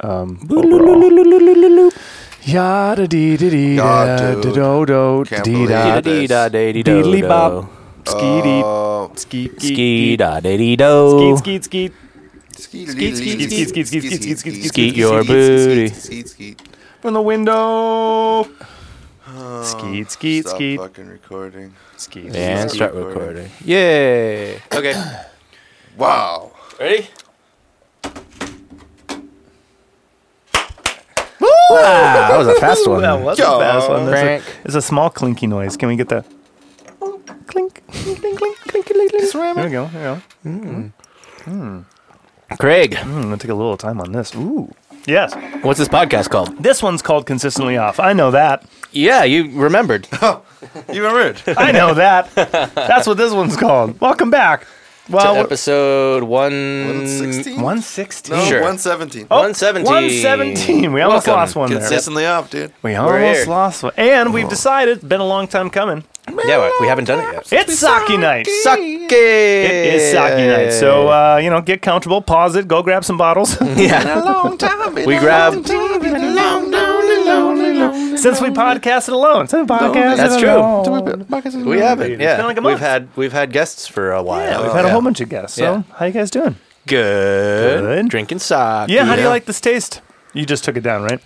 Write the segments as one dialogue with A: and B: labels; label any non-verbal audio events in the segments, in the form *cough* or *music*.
A: Um, overall.
B: Dee
A: Yada dee dee dee
C: God,
A: da
C: dude.
A: do do do
C: Can't
A: dee da
C: believe
B: dee da dee dee do
A: Diddly
B: do.
A: bop. Ski dee
C: Uh,
A: ski
B: Ski da dee dee do.
A: skeet skeet skeet. Skeet,
C: skeet,
A: skeet, skeet, skeet, skeet, skeet, skeet, skeet, skeet,
B: skeet your booty.
C: Skeet, skeet.
A: From the window.
C: Oh,
A: Skeet, skeet,
C: stop
A: skeet.
C: fucking recording.
A: Skeet.
B: And
C: Start
B: start
C: recording.
B: recording. Yay. Okay.
C: Wow.
B: Ready?
A: Wow, that was a fast one.
B: That was
C: a fast one.
A: That's a-
B: Crank.
A: It's a small clinky noise. Can we get that? Clink, clink, clink, clink, clink, clink. There we go. There we go.
B: Craig,
A: Hmm, I'm gonna take a little time on this. Ooh. Yes.
B: what's this podcast called?
A: This one's called consistently off. I know that.
B: Yeah, you remembered.
C: You remembered?
A: I know that. That's what this one's called. Welcome back.
B: to
A: Well, we're-
B: episode Mm, one.
C: 116?
A: 116.
C: No,
B: Sure.
C: 117.
A: Oh,
B: 117.
A: 117. We almost
B: Welcome.
A: lost one there.
C: Consistently up, dude.
A: We
B: here.
A: almost lost one. And we've decided, it's been a long time coming.
B: Yeah, we- we haven't done it yet.
A: It's Saki night.
B: Sake.
A: It is Saki night. So, uh, you know, get comfortable, pause it, go grab some bottles.
B: yeah,
C: Long time.
B: we grabbed.
A: *laughs* Since we podcasted alone. Since we podcasted
B: That's true.
A: alone.
B: We haven't. Yeah,
A: been like a
B: we've
A: month.
B: had we've had guests for a while.
A: Yeah, we've had a whole bunch of guests. So,
B: Oh, Yeah.
A: how you guys doing?
B: Good.
A: Good.
B: Drinking sake.
A: Yeah, how do you like this taste? You just took it down, right?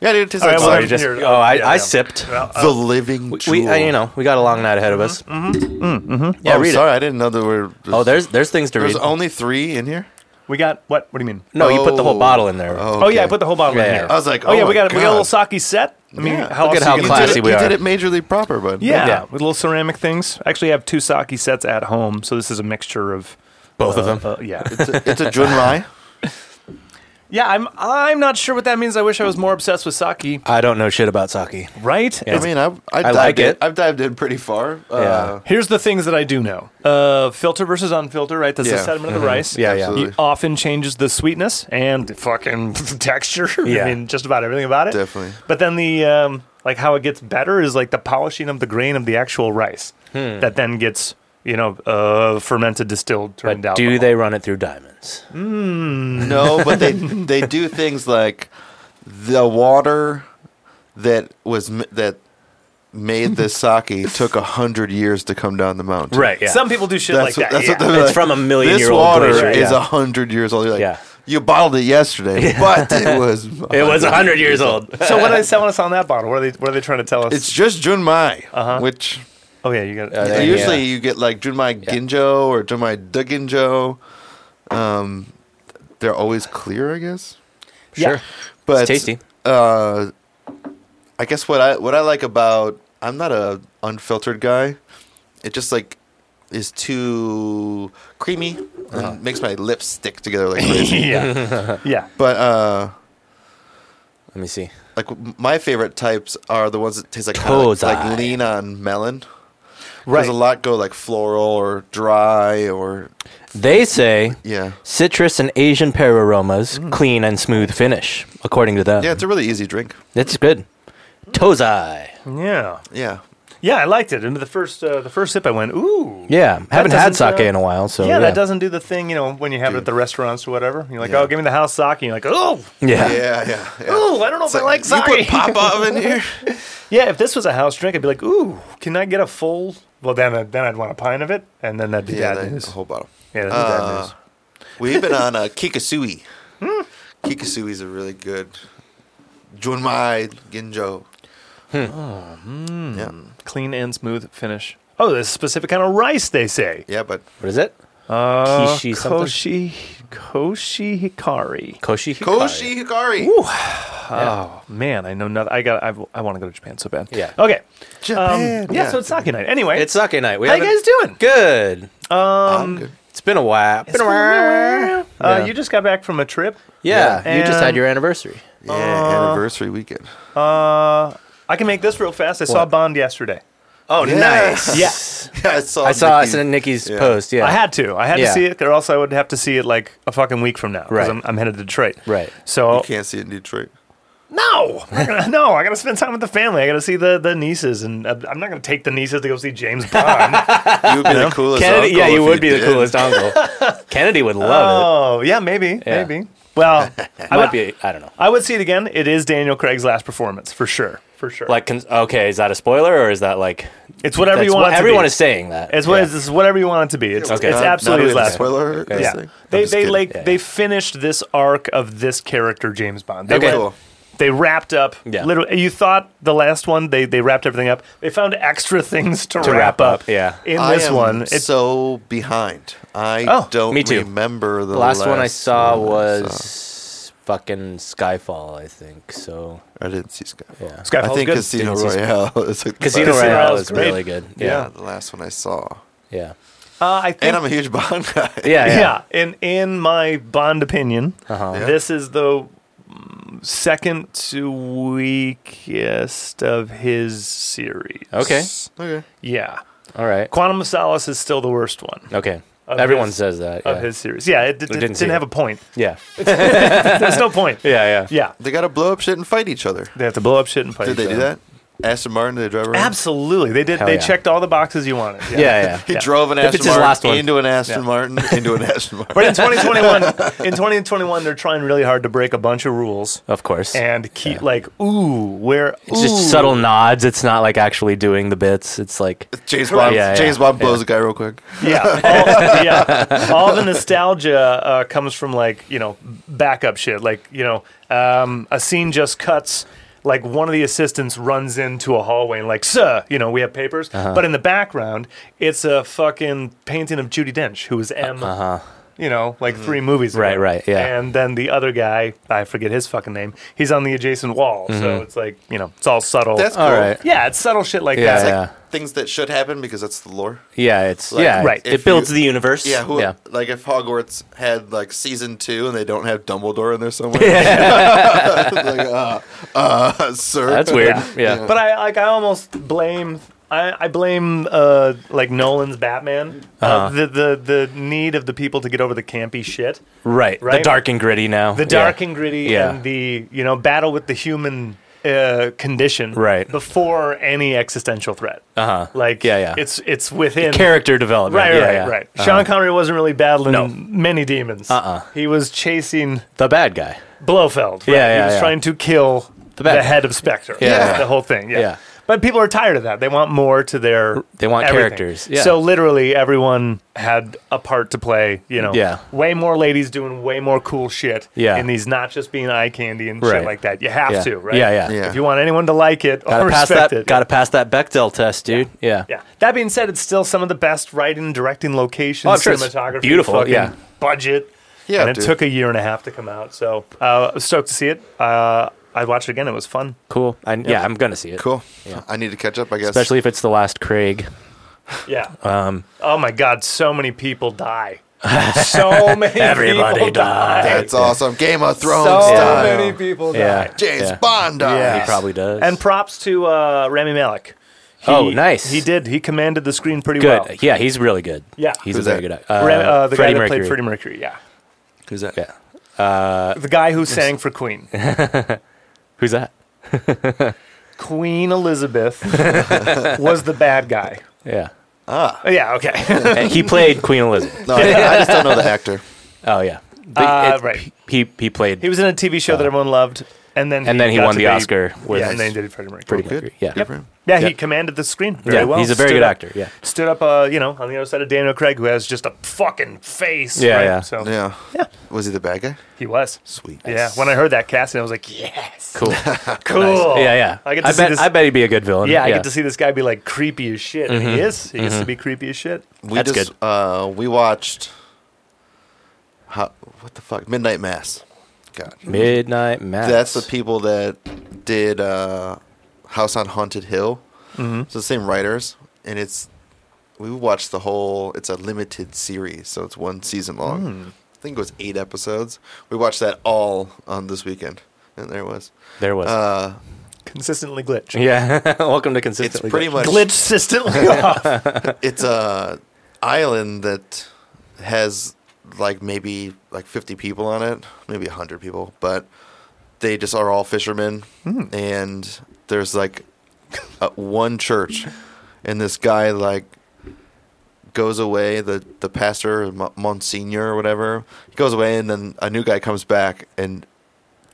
C: Yeah, dude, it tastes
A: All right,
C: like
A: well,
B: Oh,
C: sorry,
B: you just,
A: Here,
B: oh I,
A: yeah,
B: I
A: yeah.
B: sipped.
C: the living jewel.
B: We, uh, you know, we got a long night ahead of us. Mm-hmm. Mm-hmm. Yeah,
C: oh,
B: read
C: sorry, I didn't know there were.
B: it. Oh, there's there's things to
C: There's
B: read.
C: only three in here.
A: We got what? What do you mean?
B: no, you put the whole
C: Oh.
B: bottle in there.
A: Oh yeah, I
C: okay.
A: put the whole bottle in
B: Yeah.
A: here.
C: I was like,
A: oh, yeah,
C: oh
A: we got
C: my
A: we got a little
C: God.
A: sake set. I mean,
C: Yeah.
A: how
B: Look at
A: else are
B: how
A: you gonna do
B: classy
A: it?
C: you did it,
B: we
C: you
B: are.
C: did it majorly proper, bud.
A: Yeah.
B: Yeah.
A: with little ceramic things. Actually, I have two sake sets at home, so this is a mixture of
B: Both of
A: uh,
B: them.
A: uh, yeah,
C: It's a, it's a Junrai.
A: yeah. I'm I'm not sure what that means. I wish I was more obsessed with sake.
B: I don't know shit about sake.
A: Right?
C: I mean, I, I, dived
B: like
C: in-
B: it.
C: I've dived in pretty far. Uh,
A: Here's the things that I do know: uh, filter versus unfilter. Right, that's the
C: Yeah.
A: sediment of the rice.
B: Mm-hmm. Yeah, yeah.
C: Absolutely.
A: It often changes the sweetness and the fucking *laughs* texture.
B: Yeah.
A: I mean, just about everything about it.
C: Definitely.
A: But then the um, like how it gets better is like the polishing of the grain of the actual rice
B: Hmm.
A: that then gets you know uh, fermented, distilled, turned out.
B: Do they run it through diamonds?
C: No, but they they do things like the water that was m- that made the sake took a hundred years to come down the mountain.
B: Right. Yeah.
A: Some people do shit like
C: That's what,
A: that.
C: that's
A: yeah.
C: what they're
B: It's
C: like,
B: from a
C: *laughs* This
B: million-year-old
C: water
B: glacier."
C: is a
B: Yeah.
C: hundred years old. You're like,
B: Yeah.
C: you bottled it
B: *laughs*
C: yesterday, but it was
B: it was hundred years old.
A: *laughs* so what are they selling us on that bottle? What are they what are they trying to tell us?
C: *laughs* It's just junmai,
B: Uh-huh.
C: which
A: oh yeah, you got
B: Uh,
A: yeah. *laughs*
B: yeah.
C: usually you get like junmai ginjo or junmai duginjo. Um, they're always clear, I guess.
B: Sure.
C: But
B: tasty.
C: Uh, I guess what I what I like about I'm not a unfiltered guy. It just like is too creamy and
A: Uh-huh.
C: makes my lips stick together like
A: *laughs*
C: crazy. *laughs*
A: yeah. yeah.
C: but uh,
B: Let me see.
C: like w- my favorite types are the ones that taste like kinda like,
B: Tozai.
C: like lean on melon. There's
A: Right.
C: a lot go like floral or dry or
B: They say
C: yeah.
A: Uh-huh.
B: citrus and Asian pear aromas,
A: Mm.
B: clean and smooth finish, according to them.
C: Yeah, it's a really easy drink.
B: That's good. Tozai.
A: Yeah.
C: Yeah.
A: Yeah, I liked it. And the first uh, the first sip I went, ooh.
B: Yeah, haven't had
A: doesn't,
B: sake
A: uh,
B: in a while, so
A: yeah, that doesn't do the thing, you know, when you have it at the restaurants or whatever. You're like,
C: Yeah.
A: oh, give me the house sake. And you're like, oh,
B: Yeah,
C: Yeah, yeah. yeah.
A: ooh, I don't know if I like
C: you
A: sake.
C: put pop in
A: *laughs*
C: here.
A: yeah, if this was a house drink, I'd be like, ooh, can I get a full? Well, then, I'd- then I'd want a pint of it, and then that'd be
C: yeah,
A: bad
C: that-
A: news.
C: a whole bottle.
A: Yeah, that'd be bad
C: Uh,
A: news.
C: we've been on uh, Kikasui. Kikasui is a really good Junmai Ginjo.
B: Hmm.
C: Oh, hmm. Yeah,
A: Clean and smooth finish. Oh, this specific kind of rice, they say.
C: yeah, but
B: What is it?
A: Uh,
B: Kishi something?
A: Koshi, Koshi Hikari.
B: Koshi. Hikari.
C: Koshi Hikari,
A: Oh man, I know nothing. I got. I, I want to go to Japan so bad.
B: Yeah.
A: Okay. Um,
C: Japan.
A: yeah, So it's sake night. Anyway,
B: It's sake night. We
A: how you
B: haven't-
A: guys doing?
B: Good.
C: I'm
A: um,
C: good.
B: It's been a while. Been a *laughs*
A: Uh,
B: Yeah.
A: You just got back from a trip.
B: Yeah, you just had
A: and-
B: your
A: *laughs*
B: anniversary.
C: yeah, anniversary weekend.
A: Uh, I can make this real fast. I saw
B: What?
A: Bond yesterday.
B: Oh,
C: Yes.
A: Yeah.
C: *laughs* Yeah, I saw.
B: I saw
C: Nikki-
B: us in Oh, Nikki's
C: Yeah.
B: post. Yeah,
A: I had to. I had
B: Yeah.
A: to see it, or else I would have to see it like a fucking week from now. 'cause
B: Right.
A: I'm, I'm headed to Detroit.
B: Right.
A: So
C: Can't see it
B: *laughs*
C: in Detroit.
A: no, I'm not gonna- *laughs* no, I gotta spend time with the family. I gotta see the the nieces, and uh, I'm not gonna take the nieces to go see James Bond.
C: You would be the coolest.
B: Kennedy.
C: uncle
B: Yeah,
C: if
B: you would be the
C: did.
B: *laughs* coolest uncle. Kennedy would love
A: oh yeah, maybe,
B: Yeah.
A: maybe. Well, I
B: *laughs* Might
A: would,
B: be. I don't know.
A: I would see it again. It is Daniel Craig's last performance for sure. For sure.
B: Like, cons- okay, is that a spoiler or is that like
A: it's whatever
B: that's
A: you want.
B: what
A: it to
B: everyone
A: be.
B: is saying that?
A: It's, what,
B: Yeah.
A: it's whatever you want it to be. It's,
B: Okay.
A: it's
C: Not-
A: absolutely
C: not
A: his
C: really a
A: last. one.
C: spoiler.
B: Okay.
A: Yeah. They they like
B: Yeah,
A: they
B: yeah.
A: finished this arc of this character James Bond. They
B: Okay.
A: went-
C: Cool.
A: They wrapped up.
B: Yeah.
A: Literally, you thought the last one they they wrapped everything up. They found extra things to,
B: wrap up, yeah.
A: In
C: I
A: this
C: am
A: one, it's
C: so behind. I
A: Oh,
C: don't
B: me too.
C: remember the
B: the last, one I saw
C: one I
B: was fucking Skyfall, I think. So
C: saw. I didn't see Skyfall.
B: yeah,
A: Skyfall's
C: I think
A: good.
C: Casino
B: Didn't see
C: Royale. *laughs* is like the
B: Casino
C: last-
A: Royale
B: Royale
A: is
B: is
A: great.
B: really good.
C: Yeah,
B: Yeah,
C: the last one I saw.
B: yeah,
A: Uh, I think
C: And I'm a huge Bond guy.
B: *laughs* yeah, yeah.
A: yeah. and in my Bond opinion,
B: Uh-huh.
C: Yeah.
A: this is the mm, second to weakest of his series.
B: Okay,
C: *laughs* Okay.
A: Yeah.
B: all right,
A: Quantum of Solace is still the worst one
B: okay.
A: Of
B: Everyone
A: his-
B: says that.
A: of
B: yeah.
A: his series. Yeah, it, it,
B: We didn't
A: it didn't,
B: see it.
A: have
B: *laughs*
A: a point. *laughs*
B: yeah,
A: There's no point.
B: yeah, yeah.
A: Yeah.
C: They gotta blow up shit and fight each other.
A: They have to blow up shit and play.
C: Did they do that? Aston Martin, did they drive around?
A: Absolutely. They did
B: Hell
A: they
B: yeah.
A: checked all the boxes you wanted.
B: Yeah, yeah.
C: He
A: Yeah.
C: drove an
B: If it's his
C: Aston Martin
B: last one.
C: into an Aston
A: Yeah.
C: Martin into an
B: *laughs*
C: Aston Martin.
A: But in 2021, in 2021 they're trying really hard to break a bunch of rules
B: Of course.
A: and keep like ooh, where
B: it's just subtle nods. It's not like actually doing the bits. It's like
C: James Bond.
B: Yeah, yeah,
C: James Bond blows a guy real quick.
A: Yeah,
B: *laughs*
A: all, yeah. All the nostalgia uh, comes from like you know backup shit. Like you know, um, a scene just cuts. Like one of the assistants runs into a hallway and like, sir, you know, we have papers.
B: Uh-huh.
A: But in the background, it's a fucking painting of Judy Dench, who was M. You know, like three movies. ago.
B: Uh-huh. Mm-hmm. Right, right, yeah.
A: And then the other guy, I forget his fucking name. He's on the adjacent wall,
B: Mm-hmm.
A: so it's like you know, it's all subtle.
C: That's cool.
B: all right.
A: yeah, it's subtle shit like
B: Yeah,
A: that.
C: Like
B: yeah.
C: things that should happen because that's the lore.
B: Yeah, it's
C: Like,
B: yeah,
A: Right.
B: It,
C: if
B: builds
C: you-
B: the universe.
C: Yeah, who,
B: yeah.
C: like if Hogwarts had like season two and they don't have Dumbledore in
B: *laughs*
C: there somewhere. *laughs* like, uh, uh, sir.
B: That's weird. Yeah,
A: Yeah. But I like I almost blame I, I blame uh, like Nolan's Batman uh,
B: Uh-huh.
A: the, the the need of the people to get over the campy shit,
B: right. The
A: Right?
B: dark and gritty now.
A: the dark and gritty,
B: Yeah.
A: and the you know battle with the human uh, condition
B: Right.
A: before any existential threat.
B: Uh huh.
A: Like
B: Yeah, yeah.
A: it's it's within
B: Character development.
A: right
B: yeah,
A: right
B: yeah.
A: right.
B: Uh-huh.
A: Sean Connery wasn't really battling
B: No.
A: many demons.
B: Uh-uh.
A: He was chasing
B: The bad guy.
A: Blofeld.
B: Yeah,
A: Right?
B: yeah,
A: He was
B: yeah.
A: trying to kill the,
B: bad guy.
A: head of Spectre.
B: Yeah.
A: The whole thing. Yeah.
B: Yeah.
A: But people are tired of that. They want more to their.
B: They want
A: everything.
B: characters, yeah.
A: So literally, everyone had a part to play. You know,
B: Yeah.
A: Way more ladies doing way more cool shit.
B: Yeah.
A: In these not just being eye candy and
B: Right.
A: shit like that. You have
B: Yeah.
A: to, right?
B: Yeah, yeah.
C: Yeah.
A: If you want anyone to like it or
B: Gotta pass
A: respect
B: that.
A: it,
B: Gotta pass that Bechdel test, dude. Yeah.
A: yeah. That being said, it's still some of the best writing, directing, location,
B: Oh, I'm sure it's
A: cinematography,
B: beautiful,
A: fucking
B: yeah.
A: budget.
C: Yeah,
A: and it
C: dude.
A: took a year and a half to come out. So uh, I was stoked to see it. Uh, I watched it again. It was fun.
B: Cool. I, Yeah, I'm gonna see it.
C: cool. I need to catch up, I guess.
B: Especially if it's the last Craig.
A: Yeah.
B: Um,
A: oh my God, so many
B: *laughs*
A: people die. So many
B: Everybody
A: people die.
C: That's awesome. Game of
A: So
C: Thrones style.
A: many people die.
B: Yeah.
C: James
B: Yeah.
C: Bond dies.
A: Yeah.
B: He probably does.
A: And props to uh, Rami Malek. He-
B: Oh, nice.
A: He did. He commanded the screen pretty
B: good.
A: well.
B: Yeah, he's really good.
A: Yeah.
B: He's
C: Who's
B: a very
C: that?
B: good actor. Uh,
A: Ram- uh, the
B: Freddie
A: guy that
B: Mercury.
A: played Freddie Mercury. Yeah.
C: Who's that?
B: Yeah.
A: The guy who sang for Queen.
B: Who's that?
A: Queen Elizabeth *laughs* was the bad guy. Oh,
B: Yeah.
C: Ah.
A: Yeah, okay. *laughs*
B: Uh, he played Queen Elizabeth.
C: No, I, I just don't
B: *laughs*
C: know the actor.
B: Oh yeah. The-
A: Uh,
B: it-
A: right.
B: He he played
A: he was in a TV show that everyone loved, and then
B: Uh, And then he
A: got
B: won
A: to
B: the
A: be-
B: Oscar with-
A: yeah, and then he did Freddie Mercury.
B: Freddie
C: Good.
B: Mercury. Yeah.
C: Good for him.
A: Yeah, he
B: Yep.
A: commanded the screen very
B: yeah.
A: well.
B: He's a very
A: Stood
B: good
A: up-
B: actor. Yeah.
A: Stood up, uh, you know, on the other side of Daniel Craig, who has just a fucking face.
B: Yeah,
A: right?
B: yeah.
A: So
C: Yeah.
A: Yeah.
C: Was he the bad guy?
A: he was.
C: Sweet.
A: Yeah, when I heard that casting, I was like, yes,
B: Cool.
A: cool.
B: Yeah, yeah.
A: Oh, I get to see
B: bet
A: this.
B: I bet he'd be a good villain.
A: yeah, I get to see this guy be like creepy as shit. And
B: Mm-hmm.
A: he is. He gets to be creepy as shit.
C: We
B: That's
C: just uh we watched how, what the fuck? Midnight Mass. God.
B: Midnight Mass.
C: That's the people that did uh House on Haunted Hill. Mm-hmm. It's the same writers and it's we watched the whole it's a limited series, so it's one season long. I think it was 8 episodes. We watched that all on this weekend. And there it was.
B: there was.
C: Uh
A: Consistently glitch.
B: yeah. *laughs* Welcome to
C: it's
B: consistently.
C: pretty
B: Good.
C: much
A: Glitch
B: *laughs*
A: consistently off.
C: it's a island that has like maybe like 50 people on it maybe 100 people but they just are all fishermen and there's like a, one church and this guy like goes away, the the pastor, Mo- Monsignor or whatever, he goes away, and then a new guy comes back, and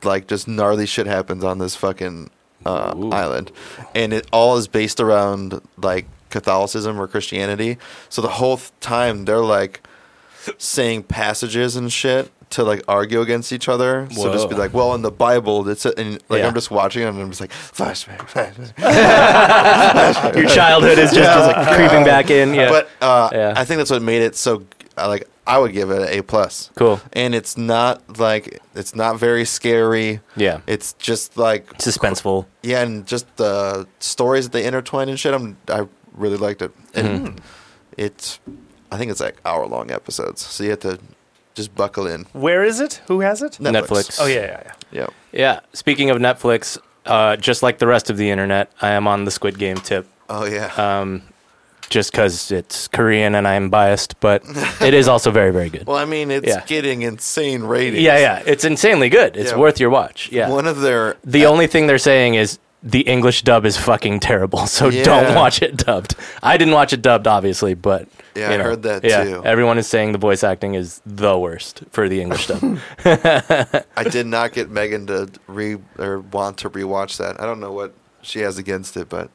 C: like just gnarly shit happens on this fucking uh,
D: Ooh.
C: island, and it all is based around like Catholicism or Christianity. So the whole th- time they're like saying passages and shit to like argue against each other. So just be
D: Whoa.
C: like, well, in the Bible, it's a, and like
B: Yeah.
C: I'm just watching it and I'm just like flashback, flashback.
B: Your childhood is just, just like creeping back in. Yeah.
C: But uh,
B: Yeah.
C: I think that's what made it so. uh, Like I would give it an A plus.
B: Cool.
C: And it's not like it's not very scary.
B: yeah.
C: It's just like
B: Suspenseful.
C: yeah, and just the stories that they intertwine and shit. I'm I really liked it. And
B: Mm-hmm.
C: it's I think it's like hour long episodes, so you have to just buckle in.
A: Where is it? Who has it?
B: Netflix.
A: Oh yeah, yeah, yeah.
C: Yeah.
B: Yeah. Speaking of Netflix, uh, just like the rest of the internet, I am on the Squid Game tip.
C: Oh yeah.
B: Um, just because it's Korean and I'm biased, but
C: *laughs*
B: it is also very, very good.
C: well, I mean, it's
B: yeah.
C: getting insane ratings.
B: Yeah, yeah. It's insanely good. It's
C: Yeah.
B: worth your watch. Yeah.
C: One of their
B: the only thing they're saying is the English dub is fucking terrible, *laughs* so
C: Yeah.
B: don't watch it dubbed. I didn't watch it dubbed, obviously, but
C: Yeah, I heard that too.
B: Everyone is saying the voice acting is the worst for the English
C: *laughs*
B: dub.
C: I did not get Megan to re or want to rewatch that. I don't know what she has against it, but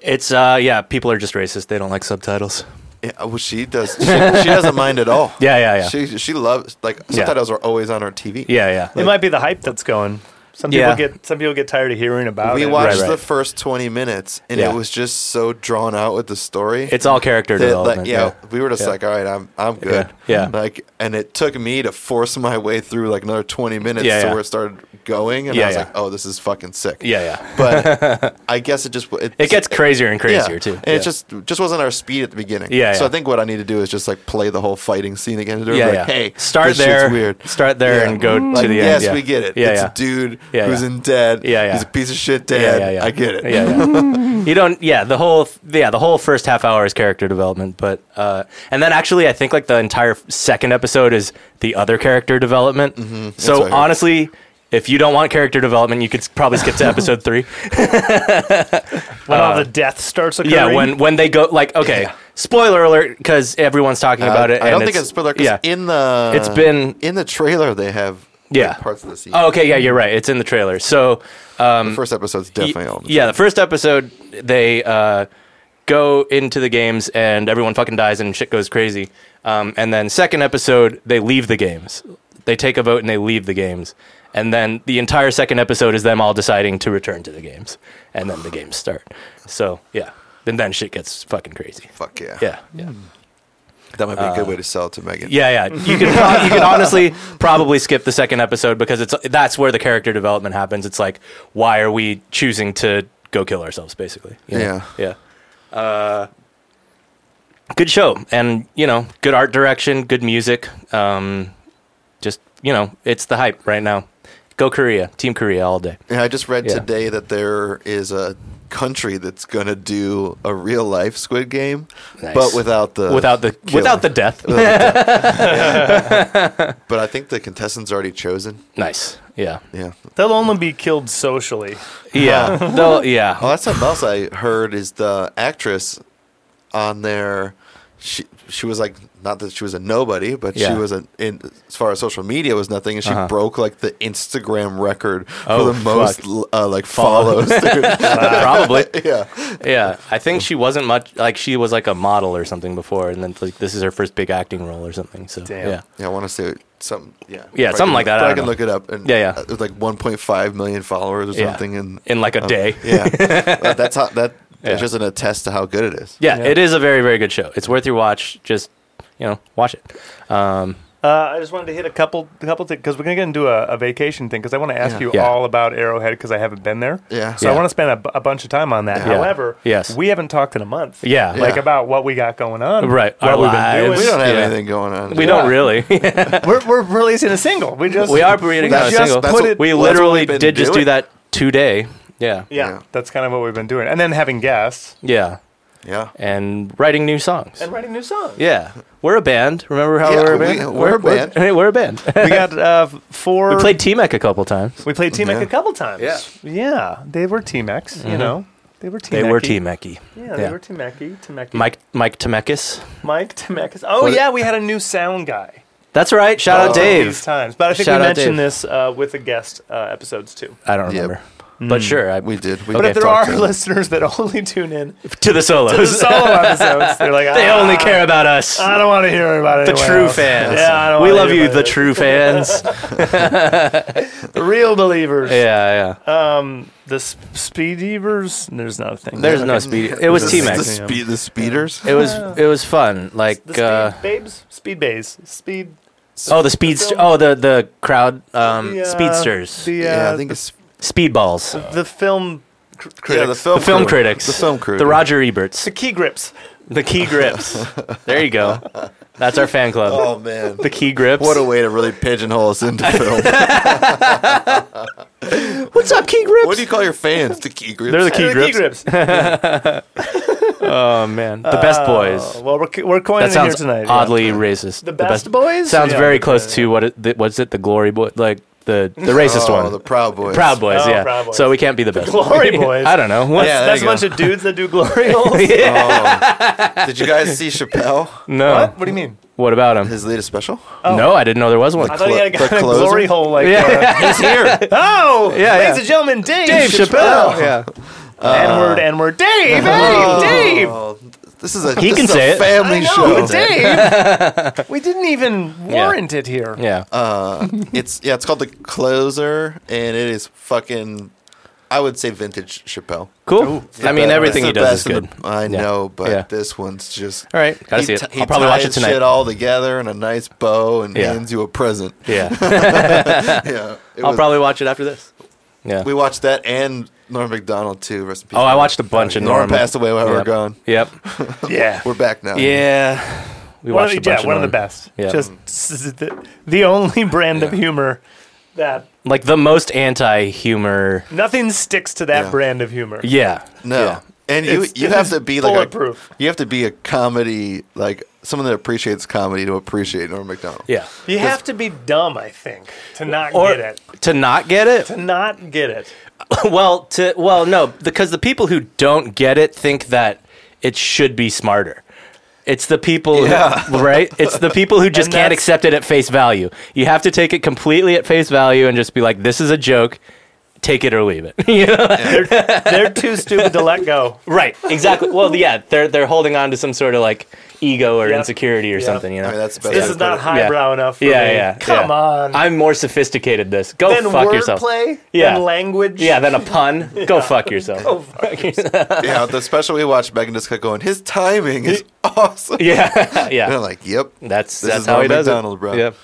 B: It's uh, yeah, people are just racist. They don't like subtitles.
C: yeah, oh, well, she does. She, she doesn't mind at all.
B: *laughs* Yeah, yeah, yeah,
C: She she loves like subtitles are always on her TV.
B: yeah, yeah.
A: it might be the hype that's going. Some
B: Yeah.
A: people get some people get tired of hearing about
C: We
A: it.
C: watched
B: Right, right.
C: the first twenty minutes, and
B: Yeah.
C: it was just so drawn out with the story.
B: it's all character
C: that,
B: development.
C: like, yeah, we were just
B: Yeah.
C: like, all right, I'm I'm good.
B: Yeah.
C: Like, and it took me to force my way through like another twenty minutes
B: Yeah,
C: to
B: yeah.
C: where it started going, and
B: Yeah,
C: I was
B: yeah.
C: like, oh, this is fucking sick.
B: yeah, yeah. *laughs*
C: But I guess it just it,
B: It gets crazier and crazier
C: yeah.
B: too.
C: And
B: yeah.
C: it just just wasn't our speed at the beginning.
B: Yeah,
C: So
B: yeah.
C: I think what I need to do is just like play the whole fighting scene again. And
B: yeah,
C: like,
B: yeah.
C: Hey,
B: start
C: this
B: there.
C: Shit's weird.
B: Start there
C: Yeah.
B: and go
C: Like,
B: to the
C: yes,
B: end. yeah.
C: we get it.
B: Yeah,
C: it's
B: yeah.
C: a dude
B: Yeah,
C: who's
B: yeah.
C: in dead.
B: Yeah, yeah.
C: He's a piece of shit dead.
B: Yeah, yeah, yeah.
C: I get it.
B: Yeah,
C: *laughs*
B: yeah. you don't. Yeah, the whole. Yeah, the whole first half hour is character development, but uh, and then actually, I think like the entire f- second episode is the other character development.
C: Mm-hmm. what I
B: So
C: heard.
B: honestly. If you don't want character development, you could s- probably skip
C: *laughs*
B: to episode three.
A: when all the death starts occurring.
B: yeah, when when they go like okay,
C: Yeah.
B: spoiler alert because everyone's talking
C: Uh,
B: about it.
C: I
B: and
C: don't think it's spoiler. 'cause
B: Yeah,
C: in the
B: It's been-
C: in the trailer they have like,
B: Yeah.
C: parts of the scene.
B: oh, okay, yeah, you're right. It's in the trailer. So
C: the first episode's
B: Y-
C: definitely on.
B: Yeah, the first episode they uh, go into the games and everyone fucking dies and shit goes crazy. Um, and then second episode they leave the games. They take a vote and they leave the games. And then the entire second episode is them all deciding to return to the games. And then the games start. So yeah, then then shit gets fucking crazy.
C: Fuck yeah.
B: Yeah, Uh, yeah,
C: That might be a good way to sell it to Megan.
B: yeah, yeah. You can pro- you can honestly probably skip the second episode because it's that's where the character development happens. It's like why are we choosing to go kill ourselves, basically. you know?
C: Yeah.
B: Yeah. Uh, good show, and you know, good art direction, good music. Um, just you know, it's the hype right now. Go Korea, Team Korea all day.
C: And I just read
B: Yeah.
C: today that there is a country that's gonna do a real life Squid Game,
B: Nice.
C: but without the
B: without the
C: killer.
B: without the death.
C: But I think the contestant's already chosen.
B: nice. Yeah.
C: Yeah.
A: they'll only be killed socially.
B: Yeah. Though. Yeah.
C: Oh, that's something else I heard is the actress on there. She she was like not that she was a nobody, but
B: Yeah.
C: she was a in as far as social media was nothing, and she
B: Uh-huh.
C: broke like the Instagram record
B: Oh,
C: for the most
B: fuck.
C: l- uh, like
B: *laughs*
C: follows. dude.
B: Probably.
C: *laughs* yeah,
B: Yeah. I think she wasn't much. Like she was like a model or something before, and then like this is her first big acting role or something. So
A: Damn.
B: yeah.
C: yeah. I want to say something. Yeah,
B: Yeah,
C: If I
B: something
C: can-
B: like that,
C: if
B: I
C: I,
B: don't
C: can
B: know.
C: look it up. And
B: Yeah, yeah.
C: uh, it was like 1.5 million followers or
B: Yeah.
C: something, and
B: In like a
C: um,
B: day.
C: Yeah,
B: *laughs*
C: Uh, that's how that.
B: Yeah.
C: It's just an attest to how good it is.
B: Yeah,
A: Yeah.
B: it is a very very good show. It's worth your watch. Just you know, watch it. Um,
A: Uh, I just wanted to hit a couple a couple things because we're gonna get into a, a vacation thing because I want to ask
C: Yeah.
A: you
B: Yeah.
A: all about Arrowhead because I haven't been there.
C: Yeah.
A: So I
B: Yeah.
A: want to spend a, bu- a bunch of time on that.
C: Yeah.
A: However,
B: Yes.
A: we haven't talked in a month.
B: Yeah.
A: Like
C: Yeah.
A: about what we got going on.
B: Right,
A: What
B: our
A: we've
B: lives.
A: been
C: We don't
A: doing.
C: have
B: Yeah.
C: anything going on.
B: we don't
A: *laughs*
B: really.
A: we're, we're releasing a single. We just
B: we are reading
A: we
B: out a
A: just
B: single.
A: Put
C: That's what-
A: it,
B: we
C: Well, that's what
B: literally
C: we've been
B: did just do
C: doing.
B: that today. Yeah.
A: yeah,
C: Yeah.
A: That's kind of what we've been doing, and then having guests
B: Yeah.
C: Yeah.
B: And writing new songs.
A: and writing new songs.
B: yeah. We're a band. Remember how
C: Yeah,
B: we're a
C: we-
B: band?
C: we're a band.
B: Hey, *laughs* we're a band.
A: We got uh, four.
B: we played T Mac a couple times.
A: We played T Mac
C: Yeah.
A: a couple times. Yeah, they were T Macs. You know, They were Team
B: Mm-hmm. They were
A: Mackey.
B: Team Mackey.
A: Yeah, they were Temeki. Temeki.
B: Mike Mike Temekis.
A: Mike Temekis. Oh
B: Was it-
A: yeah, we had a new sound guy.
B: That's right. Shout
A: Oh,
B: out
A: These
B: Dave.
A: times, but I think
B: Shout
A: we
B: out
A: mentioned
B: Dave.
A: this uh, with the guest uh, episodes too.
B: I don't
C: Yep.
B: remember,
A: Mm.
B: but sure, I,
C: We did. We
A: But
B: Okay,
A: if there *laughs*
C: talked
A: are
C: to him.
A: listeners that only tune in
B: *laughs* to the solos.
A: to the
B: *laughs*
A: solo episodes, they're like,
B: they
A: "Ah,
B: only care about us,
A: I don't want to hear about it.
B: the true fans.
A: uh, Yeah, I don't
B: we
A: wanna
B: love
A: hear
B: you,
A: about
B: the
A: it.
B: true fans.
A: The real believers.
B: yeah, yeah.
A: Um, the sp- speedivers. There's not a thing.
B: There's no
A: Okay.
B: speed. It was
C: The-
B: T
C: The,
B: Mac.
A: yeah.
C: speed, the speeders.
B: It was it was fun. Like
A: The speed
B: uh,
A: babes, speed bays, speed.
B: oh the speeds.
A: film-
B: Oh the the crowd um,
A: the, uh,
B: speedsters,
A: The, uh,
C: Yeah, I think it's
B: speedballs,
A: the film cr- critics.
C: yeah, the film,
B: the film
C: crew.
B: critics,
C: The film crew.
B: the Roger Eberts,
A: *laughs* the key grips.
B: the Key Grips. *laughs* there you go. That's our fan club.
C: Oh man.
B: The Key Grips.
C: What a way to really pigeonhole us
B: *laughs*
C: into film.
B: What's up, Key Grips?
C: what do you call your fans? The key groups.
B: They're the key
A: The
B: grips.
A: key grips.
B: Oh man, the *laughs* best boys.
A: Uh, well, we're, c- we're coining
B: That
A: it here
B: sounds
A: tonight. yeah.
B: oddly racist.
A: The best boys?
B: sounds
A: Yeah.
B: very close to what it, the, what's it? The glory boy, like the the racist
C: *laughs* oh,
B: one.
C: The Proud Boys.
B: Proud Boys,
A: Oh,
B: yeah.
A: Proud Boys.
B: So we can't be the best. *laughs*
A: Glory Boys.
B: I don't know. What? *laughs*
C: Yeah, there
A: That's a
C: you go.
A: bunch of dudes that do glory holes. *laughs*
C: Did you guys see Chappelle?
B: No.
A: What?
B: What,
A: What do you mean?
B: about him?
C: His latest special?
B: No, I didn't know there was one.
A: I thought he had a,
C: The
A: guy *laughs* in a
C: closer?
A: glory hole
B: *laughs*
A: like.
B: Yeah.
A: He's here. Oh,
B: Yeah,
A: ladies
B: yeah.
A: and gentlemen, Dave,
B: Dave Chappelle.
C: Oh,
B: Oh. Yeah.
A: N word, N word, Dave, hey, Dave.
C: Oh, this is a,
B: He
C: this
B: can
C: is
B: say
C: a
B: it.
A: I
C: family
A: know,
C: show.
B: *laughs*
A: Dave. we didn't even warrant it here.
B: Yeah.
C: Uh, it's yeah, it's called the Closer, and it is fucking. I would say vintage Chappelle.
B: Cool.
C: The
B: I mean,
C: best-
B: everything
C: the
B: he does is
C: best
B: good.
C: of the- I
B: Yeah.
C: know, but
B: Yeah.
C: this one's just.
B: All right, gotta
C: he
B: see it.
C: ti- he
B: I'll probably watch
C: ties
B: it tonight.
C: Shit all together in a nice bow and
B: Yeah.
C: hands you a present.
B: *laughs*
C: *laughs*
B: yeah.
C: yeah, it
B: I'll
C: was-
B: probably watch it after this. Yeah.
C: We watched that and Norm Macdonald too. Rest in peace.
B: oh, I watched a bunch of
C: Norm
B: Norm.
C: passed away while we were
B: Yep.
C: gone.
B: Yep.
A: Yeah.
C: We're back now.
B: Yeah. We
A: one
B: watched
A: of the,
B: a bunch
A: yeah, one of the
B: Norm.
A: best.
B: Yeah.
A: Just s- s- the, the only brand of humor that
B: Like the most anti-humor.
A: nothing sticks to that
C: Yeah.
A: brand of humor.
B: Yeah.
C: No.
B: Yeah.
C: And you
A: It's-
C: you
A: it
C: have
A: is
C: to be like a,
A: bulletproof.
C: you have to be a comedy like someone that appreciates comedy to appreciate Norm Macdonald.
B: Yeah.
A: You have to be dumb, I think, to not
B: Or
A: get it.
B: to not get it. *laughs*
A: To not get it.
B: well, to well, no, because the people who don't get it think that it should be smarter. It's the people, who- *laughs* right? It's the people who just
A: And
B: can't
A: that's-
B: accept it at face value. You have to take it completely at face value and just be like, "This is a joke. Take it or leave it." *laughs* you know?
A: They're too
B: *laughs*
A: stupid to let go.
B: Right? Exactly. Well, yeah, they're they're holding on to some sort of like ego or
A: Yeah.
B: insecurity or
A: Yeah.
B: something. You know?
C: I mean, that's the best
A: This
C: way
A: is
C: to put
A: not
C: it.
A: highbrow enough for
B: yeah,
A: me.
B: yeah.
A: Come
B: yeah.
A: on.
B: I'm more sophisticated. This. Go
A: then
B: fuck
A: wordplay,
B: yourself. Yeah.
A: then language.
B: *laughs* Yeah. Then a pun. Go fuck yourself.
A: *laughs* Oh,
B: *laughs*
A: fuck.
C: yeah, the special we watched Megan just kept going, his
B: *laughs*
C: timing is awesome.
B: Yeah. *laughs* yeah.
C: And I'm like, Yep.
B: That's
C: This
B: that's
C: is
B: how
C: Norm
B: he does
C: Macdonald,
B: it.
C: bro.
B: Yep.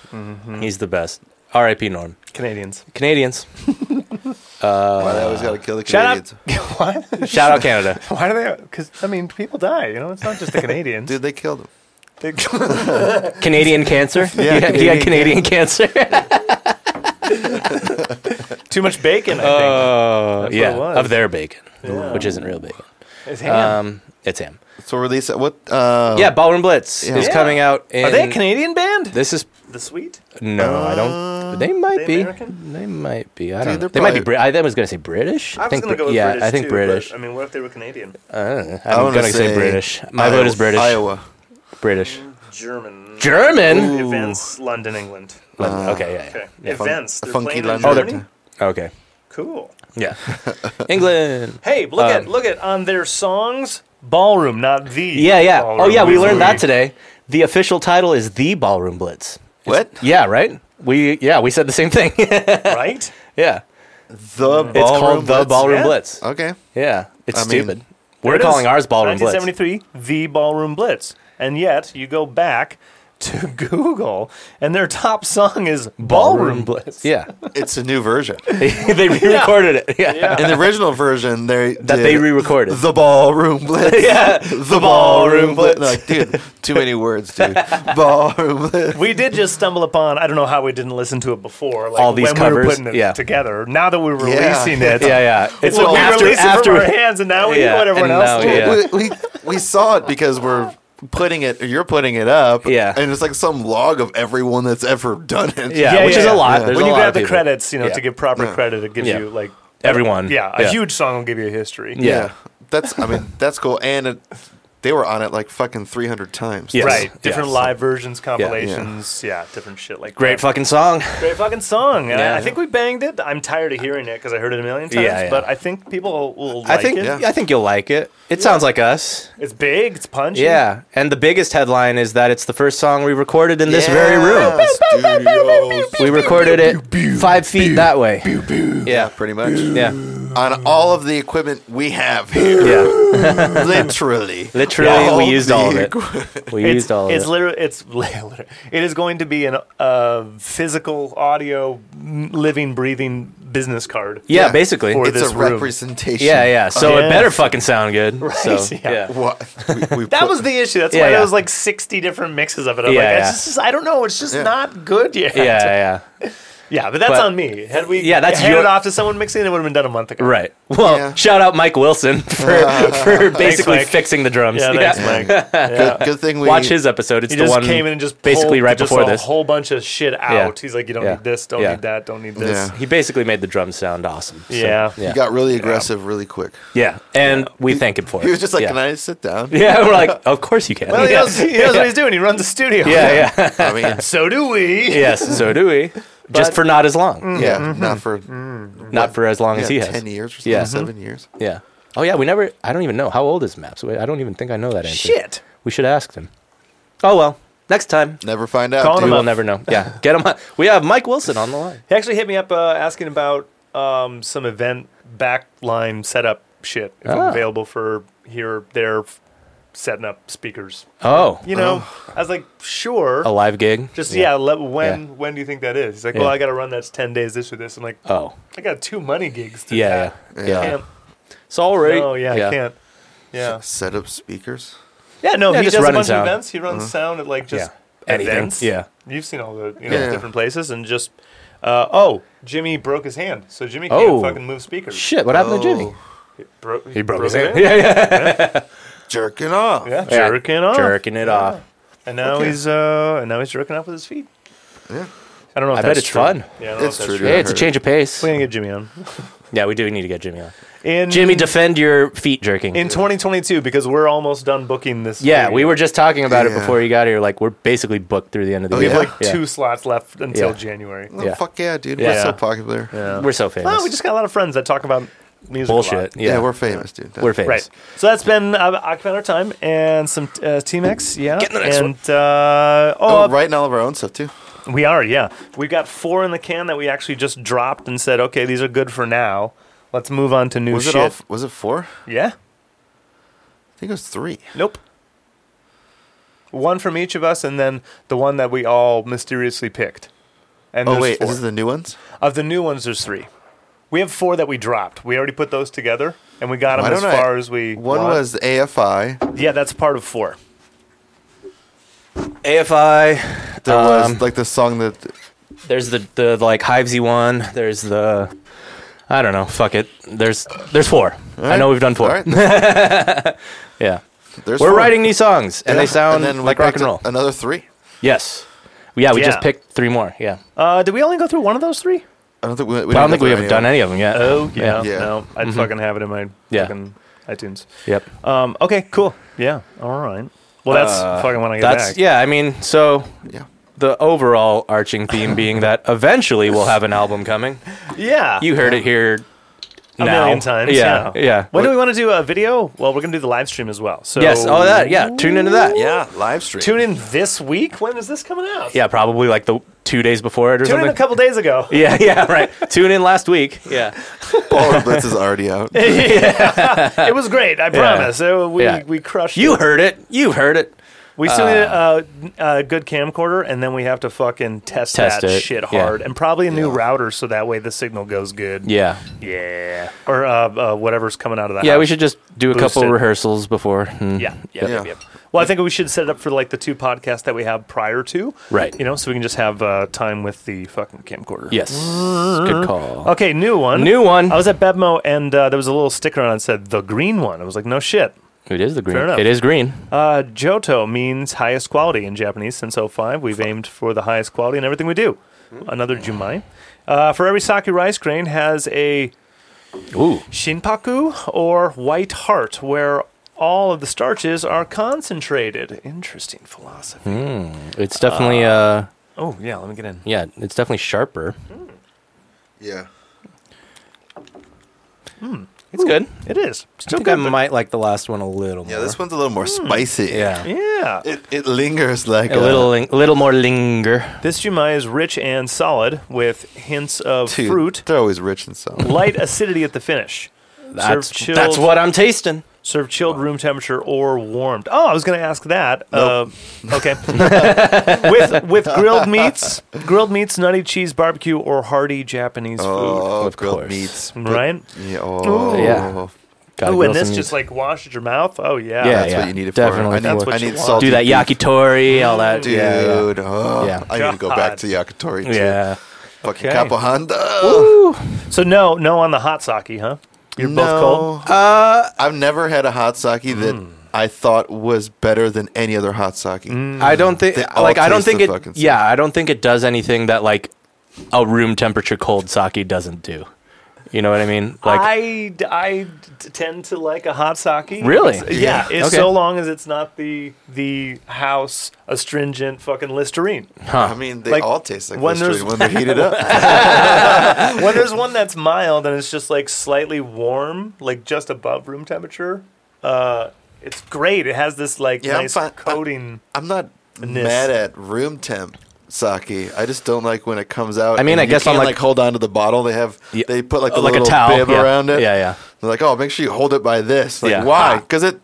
B: He's the best. R.I.P. Norm.
A: Canadians.
B: Canadians.
C: Why they always gotta kill the
A: Shut
C: Canadians.
A: up. *laughs* Why?
B: Shout out Canada.
A: Why do they? Because I mean, people die. You know, it's not
B: *laughs*
A: just the Canadians.
C: Dude, they killed him.
A: They- *laughs*
B: Canadian cancer.
C: Yeah,
B: he, had, he had Canadian
C: Canadian
B: cancer.
A: Too much bacon. I think.
B: Oh,
A: it
B: yeah,
A: was.
B: of their bacon,
A: Yeah.
B: which isn't real bacon.
A: It's ham.
B: Um, it's him.
C: So release it. What uh
B: yeah, Ballroom Blitz
C: yeah.
B: is
A: Oh. Yeah.
B: coming out. In,
A: Are they a Canadian band?
B: This is
A: the Sweet.
B: no, I
C: Uh,
B: don't. They might
A: they
B: be.
A: American?
B: They might be. I
C: Dude,
B: don't. know.
C: they're
B: They might be.
C: probably-
B: Brit- I, I was going to say British.
A: I was
B: think.
A: gonna go with
B: yeah,
A: British
B: I think
A: too, but,
B: British.
A: I mean, what if they were Canadian?
B: I don't know.
C: I
B: I'm
C: wanna
B: going to say British. My
C: Iowa-
B: vote is British.
C: Iowa.
B: British.
A: German.
B: German.
A: Events, London, England.
B: London. okay. Yeah. yeah.
A: Uh, Okay. Events.
C: The
A: They're
C: funky
A: playing in
C: London.
A: Germany?
B: Oh, Okay.
A: Cool.
B: Yeah. England.
A: Hey, look at
B: Um,
A: look at on their songs ballroom, not
B: *laughs*
A: the.
B: Yeah, yeah. Oh,
A: Ballroom.
B: yeah. We
A: It's
B: learned that
A: really-
B: today. The official title is the Ballroom Blitz.
C: What?
B: Yeah, right. We yeah we said the same thing. *laughs*
A: right?
B: yeah,
C: The ballroom
B: it's called the
C: Blitz?
B: Ballroom
A: Yeah.
B: Blitz.
C: Okay.
B: Yeah, it's
C: I mean,
B: stupid.
C: there
B: We're
A: There it
B: calling
A: is.
B: ours Ballroom Blitz.
A: 1973, the Ballroom Blitz, and yet you go back *laughs* to Google, and their top song is Ballroom, Blitz.
B: Yeah, *laughs*
C: It's a new version.
A: *laughs*
B: they re-recorded it. Yeah,
C: In the original version, they
B: that
C: did
B: they re-recorded.
C: the
B: *laughs*
C: ballroom blitz.
B: *laughs* yeah,
C: the ballroom blitz. Like, dude, too many words, dude. *laughs* ballroom blitz.
A: We did just stumble upon. I don't know how we didn't listen to it before. Like
B: All these
A: when we were
B: covers,
A: putting it
B: yeah.
A: together. Now that we're
C: Yeah.
A: releasing
B: *laughs*
A: it,
B: yeah, yeah. It's well,
A: Well, we
B: after
A: released it
B: after
A: from our hands, and now we
B: Yeah,
A: know what everyone
B: and
A: else
B: now,
A: did.
B: Oh, yeah.
C: We, we we saw it because we're putting it. or You're putting it up.
B: Yeah.
C: and it's like some log of everyone that's ever done it.
B: yeah,
A: Yeah,
B: which
A: yeah,
B: is
A: yeah.
B: a lot.
C: Yeah.
B: There's
A: when
B: a
A: you
B: lot
A: grab
B: of
A: the
B: people.
A: credits, you know,
B: Yeah.
A: to give proper
C: Yeah.
A: credit, it gives
B: Yeah.
A: you like
B: Everyone.
A: Yeah, a huge song will give you a history.
B: Yeah.
C: That's I mean that's cool and it, they were on it like fucking 300 times.
B: Yes.
A: Right, different
B: Yes.
A: live versions, compilations, yeah. different shit like
B: Great
A: that.
B: fucking song.
A: Great fucking song. I-
B: Yeah.
A: I, think we banged it. I'm tired of hearing it because I heard it a million times.
B: Yeah, yeah.
A: But I think people will like
B: I think
A: it.
C: Yeah.
B: I think you'll like it. It sounds like us.
A: It's big. It's punchy.
B: Yeah. And the biggest headline is that it's the first song we recorded in this
C: Yeah.
B: very room.
C: Studios.
B: We recorded it five feet that way.
C: Yeah,
B: Yeah.
C: pretty much.
B: Yeah.
C: On all of the equipment we have here,
B: Yeah.
C: literally.
B: Literally,
C: All
B: we used
C: the
B: all of it.
C: equi-
B: We
A: It's,
B: used all of
A: it's
B: it.
A: literally it's *laughs* literally, it is going to be an uh, physical audio m- living breathing business card.
B: yeah,
C: yeah.
B: basically.
A: For
C: It's
A: this
C: a
A: room.
C: representation.
B: Yeah, yeah. So
A: Yeah.
B: it better fucking sound
A: *laughs*
B: good. So,
A: yeah.
B: yeah.
C: What? We, we
A: That
C: put- *laughs*
A: was the issue. That's
B: Yeah,
A: why
B: yeah.
A: there was like sixty different mixes of it. I'm
B: Yeah,
A: like,
B: yeah.
A: It's just, I don't know. It's just
C: Yeah.
A: not good yet.
B: Yeah, yeah, yeah.
A: *laughs* Yeah, but that's
B: But-
A: on me. Had we
B: Yeah, that's
A: handed
B: your-
A: it off to someone mixing, it would have been done a month ago.
B: Right. Well,
C: Yeah.
B: shout out Mike
A: *laughs*
B: Wilson for, for basically
A: Mike.
B: fixing the drums.
A: Yeah, thanks, Mike. Yeah.
C: good thing we
B: Watch his episode. It's
A: He
B: the
A: just
B: one
A: came in and just
B: basically
A: pulled
B: right
A: just
B: before
A: a
B: this.
A: whole bunch of shit out. He's like, you don't
B: Yeah.
A: need this, don't
B: Yeah.
A: need that, don't need
C: *laughs*
A: this.
C: Yeah.
B: He basically made the drums sound awesome. So,
A: Yeah.
B: yeah.
C: He got really aggressive really quick.
B: Yeah, and we thank him for it.
C: He was just like,
B: yeah.
C: "Can I sit down?"
B: *laughs* Yeah, we're like, of course you can.
A: Well, he
B: yeah.
A: knows, he knows what he's doing. He runs a
B: *laughs*
A: studio.
B: yeah, yeah. *laughs*
C: I *laughs*
A: *laughs*
C: mean,
A: So do we.
B: yes, so do we. just for not as long.
C: yeah, not for
B: Not for as long
C: yeah,
B: as he has.
C: ten years or something,
B: Yeah.
C: seven years.
B: Yeah. Oh yeah, we never. I don't even know how old is Maps. Wait, I don't even think I know that answer.
A: Shit.
B: We should ask him. Oh well, next time
C: Never find out.
A: Call
C: dude.
B: we
A: him
B: will
A: up.
B: never know. Yeah, *laughs* get him. On. We have Mike Wilson on the line.
A: He actually hit me up uh, asking about um, some event backline setup shit if I'm
B: Ah.
A: available for here or there f- setting up speakers.
B: Oh,
A: You know, I was like, sure.
B: a live gig.
A: Just yeah, let, when
B: Yeah.
A: when do you think that is? He's like,
B: Yeah.
A: well, I got to run that's ten days this or this. I'm like,
B: Oh,
A: I got two money gigs. To
B: yeah, yeah,
A: that.
B: yeah.
A: Can't-
B: It's all right.
A: No, yeah, I can't. Yeah,
C: Set up speakers.
A: yeah. No,
B: Yeah,
A: he
B: just
A: does a
B: running
A: bunch
B: sound.
A: of events. He runs sound at like just
B: Yeah. Anything.
A: events.
B: Yeah.
A: Mm-hmm. you've seen all the you know
C: Yeah.
A: different places and just. Uh, oh, Jimmy broke his hand, so Jimmy can't
B: Oh.
A: fucking move speakers.
B: Shit, what happened to Jimmy?
C: Oh,
A: Bro-
B: He Oh. broke his hand. Yeah, yeah.
C: Jerking off.
A: Yeah, jerking off.
B: Jerking it off.
A: And now
C: Okay.
A: he's uh, and now he's jerking off with his feet.
C: Yeah.
A: I don't know. If
B: I
A: that's
B: bet it's
A: true.
B: fun.
A: Yeah, I don't know
C: It's
A: if that's
C: true,
A: true.
C: dude.
B: Hey, it's a
C: heard.
B: change of pace.
A: We're gonna get Jimmy on.
B: Yeah, we do need to get Jimmy on.
A: In,
B: Jimmy, defend your feet jerking.
A: in 2022 because we're almost done booking this.
B: yeah,
A: studio.
B: we were just talking about it
C: Yeah.
B: before you got here. Like, we're basically booked through the end of the
C: Oh,
A: We
B: year.
A: have
C: yeah?
A: like two slots left until
B: Yeah.
A: January.
C: Oh,
B: Yeah.
C: Fuck yeah, dude. We're
B: Yeah.
C: so popular. Yeah,
B: We're so famous.
A: Well, we just got a lot of friends that talk about music. a lot.
B: bullshit. Yeah,
C: we're
B: we're
C: famous, dude. That's-
B: we're famous.
A: Right. So that's been uh, occupying our time and some uh, Team X. Yeah.
B: Get in the next
A: and, Uh, oh,
C: Oh, writing all of our own stuff too.
A: we are. Yeah. We've got four in the can that we actually just dropped and said, okay, these are good for now. Let's move on to new
C: Was
A: shit.
C: it all? f- Was it four?
A: yeah.
C: I think it was three.
A: Nope. One from each of us, and then the one that we all mysteriously picked. And
C: Oh
A: there's
C: wait,
A: four.
C: is this the new ones?
A: Of the new ones, there's three. We have four that we dropped. We already put those together, and we got them
C: Why
A: as
C: don't I-
A: far as we.
C: One
A: want.
C: was AFI.
A: yeah, that's part of four.
B: AFI.
C: There
B: Um,
C: was like the song that
B: There's the, the like Hivesy one. There's the I don't know. Fuck it. There's there's four. I know we've done four.
C: All
B: *laughs*
C: right, there's
B: Yeah.
C: four.
B: We're writing these songs, and
C: Yeah,
B: they sound
C: then we
B: like rock
C: picked
B: and roll.
C: Another three.
B: yes. Yeah, we just
A: Yeah.
B: picked three more. Yeah.
A: Uh, did we only go through one of those three?
C: I don't think we. we
B: I
C: didn't
B: don't think
C: go
B: we
C: through
B: have done
C: of
B: any of them yet.
A: Oh yeah,
C: Yeah.
A: no, I would fucking have it in my
B: Mm-hmm. Yeah.
A: fucking iTunes.
B: Yep.
A: Um, okay, cool. Yeah, all right. Well, that's
B: Uh,
A: fucking when I get
B: That's
A: back.
B: yeah. I mean, so
C: them.
B: the overall arching theme being that eventually we'll have an album coming.
A: Yeah,
B: You heard it here
A: a
B: now.
A: million times.
B: Yeah.
A: yeah.
B: Yeah.
A: When do we want to do a video? Well, we're gonna do the live stream as well. So
B: Yes. Oh, that. Yeah. Tune into that. Yeah.
C: Yeah, live stream.
A: Tune in this week. When is this coming out?
B: Yeah. Probably like the two days before it or
A: Tune in a
B: something.
A: couple days ago.
B: yeah. Yeah.
A: *laughs*
B: Right. Tune in last week. Yeah.
C: Ballroom Blitz is
B: *laughs*
C: already out.
A: it was great. I promise. Uh, we
B: Yeah.
A: we crushed.
B: You
A: it.
B: heard it. You heard it.
A: We still need
B: Uh,
A: a, uh, a, a good camcorder, and then we have to fucking test,
B: Test
A: that
B: it,
A: shit
B: yeah.
A: hard, and probably a new
C: Yeah.
A: router so that way the signal goes good.
B: Yeah.
A: Yeah. Or uh, uh, whatever's coming out of that.
B: Yeah. We should just do a
A: Boost
B: couple
A: it.
B: rehearsals before. Hmm. and-
A: Yeah. Yeah.
C: Yeah.
A: yeah. Well, I think we should set it up for like the two podcasts that we have prior to.
B: Right.
A: You know, so we can just have uh, time with the fucking camcorder.
B: Yes. Good call.
A: Uh-huh. Okay, new one.
B: New one.
A: I was at Bevmo and uh, there was a little sticker on it that said the green one. I was like, no shit.
B: It is the green.
A: Fair enough.
B: It is green.
A: Uh, Johto means highest quality in Japanese since 05. We've aimed for the highest quality in everything we do. Another Jumai. Uh, for every sake rice grain has a
B: Ooh.
A: Shinpaku or White Heart, where all of the starches are concentrated. Interesting philosophy.
B: It's definitely uh
A: Oh, yeah, let me get in.
B: yeah, it's definitely sharper.
C: Yeah.
B: It's good.
A: It is.
B: I
A: Still
B: think
A: good.
B: I
A: but-
B: might like the last one a little
C: Yeah,
B: more.
C: this one's a little more spicy.
B: Hmm. Yeah.
A: yeah.
C: It, it lingers like
B: A little ling- little more linger.
A: This Jumai is rich and solid with hints of
C: Dude,
A: fruit,
C: They're always rich and solid.
A: light acidity at the finish.
B: That's
A: Serve chilled,
B: that's what I'm tasting.
A: Serve chilled room temperature or warmed. Oh, I was going to ask that. Uh, *laughs* okay.
B: *laughs*
A: with with grilled meats, grilled meats, nutty cheese, barbecue, or hearty Japanese
C: Oh,
B: Of
C: grilled
B: course.
C: meats.
A: food. Right?
C: Yeah. Oh.
A: Ooh.
B: Yeah. Gotta
A: Oh, and
B: grill
A: this
B: some
A: just
B: meat.
A: like washes your mouth. Oh yeah.
B: Yeah.
C: That's what you need it
B: definitely
C: for. I need,
B: for-
A: That's
C: I need
A: what you want.
C: salty
B: do that
C: beef.
B: yakitori, all that.
C: Dude,
B: Yeah.
C: oh,
B: Yeah.
C: I need to go back
A: God.
C: to yakitori. Too.
B: Yeah. yeah.
C: Fucking
A: Okay.
C: Capo Honda.
A: So no, no on the hot sake, huh? You're both cold.
B: Uh,
C: I've never had a hot sake that
B: Hmm.
C: I thought was better than any other hot sake.
B: I don't think
C: They all
B: like I don't
C: taste the
B: think it.
C: fucking same.
B: Yeah, I don't think it does anything that like a room temperature cold sake doesn't do. You know what I mean? Like
A: I, I t- tend to like a hot sake.
B: Really?
A: It's- yeah.
B: Yeah.
A: It's
B: Okay.
A: so long as it's not the the house astringent fucking Listerine.
B: *laughs*
C: I mean, they
A: Like,
C: all taste like
A: when
C: when Listerine
A: there's-
C: when they're heated
A: *laughs*
C: up.
A: when there's one that's mild and it's just like slightly warm, like just above room temperature, uh, it's great. It has this like
C: Yeah, I'm
A: nice
C: fine- I-
A: coating.
C: I'm not
A: Nis.
C: mad at room temp sake. I just don't like when it comes out.
B: I mean,
C: and
B: I
C: you
B: guess on,
C: can't,
B: like-
C: like, hold on to the bottle. They have
B: Yeah.
C: they put like
B: Uh,
C: the
B: like a
C: little
B: towel,
C: bib
B: yeah.
C: around it.
B: Yeah, yeah.
C: They're like, oh, make sure you hold it by this. Like,
B: Yeah. Ah.
C: why? Because it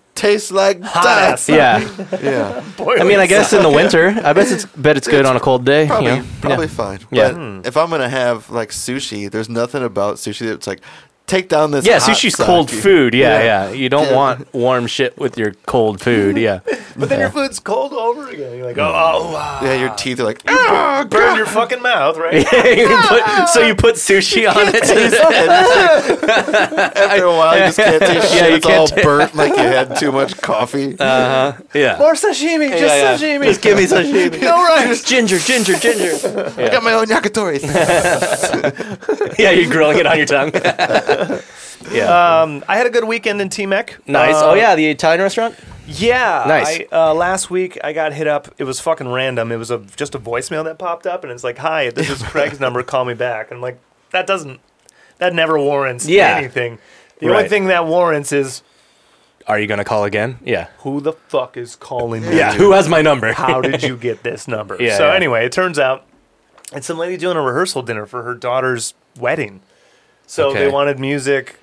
B: *laughs*
C: tastes like
A: Hot
C: death.
A: ass.
B: yeah,
C: *laughs* Yeah,
B: I mean, I guess in the winter, I bet it's bet it's good on a cold day. you
C: probably
B: know?
C: probably
B: Yeah.
C: fine.
B: Yeah. Hmm.
C: But if I'm gonna have like sushi, there's nothing about sushi that's like take down this.
B: Yeah,
C: hot
B: sushi's cold
C: sake.
B: food. Yeah, yeah. You don't
C: Yeah.
B: want warm shit with your cold food.
C: *laughs*
B: Yeah.
A: But then your food's cold over again. You're like,
B: Mm.
A: oh, oh wow.
C: Yeah, your teeth are like. "Ah,
A: burn your fucking
B: *laughs*
A: mouth, right?
B: You put- so you put sushi on
A: *laughs*
B: it. *laughs*
C: After a while, you just can't taste
B: Yeah,
C: shit.
B: you
C: it's
B: can't
C: all
B: ta-
C: burnt like you
B: *laughs*
C: had too much coffee.
B: Yeah.
A: More sashimi, just
B: yeah.
A: sashimi.
B: Just give me sashimi.
A: *laughs* No rice.
B: Ginger, ginger, ginger. *laughs*
C: I got my own *laughs* yakitori.
B: Yeah, you're grilling it on your tongue. *laughs* yeah.
A: Um, I had a good weekend in Temec.
B: nice.
A: Uh,
B: oh yeah, the Italian restaurant.
A: Yeah.
B: Nice.
A: I, uh, last week I got hit up. It was fucking random. It was a just a voicemail that popped up, and it's like, "Hi,
B: *laughs*
A: this is Craig's number. Call me back." And I'm like, that doesn't, that never warrants
B: Yeah.
A: anything. The
B: Right.
A: only thing that warrants is
B: Are you gonna call again? Yeah.
A: who the fuck is calling me?
B: Yeah. Who has my number? *laughs*
A: How did you get this number?
B: Yeah,
A: so
B: yeah.
A: anyway, it turns out it's some lady doing a rehearsal dinner for her daughter's wedding. So
B: Okay.
A: they wanted music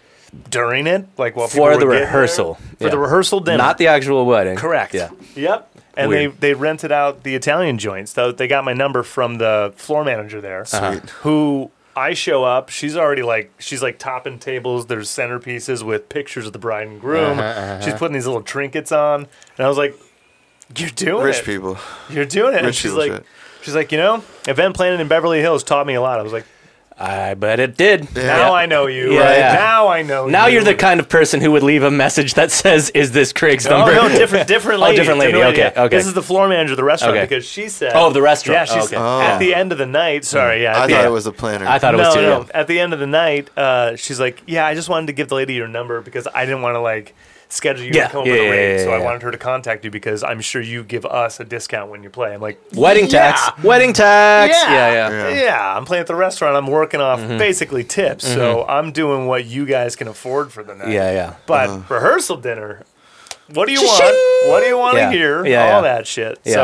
A: during it, like while people
B: for
A: were
B: the
A: getting there.
B: rehearsal
A: for the rehearsal dinner,
B: not the actual wedding.
A: Correct.
B: Yeah.
A: Yep. And
B: Weird.
A: they they rented out the Italian joints. So they got my number from the floor manager there.
B: Uh-huh.
A: Who I show up, she's already like she's like topping tables. There's centerpieces with pictures of the bride and
B: Uh-huh,
A: groom. She's putting these little trinkets on, and I was like, "You're doing
C: Rich
A: it.
C: people.
A: You're doing it." and
C: Rich
A: she's
C: people
A: like,
C: shit.
A: "She's like, you know, event planning in Beverly Hills taught me a lot." I was like,
B: I bet it did.
A: "Now I know you.
B: Yeah,
A: right?
B: yeah.
A: Now I know.
B: Now
A: you.
B: you're the kind of person who would leave a message that says, "Is this Craig's number?" *laughs*
A: Oh, no, different, different
B: Oh,
A: lady.
B: different lady, okay,
A: yeah.
B: okay.
A: This is the floor manager of the restaurant
B: Okay.
A: because she said.
B: Oh, of the restaurant,
A: Yeah, she
B: okay.
A: said
B: Oh.
A: at the end of the night. Sorry, yeah. at
C: I
A: the
C: thought
A: end-
C: it was the planner.
B: I thought it
A: no,
B: was too.
A: no. At the end of the night, uh, she's like, "Yeah, I just wanted to give the lady your number because I didn't want to like schedule you
B: Yeah,
A: to come
B: yeah,
A: over the
B: yeah,
A: rate,
B: yeah,
A: so I
B: yeah.
A: wanted her to contact you because I'm sure you give us a discount when you play." I'm like,
B: Wedding tax. Wedding tax. Yeah, yeah. Mm-hmm.
A: yeah, I'm playing at the restaurant. I'm working off basically tips, so I'm doing what you guys can afford for the night.
B: Yeah, yeah.
A: But
B: Uh-huh.
A: rehearsal dinner, what do you
B: Cha-ching!
A: want? What do you want
B: Yeah.
A: to hear?
B: Yeah,
A: All
B: yeah.
A: that shit.
B: Yeah.
A: So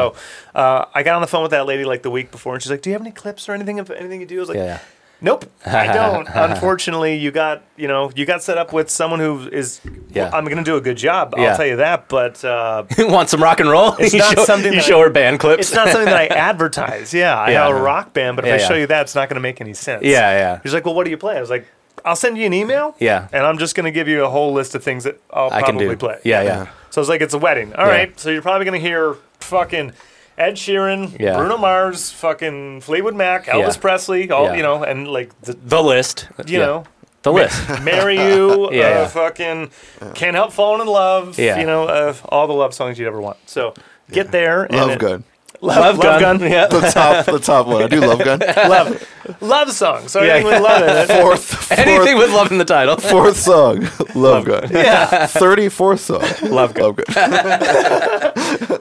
A: uh, I got on the phone with that lady like the week before, and she's like, "Do you have any clips or anything of anything you do?" I was like,
B: Yeah, yeah.
A: "Nope,
B: *laughs*
A: I don't. Unfortunately, you got you know you got set up with someone who is.
B: Yeah.
A: I'm going to do a good job.
B: Yeah.
A: I'll tell you that, but." Uh,
B: *laughs* Want some rock and roll?
A: It's
B: you
A: not
B: show,
A: something
B: you
A: that
B: show
A: I-
B: her band clips.
A: it's not something
B: *laughs*
A: that I advertise. Yeah, I
B: Yeah.
A: have a rock band, but if
B: Yeah,
A: I
B: yeah.
A: show you that, it's not going to make any sense.
B: Yeah, yeah.
A: He's like, "Well, what do you play?" I was like, "I'll send you an email."
B: Yeah.
A: and I'm just going to give you a whole list of things that I'll
B: I can
A: probably
B: do.
A: play.
B: Yeah, yeah.
A: So it's like it's a wedding. All
B: Yeah.
A: right, so you're probably going to hear fucking Ed Sheeran,
B: Yeah.
A: Bruno Mars, fucking Fleetwood Mac, Elvis
B: Yeah.
A: Presley, all
B: Yeah.
A: you know, and like the,
B: The list.
A: you
B: Yeah.
A: know.
B: The *laughs* list. *laughs*
A: Marry you,
B: Yeah,
A: uh,
B: yeah.
A: fucking can't help falling in love.
B: Yeah.
A: you know uh, all the love songs you'd ever want. So get there. and
C: Love
A: it-
C: good.
B: Love Gun. Yeah. *laughs*
C: The top, the top one. I do love gun.
A: Love, love song. So
B: Yeah.
A: anything with love in
B: *laughs*
A: it.
C: Fourth, fourth,
B: Anything with love in the *laughs* title.
C: fourth song, love gun.
A: Yeah.
C: Thirty fourth song, love gun.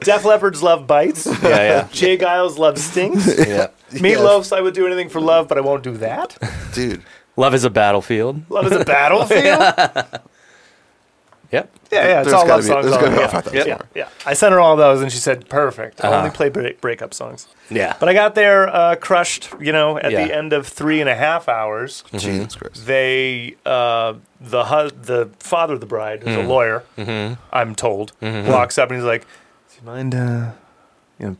A: Def Leppard's Love
C: *laughs*
A: Bites.
B: yeah,
A: *laughs* Jay Giles' Love Stings.
B: yeah. yeah.
A: Meatloaf's I would do anything for love, but I won't do that.
C: dude.
B: Love is a battlefield.
A: Love is a
C: *laughs*
A: battlefield. yeah,
B: Yep.
A: yeah, it's
C: There's
A: all
C: gotta
A: love
C: be-
A: songs.
C: there's
A: all
C: gotta be
A: yeah.
C: about five
A: yeah.
C: thousand more. Uh-huh.
A: yeah. I sent her all those, and she said, "Perfect. I only
B: Ah.
A: play break- breakup songs."
B: Yeah.
A: But I got there uh, crushed. You know, at
B: Yeah.
A: the end of three and a half hours,
C: Jesus Christ.
A: they uh, the hus- the father of the bride,
B: Hmm.
A: who's a lawyer,
B: Mm-hmm.
A: I'm told, walks up and he's like, "Do you mind, uh, you know,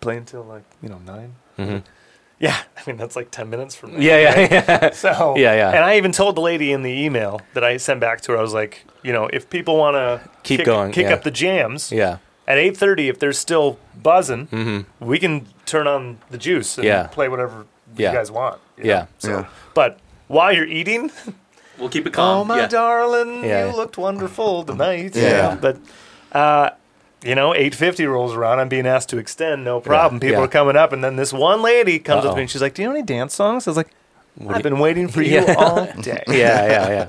A: playing till like you know 9
B: Mm-hmm.
A: Yeah, I mean that's like ten minutes from now.
B: yeah, yeah, *laughs* yeah.
A: So
B: Yeah, yeah.
A: And I even told the lady in the email that I sent back to her, I was like, you know, if people want to
B: Keep
A: kick,
B: going,
A: kick
B: yeah.
A: up the jams
B: Yeah.
A: at eight thirty, if they're still buzzing, we can turn on the juice and
B: Mm-hmm. Yeah.
A: play whatever
B: Yeah.
A: you guys want. you
B: Yeah.
A: know? So,
C: Yeah.
A: but while you're eating,
B: We'll keep it
A: oh my darling,
B: Yeah.
A: you looked wonderful tonight.
C: Yeah.
A: You know, But. Uh, you know, 850 rolls around. I'm being asked to extend, no problem. People
B: yeah.
A: are coming up, and then this one lady comes up
B: Uh-oh.
A: to me and she's like, "Do you know any dance songs?" I was like,
B: do
A: "I've been waiting for you
B: Yeah. *laughs*
A: all day."
B: *laughs* Yeah, yeah, yeah.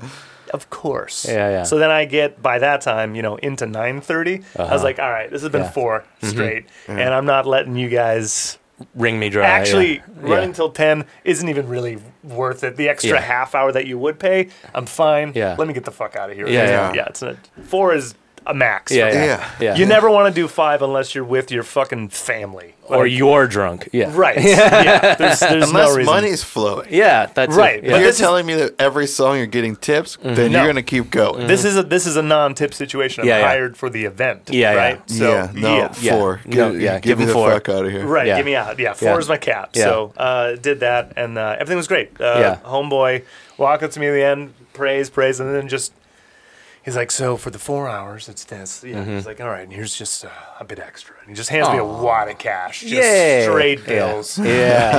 A: Of course.
B: Yeah, yeah.
A: So then I get by that time, you know, into nine I was like, all right, this has been
B: Uh-huh. Yeah. Mm-hmm.
A: four straight, and I'm not letting you guys.
B: *laughs* Ring me dry. yeah.
A: Actually, running
B: yeah.
A: till ten isn't even really worth it. The extra
B: Yeah.
A: half hour that you would pay, I'm fine.
B: Yeah.
A: Let me get the fuck out of here.
B: Yeah,
C: yeah.
A: yeah. It's a, four is a max.
B: Yeah,
A: for
B: yeah,
A: me.
B: yeah.
C: Yeah.
A: You never want to do five unless you're with your fucking family
B: or
A: Like,
B: you're drunk. *laughs* Yeah.
A: right. yeah. There's, there's no
C: Unless
A: reason.
C: money's flowing.
B: Yeah, that's it,
A: Right,
B: yeah.
A: but
C: If you're
A: this is-
C: telling me that every song you're getting tips, then
A: No.
C: you're gonna keep going.
A: This is a this is a non-tip situation. I'm
B: Yeah, yeah.
A: hired for the event.
B: Yeah, yeah.
A: Right. So
C: yeah, no,
B: yeah.
C: four.
B: No,
C: Give,
B: yeah,
C: give,
B: give
C: me
B: him
C: the
B: four.
C: fuck out of here.
A: Right,
B: Yeah.
A: give me out. Yeah, four
B: Yeah.
A: is my cap.
B: Yeah.
A: So uh, did that, and uh, everything was great. Uh,
B: Yeah.
A: Homeboy walked up to me at the end, praise, praise, and then just he's like, "So for the four hours, it's this." Yeah,
B: Mm-hmm.
A: he's like, "All right, and here's just uh, a bit extra," and he just hands me a wad of cash, just
B: Yay.
A: straight
B: *laughs* Yeah.
A: bills. Yeah.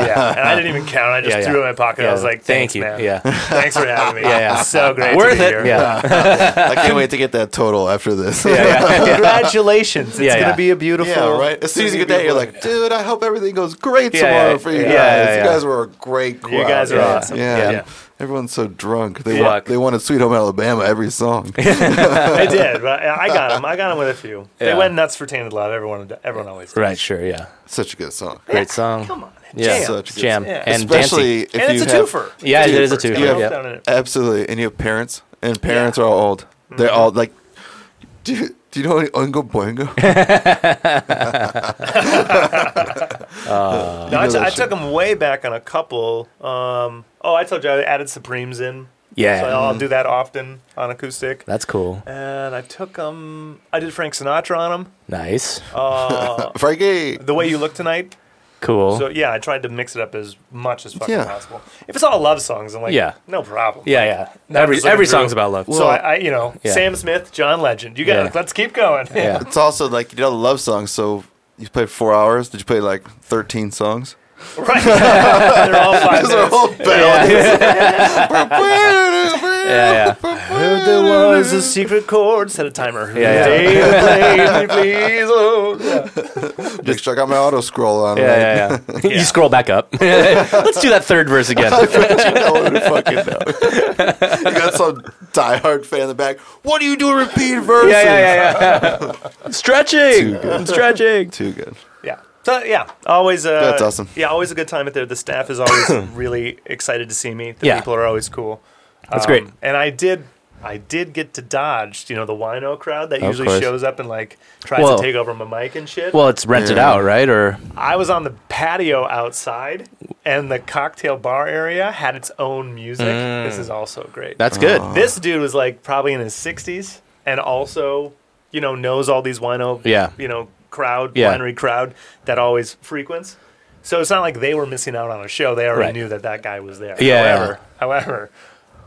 B: Yeah.
A: and I didn't even count. I just
B: Yeah,
A: threw
B: yeah.
A: it in my pocket.
B: Yeah,
A: I was like,
B: thank
A: "Thanks,
B: you."
A: man.
B: Yeah.
A: thanks for having me.
B: Yeah, *laughs* yeah.
A: so great. to
B: Worth
A: be
B: it.
A: Here.
B: Yeah. *laughs*
C: I can't wait to get that total after this.
B: yeah. Yeah.
A: *laughs* Congratulations! It's
B: Yeah, yeah.
A: gonna be a beautiful.
C: Yeah, right. As soon as you get that, you're like, dude, I hope everything goes great
B: Yeah,
C: tomorrow
B: yeah,
C: for you
B: yeah,
C: guys.
B: yeah, yeah.
C: You guys were a great crowd.
A: You guys are
B: Yeah.
A: awesome.
C: Yeah.
B: Yeah.
C: Everyone's so drunk. They,
B: Fuck.
C: want, they wanted Sweet Home Alabama every song.
A: I did. But I I got him. I got him with a few. They
B: Yeah.
A: went nuts for Tainted Love. Everyone, everyone always. does.
B: Right, sure, yeah.
C: Such a good song.
B: Great song.
A: Come on,
B: Yeah.
A: jam.
C: Such-
B: Jam.
A: Yeah.
B: And
C: Especially if
A: and
C: you
A: it's a
C: have,
A: twofer.
B: Yeah, it is a
A: It's got
B: twofer,
A: both
B: yeah.
A: down in it.
C: Absolutely. And you have parents, and parents are all old. They're all like, do you, do you know any Oingo Boingo?
A: No, I,
C: Uh, know
A: t-
C: that
A: I
C: shit.
A: took them way back on a couple. Um, oh, I told you I added Supremes in.
B: Yeah.
A: so I'll do that often on acoustic.
B: That's cool.
A: And I took them. I did Frank Sinatra on them.
B: Nice.
A: Uh,
C: Frankie.
A: the way you look tonight.
B: Cool.
A: So yeah, I tried to mix it up as much as fucking
C: Yeah.
A: possible. If it's all love songs, I'm like,
B: Yeah.
A: no problem.
B: yeah, yeah.
A: Now I'm
B: Every
A: just looking
B: every
A: through.
B: song's about love.
A: So I, I, you know,
B: Yeah.
A: Sam Smith, John Legend. You got.
B: Yeah.
A: it. Let's keep going.
B: yeah. *laughs*
C: It's also like, you did all the love songs, so you played four hours. Did you play like 13 songs?
A: *laughs* right.
B: *laughs*
A: They're all five
C: Those are
A: minutes. *laughs*
C: all
B: Yeah,
A: Heard there was a secret chord. Set a timer.
B: Yeah, yeah. *laughs*
A: David, play me, please. Oh. Yeah.
C: Make sure I got my auto scroll on.
B: Yeah, yeah, yeah.
A: Yeah.
B: you scroll back up. *laughs* Let's do that third verse again.
C: *laughs* you no one would fucking know. *laughs* you got some diehard fan in the back. What do you do? Repeat verses.
B: yeah, yeah, yeah, yeah. stretching, stretching.
C: Too good.
A: Yeah. So yeah, always. Uh,
C: That's awesome.
A: Yeah, always a good time at there. The staff
B: *coughs*
A: is always really excited to see me. The
B: Yeah.
A: people are always cool. Um,
B: That's great.
A: And I did. I did get to dodge, you know, the wino crowd that usually
C: course.
A: shows up and like tries
B: Well-
A: to take over my mic and shit.
B: Well, it's rented
C: Yeah.
B: out, right? Or
A: I was on the patio outside, and the cocktail bar area had its own music. This is also great.
B: Mm. that's good.
A: this dude was like probably in his 60s and also you know knows all these wino
B: Yeah.
A: you know crowd
B: Yeah.
A: winery crowd that always frequents so it's not like they were missing out on a show they already
B: Right.
A: knew that that guy was there
B: Yeah.
A: however however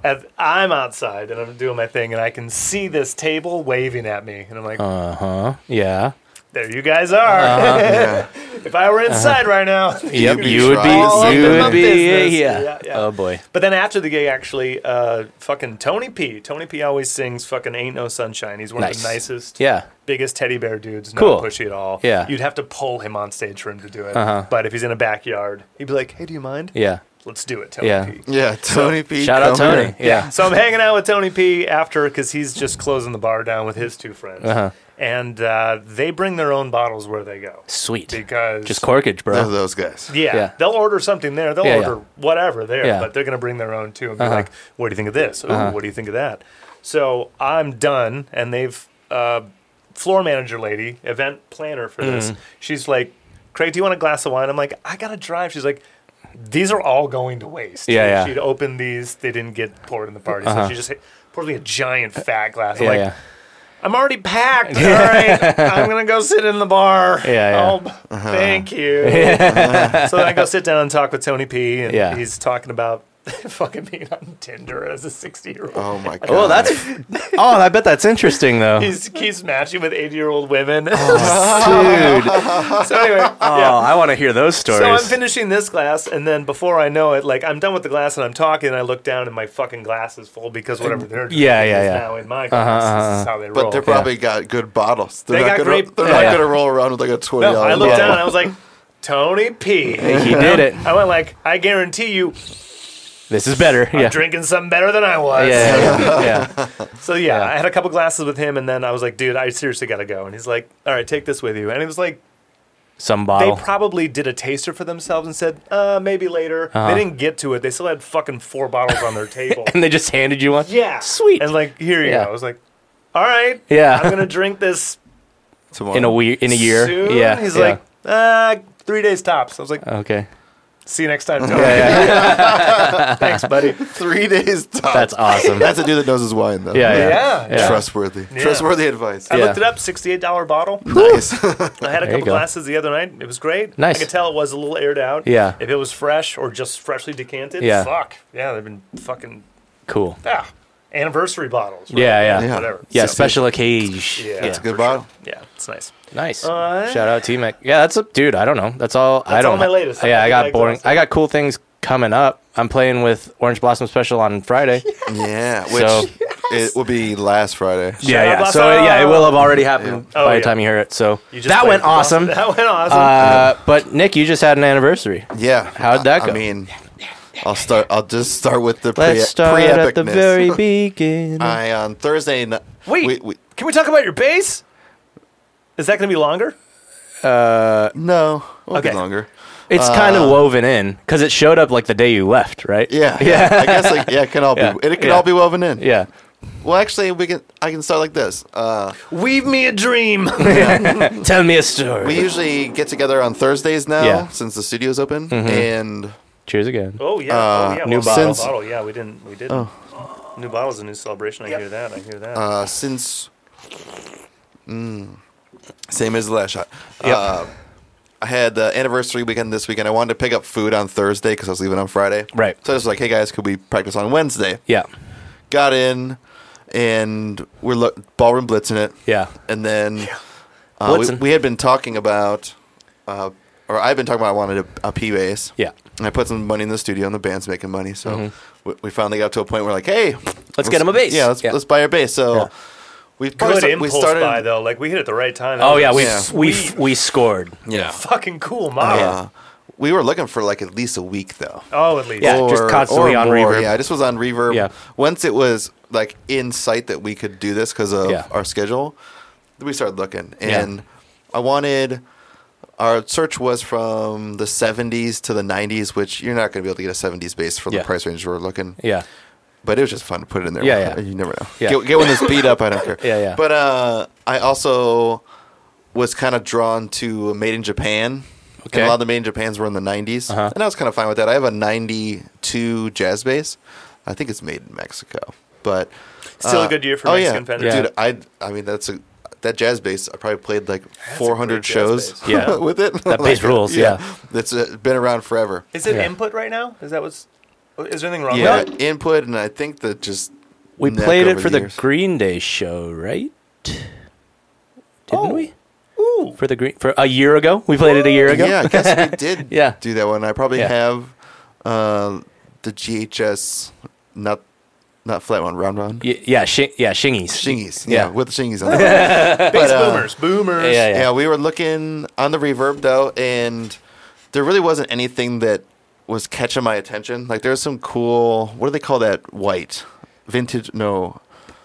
A: as i'm outside and i'm doing my thing and i can see this table waving at me and i'm like
B: Uh huh. Yeah.
A: there you guys are.
B: Uh-huh.
C: yeah.
A: *laughs* if I were inside right now.
B: Yep,
C: You'd be
B: you would be.
C: trying
B: You
C: something
B: would
C: of
B: be.
A: business.
B: Yeah.
A: Yeah, yeah.
B: Oh boy.
A: But then after the gig, actually, uh, fucking Tony P. Tony P. always sings fucking "Ain't No Sunshine." He's one of
B: Nice.
A: the nicest,
B: Yeah.
A: biggest teddy bear dudes. Not
B: Cool.
A: pushy at all.
B: Yeah.
A: you'd have to pull him on stage for him to do it.
B: Uh-huh.
A: But if he's in a backyard, he'd be like, "Hey, do you mind?
B: Yeah.
A: Let's do it, Tony
B: Yeah.
A: P."
C: Yeah, Tony P.
B: Shout out
C: come here.
B: Tony. Yeah.
A: So I'm hanging out with Tony P after because he's just closing the bar down with his two friends,
B: Uh-huh.
A: and uh, they bring their own bottles where they go
B: Sweet.
A: because
B: Just corkage,
C: Those are
B: bro.
C: those guys.
A: Yeah,
B: Yeah.
A: they'll order something there. They'll
B: Yeah,
A: order whatever there,
B: Yeah.
A: but they're going to bring their own too and be
B: Uh-huh.
A: like, "What do you think of this? Ooh,
B: Uh-huh.
A: What do you think of that?" So I'm done, and they've uh, floor manager lady, event planner for
B: Mm.
A: this. She's like, "Craig, do you want a glass of wine?" I'm like, "I got to drive." She's like. These are all going to waste.
B: Yeah, yeah.
A: She'd open these; they didn't get poured in the party,
B: Uh-huh.
A: so she just poured me a giant fat glass. I'm
B: Yeah.
A: like,
B: Yeah.
A: I'm already packed. All
B: *laughs*
A: right, I'm gonna go sit in the bar.
B: Yeah, yeah.
A: Oh,
C: Uh-huh.
B: *laughs*
A: thank you. so then I go sit down and talk with Tony P. And
B: Yeah.
A: he's talking about *laughs* fucking being on Tinder as a 60 year old.
C: Oh my god.
B: Oh, that's. Oh, I bet that's interesting though. *laughs* Dude.
A: He's keeps matching with 80 year old women.
B: Oh,
A: *laughs* so anyway, *laughs* yeah.
B: I want to hear those
A: So I'm
B: stories.
A: finishing this glass, and then before I know it, like I'm done with the glass, and I'm talking, and I look down, and my fucking glass is full because whatever they're drinking
B: Yeah, yeah,
A: is
B: yeah. Uh-huh,
A: now in my glass. This is how they roll.
C: But they're probably got good bottles. They're
A: They
C: not
A: got
C: gonna,
A: great-
C: They're
A: yeah,
C: not
B: yeah.
C: gonna roll around with like a twenty
A: No,
C: dollar
A: I looked
C: bottle.
A: down and I was like, Tony P.
B: he did it.
A: I went like, I guarantee you,
B: *laughs* This is better.
A: I'm
B: Yeah.
A: drinking something better than I
B: Yeah.
A: was.
B: Yeah. yeah, yeah.
A: So yeah,
B: Yeah.
A: I had a couple glasses with him, and then I was like, dude, I seriously gotta go. And he's like, all right, take this with you. And it was like,
B: *laughs* Some
A: they
B: bottle.
A: probably did a taster for themselves and said, uh, maybe later.
B: Uh-huh.
A: They didn't get to it. They still had fucking four bottles
B: *laughs*
A: on their table.
B: *laughs* and they just handed you one.
A: yeah,
B: Sweet.
A: And like, here you
B: Yeah.
A: go. I was like, all right,
B: Yeah.
A: I'm gonna drink this
C: Tomorrow.
B: in a we- in *laughs* a year.
A: Soon.
B: Yeah.
A: he's
B: yeah.
A: like, uh, three days tops. I was like, *laughs*
B: Okay.
A: see you next time. Tony.
B: Yeah, yeah.
A: *laughs* Thanks, buddy.
C: three days.
B: *laughs*
C: Top.
B: That's awesome.
C: That's a dude that knows his wine though.
B: Yeah, yeah.
A: *laughs* Yeah.
B: yeah.
C: Trustworthy.
A: Yeah.
C: Trustworthy advice.
A: I
B: Yeah.
A: looked it up. Sixty-eight dollar bottle.
C: Nice.
A: I had
B: There
A: a
B: you
A: couple
B: go.
A: glasses the other night. It was great.
B: Nice.
A: I could tell it was a little aired out.
B: Yeah.
A: If it was fresh or just freshly decanted,
B: Yeah.
A: fuck. Yeah, they've been fucking
B: Cool.
A: ah, anniversary bottles. right?
B: Yeah, yeah.
C: Yeah.
A: Whatever.
B: Yeah,
A: So,
B: special occasion.
A: Yeah.
B: Yeah.
A: That's
C: Good bottle.
A: yeah, it's nice.
B: Nice.
A: Alright.
B: Shout out T Mac. Yeah, that's a dude. I don't know. That's all. I
A: That's
B: don't.
A: all my latest.
B: Yeah, I
A: I
B: got
A: like
B: boring.
A: those.
B: I got cool things coming up. I'm playing with Orange Blossom Special on
A: *laughs*
B: Friday.
C: Yeah. Which
B: So-
C: it will be last Friday.
B: yeah,
A: Shout out
B: yeah. So
A: Blossom!
B: yeah, it will have already happened
A: Yeah. Oh,
B: by the
A: yeah.
B: time you hear it. So
A: You
B: *laughs*
A: just
B: that
A: played
B: went
A: with us.
B: awesome.
A: *laughs* That went awesome.
B: Uh, but Nick, you just had an anniversary.
C: Yeah.
B: How'd that
C: I-
B: go?
C: I mean, I'll start. I'll just start with the
B: Let's
C: pre-
B: start at the
C: pre-epicness. *laughs* Uh,
B: very beginning.
C: I on Thursday night.
A: Wait,
C: we, we,
A: can we talk about your bass? Is that going to be longer?
C: no, will
A: Okay.
C: be longer.
B: it's kind of woven in because it showed up like the day you left, right?
C: uh, Yeah, yeah. I guess like yeah, it can all be
B: Yeah,
C: it can
B: yeah.
C: all be woven in.
B: *laughs* Yeah.
C: Well, actually, we can. I can start like this. Uh,
A: Weave me a *laughs* dream.
B: Tell me a story.
C: we usually get together on Thursdays now
B: Yeah. Mm-hmm.
C: since the studio's open, and
B: Cheers again.
A: oh yeah, oh, yeah.
B: new
A: well,
B: bottle.
A: Since, bottle. Yeah, we didn't. We didn't.
B: Oh.
A: New bottle's a new celebration. I hear that. I hear that.
C: uh, since Mm. same as the last shot.
B: Yep.
C: Uh, I had the anniversary weekend this weekend. I wanted to pick up food on Thursday because I was leaving on Friday.
B: Right.
C: So I was like, "Hey guys, could we practice on Wednesday?"
B: Yeah.
C: Got in, and we're lo- ballroom blitzing it.
B: Yeah.
C: and then uh, we,
B: Blitzen.
C: we had been talking about, uh, or I've been talking about I wanted a, a P bass.
B: Yeah. Mm-hmm.
C: and I put some money in the studio, and the band's making money, so we, we finally got to a point where like, hey, let's,
B: get 'em a bass.
C: Yeah, let's,
B: Yeah.
C: let's buy a bass. So
B: Yeah.
C: we probably
A: Good
C: sta-
A: impulse buy though. Like we hit it the right time. That
B: Oh
A: was
B: yeah,
A: a
B: we
C: Yeah.
B: we we scored.
C: Yeah,
A: fucking cool model.
C: Uh, we were looking for like at least a week though.
A: Oh, at least.
B: Yeah, just constantly on reverb.
C: Yeah, I just was on reverb.
B: Yeah.
C: Once it was like in sight that we could do this because of
B: Yeah.
C: our schedule, we started looking.
B: Yeah.
C: And I wanted our search was from the 70s to the 90s, which you're not going to be able to get a 70s bass for
B: Yeah.
C: the price range we're looking.
B: Yeah.
C: But it was just fun to put it in there.
B: Yeah, yeah.
C: You never know.
B: Yeah.
C: Get, get one that's beat up. I don't care.
B: *laughs* Yeah, yeah.
C: But uh, I also was kind of drawn to Made in Japan.
B: Okay.
C: And a lot of the Made in Japans were in the 90s.
B: Uh-huh.
C: And I was kind of fine with that. I have a 92 jazz bass. I think it's made in Mexico. But
A: Still a
C: uh,
A: good year for
C: oh,
A: Mexican
C: yeah.
A: Fender.
B: Yeah.
C: Dude, I I mean that's a that jazz bass. I probably played like
A: a
C: 400
A: great jazz
C: shows *laughs*
A: bass. Yeah.
C: with it.
B: That bass rules, yeah.
C: That's uh, been around forever.
A: Is it
B: Yeah.
A: input right now? Is that what's? Is there anything wrong?
C: Yeah,
A: with it?
C: input and I think that just
B: We
C: neck
B: played
C: over
B: it for the
C: years.
B: Green Day show, right? Didn't
A: Oh.
B: we?
C: *laughs*
A: Ooh,
B: for the green for a year ago. We played it a year ago.
C: Yeah, I
B: *laughs*
C: guess we did
B: Yeah.
C: do that one. I probably
B: Yeah.
C: have uh, the GHS, not not flat one, round one.
B: Y- yeah, shi- yeah, shingies.
C: Shingies. Yeah,
B: Yeah.
C: with the shingies
B: *laughs*
C: on it.
A: Bass
C: uh,
A: boomers, boomers.
B: Yeah, yeah.
C: yeah. we were looking on the reverb though, and there really wasn't anything that was catching my attention. Like there was some cool, what do they call that? White, vintage? No,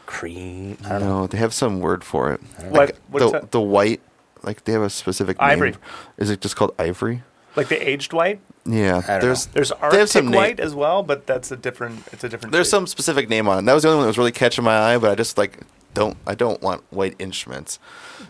B: Cream. I
C: I
B: don't know.
C: don't know. They have some word for it.
A: What-
C: Like,
A: what's
C: the
A: that?
C: the white, like they have a specific name.
A: Ivory.
C: Is it just called ivory?
A: Like the aged white.
C: Yeah,
B: don't
C: there's
A: There's
C: they have
A: Arctic
C: some na-
A: white as well, but that's a different. It's a different.
C: There's
A: shade.
C: some specific name on it. That was the only one that was really catching my eye, but I just like don't I don't want white instruments.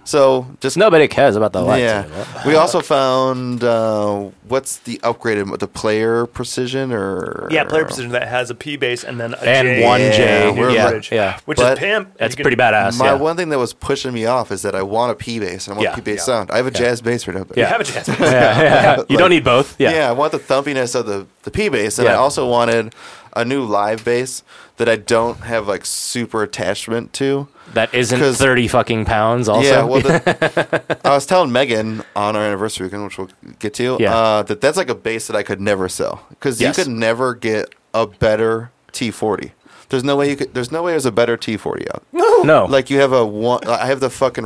C: So just
B: Nobody cares about the lights. anymore.
C: yeah. We also found uh, what's the upgraded the player precision or
A: Yeah, player precision that has a P bass and then a
B: And
A: J
B: one J.
A: in the
C: Yeah,
A: middle
C: we're-
A: bridge,
B: yeah.
A: which
C: But
A: is pimp.
B: That's
A: You can-
B: pretty badass.
C: My
B: yeah.
C: one thing that was pushing me off is that I want a P bass. I want
B: Yeah,
C: a P bass
A: yeah.
C: sound. I have a
B: Yeah.
C: jazz bass right up there.
A: You have a
C: *laughs*
A: jazz.
B: *laughs*
A: bass.
B: Yeah, yeah. You
C: Like-
B: don't need both. Yeah.
C: Yeah. I want the thumpiness of the, the P bass, and I
B: Yeah.
C: also wanted a new live bass that I don't have like super attachment to.
B: That isn't
C: 'Cause-
B: thirty fucking pounds. Also.
C: Yeah, well, the, I was telling Megan on our anniversary weekend, which we'll get to,
B: Yeah.
C: uh, that that's like a bass that I could never sell because
B: Yes.
C: you could never get a better T40. There's no way you could. There's no way there's a better T40 out.
B: *laughs* no.
C: Like you have a one. I have the fucking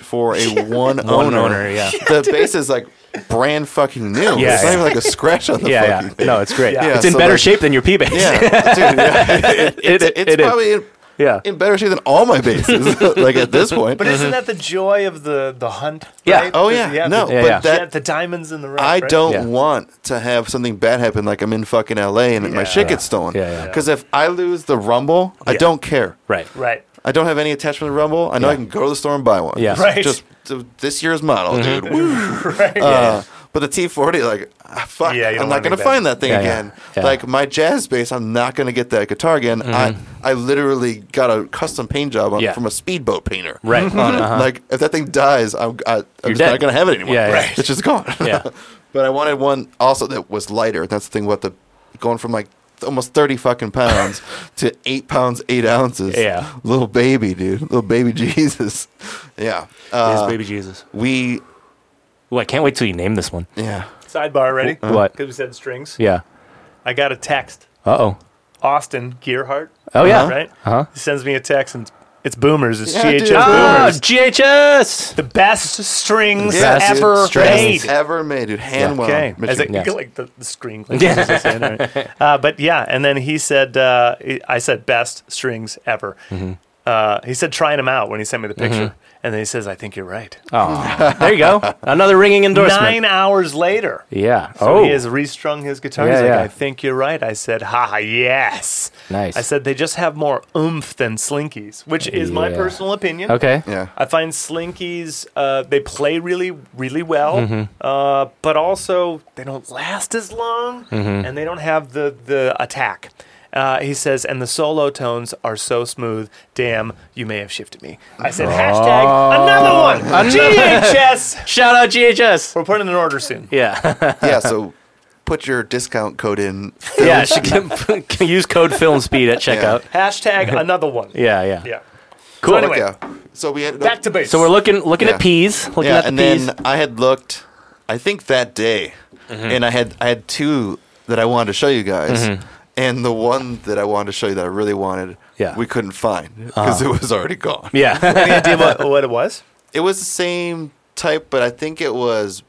B: *laughs*
C: for a one,
B: One
C: owner.
B: owner, yeah.
C: *laughs* The bass is like brand fucking new.
B: Yeah, yeah.
C: it's not even like a scratch on the
B: yeah,
C: fucking
B: yeah.
C: thing.
B: No, it's great.
A: Yeah.
B: It's in
C: so,
B: better
C: like-
B: shape than your P base.
C: Yeah, dude, yeah.
B: It-
C: it's,
B: it-
C: it's
B: it is.
C: probably in,
B: *laughs* Yeah.
C: in better shape than all my bases. *laughs* like at this point,
A: But isn't that the joy of the the hunt?
B: Yeah.
A: right?
C: Oh,
A: The-
C: Mm-hmm. yeah. No,
A: the,
B: Yeah,
C: but
B: yeah.
A: yeah,
C: that
A: the diamonds in the rough.
C: I
A: right?
C: don't
B: Yeah.
C: want to have something bad happen. Like I'm in fucking LA and my
A: Yeah.
C: shit gets stolen.
B: Yeah, yeah, yeah.
C: Because if I lose the Rumble, I
B: Yeah.
C: don't care.
B: Right.
A: Right.
C: I don't have any attachment to Rumble. I know I
B: Yeah.
C: can go to the store and buy one.
B: Yeah. Mm-hmm.
A: Right.
C: Just th- this year's model,
B: *laughs*
C: dude. Woo.
A: Right.
C: Uh, but the T40, like, ah, fuck,
A: Yeah, you don't wanna
C: I'm not gonna
A: make that.
C: find that thing
B: Yeah, yeah.
C: again.
B: Yeah. Mm-hmm.
C: Like my jazz bass, I'm not gonna get that guitar again. I I literally got a custom paint job on,
B: Yeah.
C: from a speedboat painter.
B: *laughs* Right.
C: on it.
B: Uh-huh.
C: *laughs* Like if that thing dies, I'm I, am i am
B: You're
C: just
B: dead.
C: not gonna have it anymore.
B: Yeah, yeah.
A: Right.
C: It's just gone.
B: Yeah.
C: *laughs* but I wanted one also that was lighter. That's the thing with the going from like almost 30 fucking pounds *laughs* to 8 pounds 8 ounces
B: Yeah.
C: little baby dude little baby *laughs* jesus yeah uh,
B: baby Jesus.
C: we
B: Ooh, I can't wait till you name this one.
C: yeah
A: Sidebar. Ready?
B: What?
A: Because we said strings.
B: Yeah.
A: I got a text.
B: Uh oh.
A: Austin Gearhart.
B: Oh yeah.
A: Right.
B: Uh-huh.
A: He sends me a text and it's, it's boomers. It's
C: Yeah,
A: GHS
C: dude.
B: Oh,
A: boomers.
B: GHS.
A: The best strings
C: Yeah, dude.
A: ever
B: Strings.
A: made.
C: ever made dude hand wound
A: Okay, as
C: Michigan.
A: it,
B: Yeah.
A: like the,
B: *laughs*
A: the screen. Like, as I say, all right. uh, but yeah, and then he said, uh, I said best strings ever.
B: Mm-hmm.
A: Uh, he said trying them out when he sent me the picture, and then he says, I think you're right.
C: *laughs*
B: Oh, there you go. Another ringing endorsement.
A: Nine hours later,
B: Yeah.
A: so
B: oh,
A: he has restrung his guitar.
B: Yeah,
A: He's like,
B: yeah.
A: I think you're right. I said, haha, yes.
B: Nice.
A: I said they just have more oomph than Slinkies, which is my
B: Yeah.
A: personal opinion.
B: okay.
C: yeah
A: I find Slinkies, uh, they play really, really well,
B: Mm-hmm.
A: uh, but also they don't last as long
B: Mm-hmm.
A: and they don't have the, the attack. Uh, he says, and the solo tones are so smooth. Damn, you may have shifted me. I said,
B: Oh.
A: hashtag another one. GHS.
B: *laughs* Shout out GHS.
A: We're putting an order soon.
B: Yeah. *laughs*
C: yeah so put your discount code in
B: yeah. She
C: *laughs*
B: can, can use code film speed at checkout.
A: Hashtag
B: *laughs*
A: another one.
B: Yeah. Yeah.
A: Yeah.
B: Cool.
A: So anyway,
C: yeah so we had
A: back to base.
B: So we're
C: *laughs*
B: looking looking
C: Yeah.
B: at peas. Looking
C: yeah
B: at the
C: and
B: peas.
C: then i had looked i think that day and i had i had two that i wanted to show you guys and the one that i wanted to show you that i really wanted
B: Yeah.
C: we couldn't find because it was already gone
B: yeah. *laughs*
A: any idea what, what it was?
C: it was the same type, but I think it was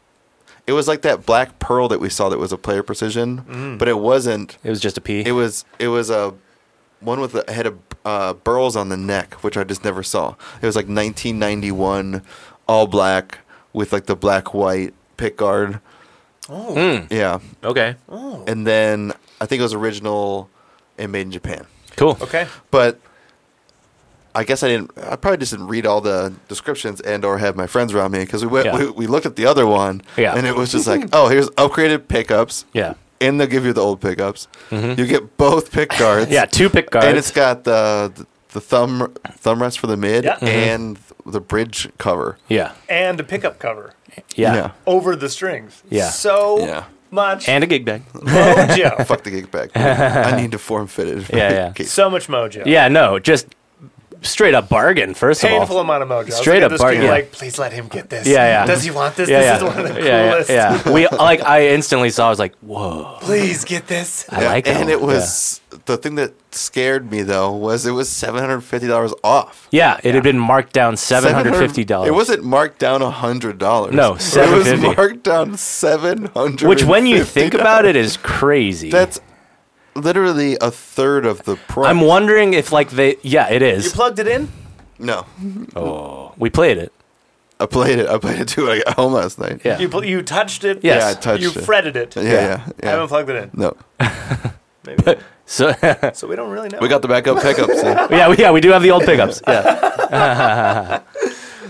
C: it was like that black pearl that we saw that was a player precision, but it wasn't.
B: it was just a pea.
C: It was it was a one with a head of uh, burls on the neck, which I just never saw. It was like 1991, all black with like the black white pickguard.
A: Oh.
B: Hmm.
C: Yeah,
B: okay.
C: and then I think it was original and made in Japan
B: Cool.
A: Okay.
C: but I guess I didn't. I probably just didn't read all the descriptions and or have my friends around me because we went.
B: Yeah.
C: We, we looked at the other one,
B: Yeah.
C: and it was just like, oh, here's upgraded pickups.
B: Yeah. Mm-hmm.
C: and they'll give you the old pickups. You get both pick
B: *laughs*
C: guards.
B: Yeah. Two pick guards.
C: and it's got the the, thumb thumb rest for the mid
B: Mm-hmm.
A: Yeah. Mhm.
C: and the bridge cover.
B: yeah.
A: And a pickup cover
B: Yeah.
C: Yeah.
A: over the strings.
B: Yeah.
A: So
C: Yeah.
A: much
B: And a gig bag. *laughs*
A: mojo.
C: Fuck the gig bag. I need to form fit it. *laughs*
B: Yeah, yeah.
C: Okay.
A: So much mojo.
B: Yeah, no, just straight up bargain. First of all,
A: Painful amount of mojo. I was
B: Straight
A: looking at
B: up
A: this kid
B: bargain.
A: Like, please let him get this.
B: Yeah, yeah.
A: Does he want this?
B: yeah,
A: this
B: yeah.
A: is one of the
B: yeah,
A: coolest.
B: Yeah, yeah. we like. I instantly saw. I was like, whoa.
A: Please
B: *laughs*
A: get this.
B: I like that
C: and
B: one.
C: it was the thing that scared me though was it was seven hundred fifty dollars off.
B: Yeah, it had been marked down seven hundred fifty dollars.
C: It wasn't marked down hundred dollars.
B: No,
C: It
B: $750.
C: was marked down seven hundred.
B: which, when you think about it, is crazy.
C: that's literally a third of the price.
B: I'm wondering if like they. Yeah, it
A: You
B: is.
A: plugged it in?
C: no,
B: oh, we played it.
C: I played it. I played it too. when I got home last night.
B: Yeah.
A: You pl- you touched it?
B: Yes.
C: yeah, I touched
A: you
C: it.
A: fretted it.
C: yeah, yeah,
A: I
C: yeah.
A: haven't plugged it in.
C: no,
A: Maybe.
C: *laughs*
B: So
A: so we don't really know.
C: we got the backup pickup. so-
B: *laughs* yeah, we- yeah, we do have the old pickups. Yeah,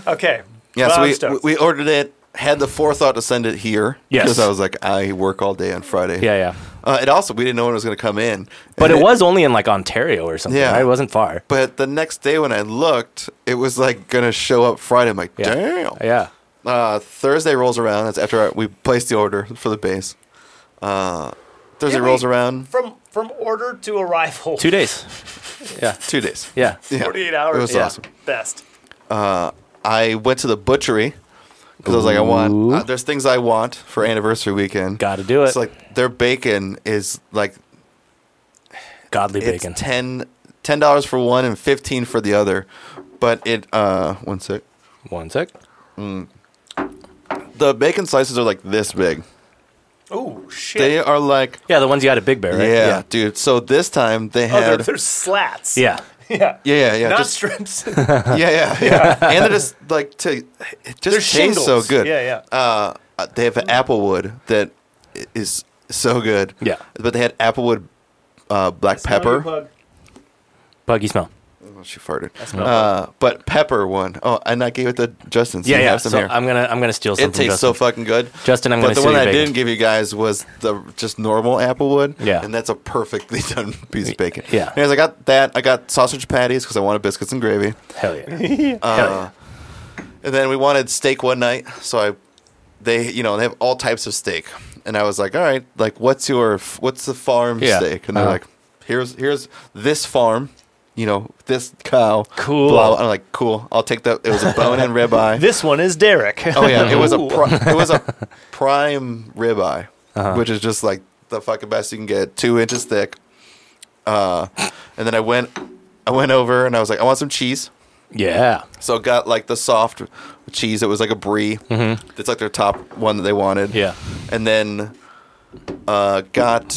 A: okay.
C: Yeah,
A: Well, I'm
C: so we,
A: stoked.
C: we ordered it. Had the forethought to send it here.
B: Yes.
C: because I was like, I work all day on Friday.
B: yeah, yeah.
C: Uh, it also we didn't know when it was going to come in,
B: But
C: And
B: it was only in like Ontario or something.
C: Yeah.
B: right? it wasn't far.
C: But the next day when I looked, it was like going to show up Friday. I'm like,
B: Yeah.
C: damn.
B: Yeah,
C: Uh, Thursday rolls around. That's after I, we placed the order for the base. Uh, Thursday
A: Yeah,
C: rolls
A: wait.
C: around.
A: from from order
B: *laughs*
A: to arrival.
B: two days. Yeah,
C: Two days.
B: yeah.
C: Yeah.
A: 48 hours.
C: It was
A: yeah.
C: awesome.
A: Best.
C: I went to the butchery because I was like, I want.
B: Ooh.
C: Uh, there's things I want for anniversary weekend.
B: Gotta do it.
C: It's like their bacon is like
B: Godly
C: it's
B: bacon.
C: ten ten dollars for one and fifteen for the other, but it uh one sec.
B: One sec.
C: The bacon slices are like this big.
A: Oh shit.
C: They are like
B: Yeah, the ones you had at Big Bear, right?
C: Yeah, dude. So this time they
A: oh, they're,
C: had
A: they're slats.
B: Yeah.
A: *laughs* Yeah.
C: yeah, yeah, yeah,
A: Not
C: just- *laughs*
A: strips.
C: yeah, yeah,
A: *laughs*
C: yeah. and they're just like to it just
A: they're
C: tastes
A: shingles.
C: so good.
A: Yeah, yeah.
C: Uh, they have an applewood that i- is so good.
B: Yeah.
C: but they had applewood uh, black pepper.
A: Plug.
B: Buggy smell.
C: Oh, she farted. Uh, but pepper one. Oh, and I gave it to Justin. So
B: Yeah,
C: you
B: yeah.
C: Have some
B: So
C: here.
B: I'm gonna I'm gonna steal some.
C: it tastes so fucking good.
B: Justin, I'm
C: but
B: gonna
C: the
B: steal
C: one
B: your
C: I
B: bacon.
C: didn't give you guys was the just normal applewood.
B: Yeah.
C: and that's a perfectly *laughs* done piece of bacon.
B: Yeah.
C: Anyways, I got that. I got sausage patties because I wanted biscuits and gravy.
B: Hell yeah.
C: *laughs*
B: Hell yeah.
C: Uh, And then we wanted steak one night, so I, they, you know, they have all types of steak, and I was like, all right, like what's your, what's the farm
B: Yeah.
C: steak? And they're
B: Uh-huh.
C: like, here's here's this farm, you know, this cow.
B: Cool.
C: Blah. I'm like, cool. I'll take that. It was a bone and
B: *laughs*
C: ribeye.
A: This one is Derek. *laughs*
C: oh yeah, it was a pri- it was a prime ribeye,
B: Uh-huh.
C: which is just like the fucking best you can get, two inches thick. Uh, and then I went, I went over and I was like, I want some cheese.
B: Yeah.
C: So it got like the soft cheese. It was like a brie. Mm-hmm. It's like their top one that they wanted.
B: Yeah.
C: And then uh, got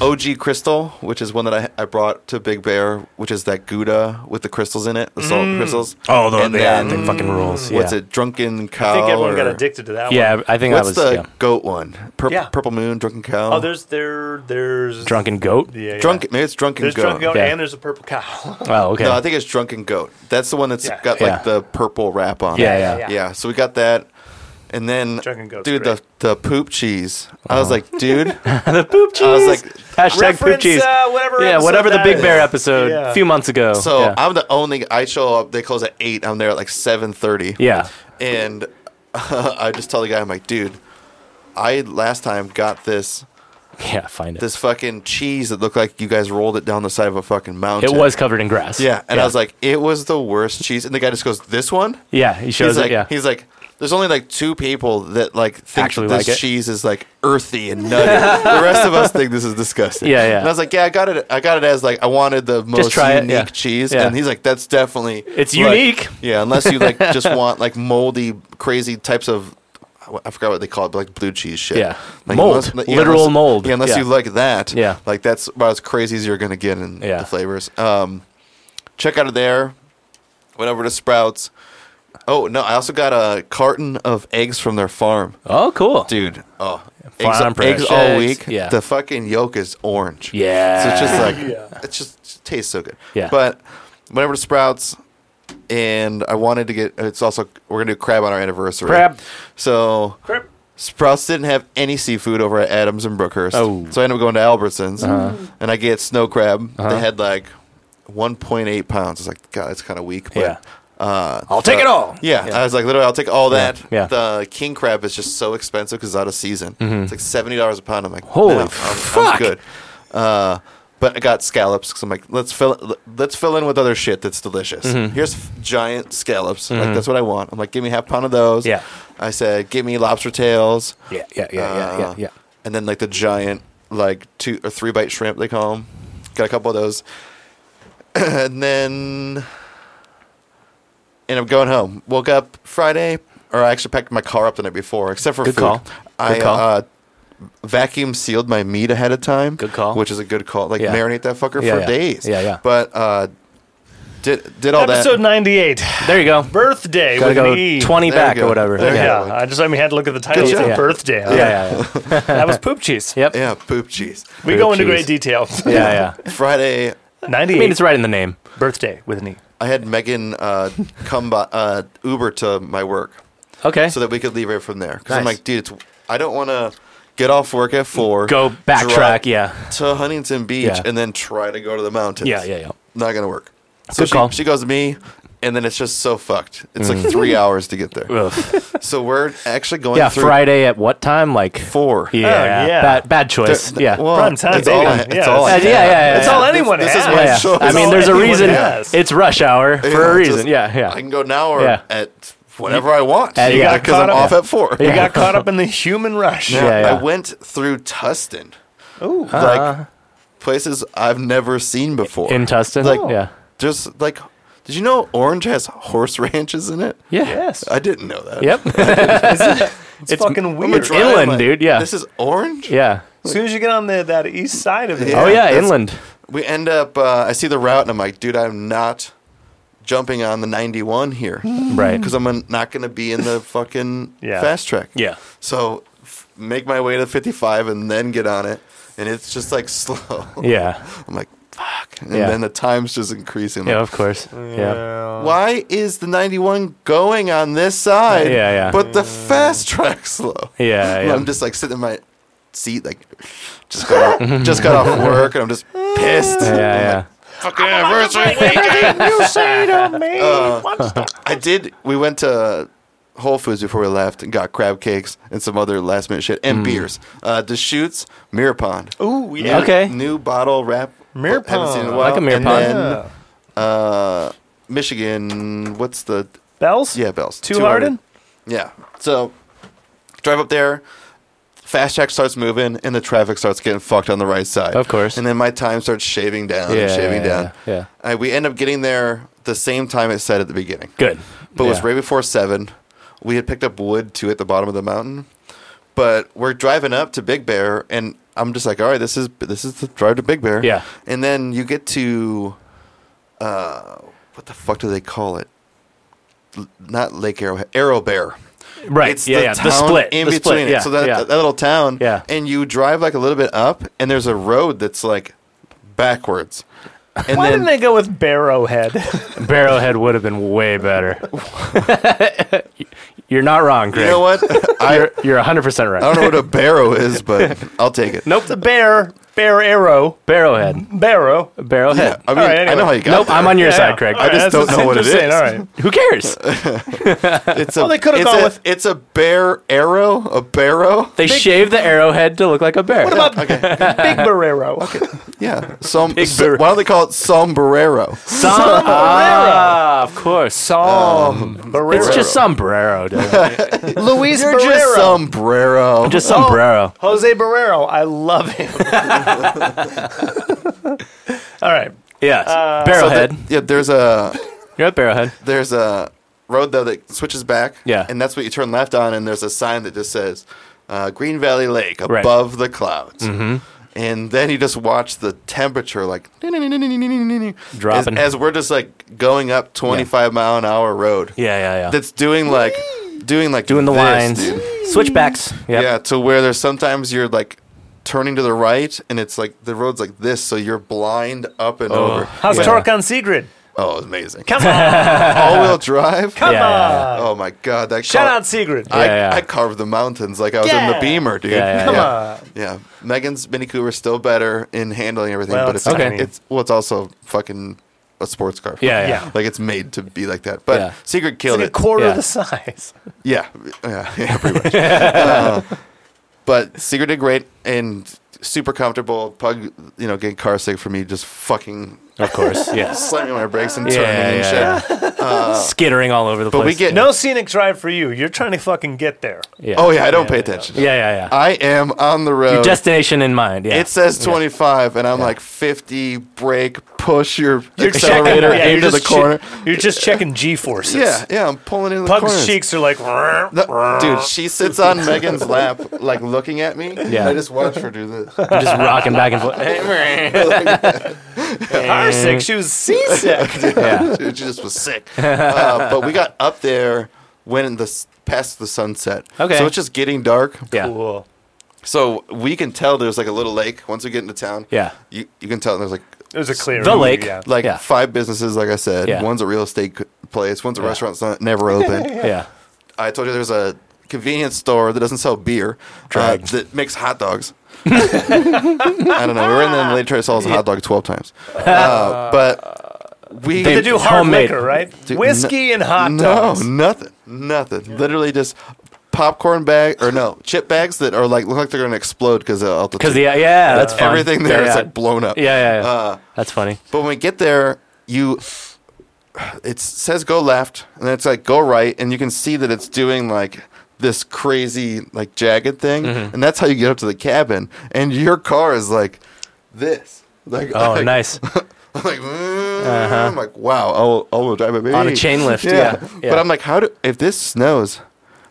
C: OG Crystal, which is one that I, I brought to Big Bear, which is that Gouda with the crystals in it, the salt crystals.
B: Oh, the,
C: And
B: yeah,
C: then-
B: the fucking rules. Yeah.
C: What's it? Drunken cow.
A: Mm. I think everyone got
C: or-
A: addicted to that one.
B: Yeah, I think
C: What's
B: that was
C: the
B: yeah.
C: goat one? Pur-
A: Yeah.
C: Purple moon, drunken cow.
A: Oh, there's there there's
B: drunken goat.
A: Yeah, yeah.
C: drunken. Maybe it's drunken
A: There's
C: goat.
A: drunk goat
B: Yeah.
A: and there's a purple *laughs* cow.
B: Oh, okay.
C: No, I think it's drunken goat. That's the one that's
A: Yeah.
C: got
B: Yeah.
C: like the purple wrap on. it.
B: yeah, yeah, yeah.
A: yeah, yeah.
C: Yeah, so we got that. And then,
A: Drunken Goat's
C: dude,
A: great.
C: the the poop cheese. I
B: Uh-huh.
C: was like,
B: *laughs*
C: dude,
B: *laughs* the poop cheese.
C: I was like,
B: hashtag poop
A: Reference,
B: cheese.
A: uh, whatever
B: yeah,
A: episode
B: whatever the
A: that
B: Big Bear
A: is.
B: episode
A: Yeah.
B: a few months ago.
C: so
B: yeah.
C: I'm the only. I show up. They close at eight. I'm there at like seven thirty.
B: yeah.
C: and *laughs* I just tell the guy, I'm like, dude, I last time got this
B: Yeah, find it.
C: this fucking cheese that looked like you guys rolled it down the side of a fucking
B: it
C: mountain.
B: was covered in grass.
C: Yeah, and I was like, it was the worst cheese. And the guy just goes, this one.
B: yeah, he shows
C: He's like,
B: it. Yeah,
C: he's like, there's only like two people that like think
B: Actually
C: that this
B: like it.
C: cheese is like earthy and nutty. the rest of us think this is disgusting.
B: Yeah, yeah.
C: And I was like, yeah, I got it. I got it as like I wanted the most
B: try it,
C: unique
B: yeah.
C: cheese,
B: Yeah.
C: and he's like, that's definitely
B: It's
C: like-
B: unique.
C: Yeah, unless you like
B: *laughs*
C: just want like moldy, crazy types of. I forgot what they call it, but like blue cheese shit.
B: Yeah.
C: like
B: Mold. Literal
C: unless-
B: mold.
C: Yeah, unless
B: Yeah.
C: you like that.
B: Yeah.
C: like that's about as crazy as you're gonna get in
B: Yeah.
C: the flavors. Um, check out of there. Went over to Sprouts. Oh no! I also got a carton of eggs from their farm,
B: oh, cool.
C: dude. Oh,
B: Farm
C: eggs, eggs
B: fresh
C: all
B: eggs,
C: week.
B: yeah.
C: The fucking yolk is orange.
B: Yeah.
C: So it's just like
A: Yeah.
C: it just, just tastes so good.
B: Yeah.
C: But went over to Sprouts, and I wanted to get. It's also we're gonna do crab on our anniversary.
B: Crab.
C: So
A: Crap.
C: Sprouts didn't have any seafood over at Adams and Brookhurst.
B: Oh. Uh-huh.
C: So I ended up going to Albertsons and I get snow crab. They had like 1.8 pounds. It's like, God, that's kind of weak. But,
B: Yeah.
C: Uh,
B: I'll take it all.
C: Yeah, I was like, literally, I'll take all that.
B: yeah. Mm-hmm.
C: The king crab is just so expensive because it's out of season. It's like $70 a pound. I'm like,
B: Holy
C: no, I'm, I'm
B: fuck.
C: good. Uh, But I got scallops because I'm like, let's fill let's fill in with other shit that's delicious. Here's f- giant scallops. Like that's what I want. I'm like, give me half pound of those.
B: Yeah.
C: I said, give me lobster tails.
B: Yeah, yeah, yeah, yeah, yeah,
C: Uh,
B: yeah.
C: And then like the giant, like two or three bite shrimp they call them. Got a couple of those, *clears throat* and then, and I'm going home. Woke up Friday, or I actually packed my car up the night before, except for
B: Good
C: food.
B: call. Good
C: I
B: call.
C: Uh, vacuum sealed my meat ahead of time.
B: Good call.
C: Which is a good call. Like
B: Yeah.
C: marinate that fucker
B: Yeah,
C: for
B: yeah.
C: days.
B: Yeah, yeah.
C: But uh, did did all
A: Episode
C: that.
A: 98,
B: There you go.
A: birthday
B: Gotta
A: with an
B: go
A: E.
B: twenty
C: There we
B: back
C: go.
B: or whatever.
C: There
A: yeah.
C: you
B: yeah.
C: go.
A: I just I mean had to look at the title.
C: Good
A: It's a
B: job.
A: birthday.
B: Yeah, yeah,
C: *laughs*
B: yeah.
A: that was poop cheese.
B: *laughs* Yep. Yeah,
C: Yeah, poop cheese.
A: We
B: Poop
A: go into
B: cheese.
A: great detail. *laughs*
B: yeah.
C: Friday,
A: 98
B: I mean, it's right in the name.
A: birthday with an E.
C: I had Megan uh, come by uh, Uber to my work
B: Okay.
C: so that we could leave her from there. Because I'm
B: Nice.
C: like, dude, it's, I don't want to get off work at four,
B: go backtrack.
C: drive
B: Yeah.
C: to Huntington Beach,
B: Yeah.
C: and then try to go to the mountains.
B: Yeah, yeah, yeah.
C: Not gonna work. So
B: Good
C: she,
B: call.
C: she goes to me, and then it's just so fucked. It's like three hours to get there.
B: Ugh.
C: So we're actually going
B: Yeah.
C: through
B: Friday at what time? Like.
C: four.
B: Yeah.
A: Oh, yeah.
B: Bad, bad
C: There-
B: choice.
C: th-
B: yeah. Uh,
C: well,
A: Prime time,
C: it's all I,
A: baby.
C: it's
A: Yeah,
C: all I
B: yeah,
C: had.
B: yeah, yeah,
A: That's
B: yeah.
A: all anyone
C: This- this is
A: has.
C: my
B: yeah, yeah.
C: choice.
B: I mean, there's a
A: Anyone
B: reason.
A: has.
B: It's rush hour for a
C: just-
B: reason. yeah, yeah.
C: I can go now or
B: Yeah.
C: at whenever I want.
B: And you
C: Yeah,
B: got
C: because I'm
A: caught up-
C: off at four.
A: You got caught up in the human rush.
C: Yeah, Uh-huh.
B: Yeah, yeah.
C: I went through Tustin,
A: Ooh.
C: like places I've never seen before.
B: in Tustin.
C: like
B: yeah.
C: just like, did you know Orange has horse *laughs* ranches in it?
B: Yeah.
A: Yes.
C: I didn't know that.
B: *laughs* Yep.
A: it's, fucking
C: I'm gonna
A: weird.
B: it's
C: drive,
B: inland,
C: like,
B: dude, yeah.
C: this is Orange.
B: yeah.
A: As soon as you get on the that east side of it,
C: Yeah.
B: Oh yeah,
C: that's-
B: inland.
C: We end up. Uh, I see the route, and I'm like, dude, I'm not jumping on the 91 here
B: Mm. Right.
C: because I'm not going to
B: *laughs*
C: be in the fucking
A: Yeah.
C: fast track.
B: Yeah.
C: So f- make my way to 55 and then get on it, and it's just like *laughs* slow.
B: Yeah.
C: I'm like, fuck. And
B: Yeah.
C: then the time's just increasing.
B: Yeah,
C: Like,
B: of course. Yeah.
C: Why is the 91 going on this side?
B: Yeah, yeah.
C: But the fast track's slow.
B: Yeah,
C: And
B: yeah.
C: *laughs* I'm just like sitting in my seat, like, just got
B: *laughs*
C: off, just got off work, and I'm just pissed.
B: Yeah, yeah.
C: Fucking anniversary weekend.
A: you say
C: *laughs*
A: to me?
B: Uh,
C: I did. We went to Whole Foods before we left and got crab cakes and some other last minute shit
B: Mm.
C: and beers. Uh, Deschutes, Mirror Pond.
A: Ooh,
C: New-
A: yeah.
B: Okay.
C: New bottle wrap.
A: Mirror
C: Haven't seen it in
A: Pond.
C: a while.
B: Like a Mirror
C: and
B: Pond.
C: Then,
A: Yeah.
C: uh, Michigan. What's the
A: Bells?
C: yeah bells?
A: Two
C: Two
A: Harden?
C: Yeah. So drive up there. Fast track starts moving, and the traffic starts getting fucked on the right side.
B: Of course.
C: And then my time starts shaving down
B: Yeah,
C: and shaving
B: yeah,
C: down.
B: yeah, yeah.
C: Uh, we end up getting there the same time it said at the beginning.
B: Good.
C: But it was
B: Yeah.
C: right before seven. We had picked up wood too at the bottom of the mountain. But we're driving up to Big Bear, and I'm just like, all right, this is this is the drive to Big Bear.
B: Yeah.
C: And then you get to, uh, what the fuck do they call it? L- not Lake Arrowhead, Arrow Bear.
B: Right.
C: It's
B: yeah,
C: the
B: yeah. The
C: town
B: split.
C: in
B: the
C: between
B: split.
C: it.
B: Yeah.
C: so that,
B: yeah.
C: that little town.
B: Yeah.
C: And you drive like a little bit up, and there's a road that's like backwards. And
A: Why
C: then,
A: didn't they go with
B: *laughs*
A: Barrowhead?
B: Barrowhead would have been way better.
C: *laughs*
B: You're not wrong, Greg.
C: you know what? *laughs* I, Oh.
B: You're, you're 100% right.
C: I don't know what a barrow
B: *laughs*
C: is, but I'll take it.
A: nope. It's a bear, bear arrow,
B: Barrowhead.
A: barrow.
C: Yeah, Oh,
B: Barrowhead.
C: I mean,
A: All right,
C: I know
A: anyway.
C: how you got
B: Nope,
C: there.
B: I'm on your
A: Yeah,
B: side,
A: yeah.
B: Craig.
A: All right,
C: just
A: that's
C: don't know what it
A: just saying,
C: is.
B: *laughs*
A: All right.
B: Who
C: *laughs*
B: cares?
C: It's a,
A: they could've
C: it's
A: gone
C: a-
A: with-
C: It's a bear arrow, a barrow.
B: They shave the arrowhead to look like a bear.
A: What about Big
B: *laughs*
A: Barrero?
C: Yeah, some.
B: Big
C: so-
B: bear.
C: why don't they call it sombrero?
B: Som- ah, of course. Um,
A: Tom Barrero.
B: it's just sombrero,
C: *laughs*
B: dude.
A: Luis
C: You're just sombrero.
B: just sombrero.
A: Jose Barrero. I love him. All right.
B: Yes.
C: Uh, So
B: barrowhead.
C: the- yeah, there's a
B: You're at Barrowhead.
C: there's a road though that switches back.
B: Yeah.
C: and that's what you turn left on, and there's a sign that just says uh, Green Valley Lake
B: Right.
C: above the clouds. And then you just watch the temperature like
B: Dropping.
C: as, as we're just like going up 25 mile an hour road.
B: Yeah, yeah, yeah.
C: that's doing like doing like
B: Doing the
C: this,
B: lines.
C: dude.
B: Switchbacks. Yep.
C: yeah to where there's sometimes you're like turning to the right and it's like the road's like this so you're blind up and
B: *laughs*
C: over
A: How's
B: Yeah.
A: Torque on Sigrid?
C: oh it's amazing
A: Come on.
C: all-wheel drive
A: Come
B: Yeah, yeah, yeah.
A: on.
C: oh my god that
A: Shout
C: car-
A: out Sigrid.
C: I,
B: Yeah, yeah.
C: I carved the mountains like I was in
A: Yeah.
C: the Beamer, dude.
B: Yeah, yeah,
A: Come
B: yeah.
A: on.
C: Yeah. Megan's Mini Cooper's still better in handling everything,
A: Well,
C: but
A: it's
C: it's
B: Okay. tiny.
C: it's well, it's also fucking a sports car.
B: Yeah, yeah.
A: Yeah.
C: like it's made to be like that. But
B: Yeah.
C: Secret
A: It's
C: killed
A: like a
C: it.
A: quarter
B: Yeah.
A: the size.
C: *laughs* Yeah, yeah, yeah pretty much. Uh, but Secret did great. and super comfortable. Pug, you know, getting car sick for me, just fucking
B: Of course, *laughs* yes.
C: slamming my brakes and
B: Yeah,
C: turning and
B: yeah,
C: shit.
B: Skittering all over the
C: But we
B: place.
C: get
A: No scenic drive for you. You're trying to fucking get there.
B: Yeah.
C: Oh yeah, Uh, I don't pay attention.
B: Yeah, yeah, yeah.
C: I am on the road.
B: Your destination in mind. Yeah.
C: it says 25, and I'm like 50. Brake,
B: *laughs*
C: push your accelerator
A: checking- yeah,
C: into the
A: just che-
C: corner.
A: you're just checking G forces.
C: Yeah, yeah, I'm pulling in the
A: Pug's
C: corners.
A: cheeks are like.
C: No, dude, she sits on Megan's lap, like looking at me.
B: Yeah.
C: I just watch her do this.
B: I'm just rocking back and
C: uh,
B: forth.
A: Car sick. She was
C: *laughs*
A: seasick.
B: yeah.
C: Dude, she just was sick. Uh, but we got up there when the s- past the sunset.
B: Okay.
C: So it's just getting dark.
B: Yeah.
A: Cool.
C: So we can tell there's like a little lake once we get into town.
B: Yeah.
C: You, you can tell there's like
A: It was a clear.
B: The lake.
A: Yeah.
C: like
B: Yeah.
C: five businesses, like I said.
B: Yeah.
C: One's a real estate c- place. One's a restaurant that's not, never open.
B: *laughs* Yeah.
C: I told you there's a convenience store that doesn't sell beer uh,
B: Drugs.
C: that makes
B: *laughs*
C: hot dogs. I don't know. We were in there and they tried to sell us a hot dog 12 times. Uh, but we.
A: They do hard
B: Homemade.
A: liquor, right?
C: Dude,
A: Whiskey
C: no-
A: and hot
C: no,
A: dogs.
C: nothing. Nothing. Literally just popcorn bag or no, chip bags that are like look like they're going to explode because of all the
B: Because yeah, yeah, that's fun.
C: Uh, Everything there is
B: yeah, yeah.
C: like blown up.
B: Yeah, yeah, yeah.
C: Uh,
B: that's
C: *laughs*
B: funny.
C: But when we get there, you it says go left, and then it's like go right, and you can see that it's doing like this crazy like jagged thing, and that's how you get up to the cabin. And your car is like this, like
B: Oh,
C: like-
B: nice.
C: I'm *laughs* like, mm, I'm like, wow, I'll I'll drive it baby.
B: Uh-huh. On a chain
C: *laughs*
B: lift, yeah, yeah.
C: But I'm like, how do if this snows,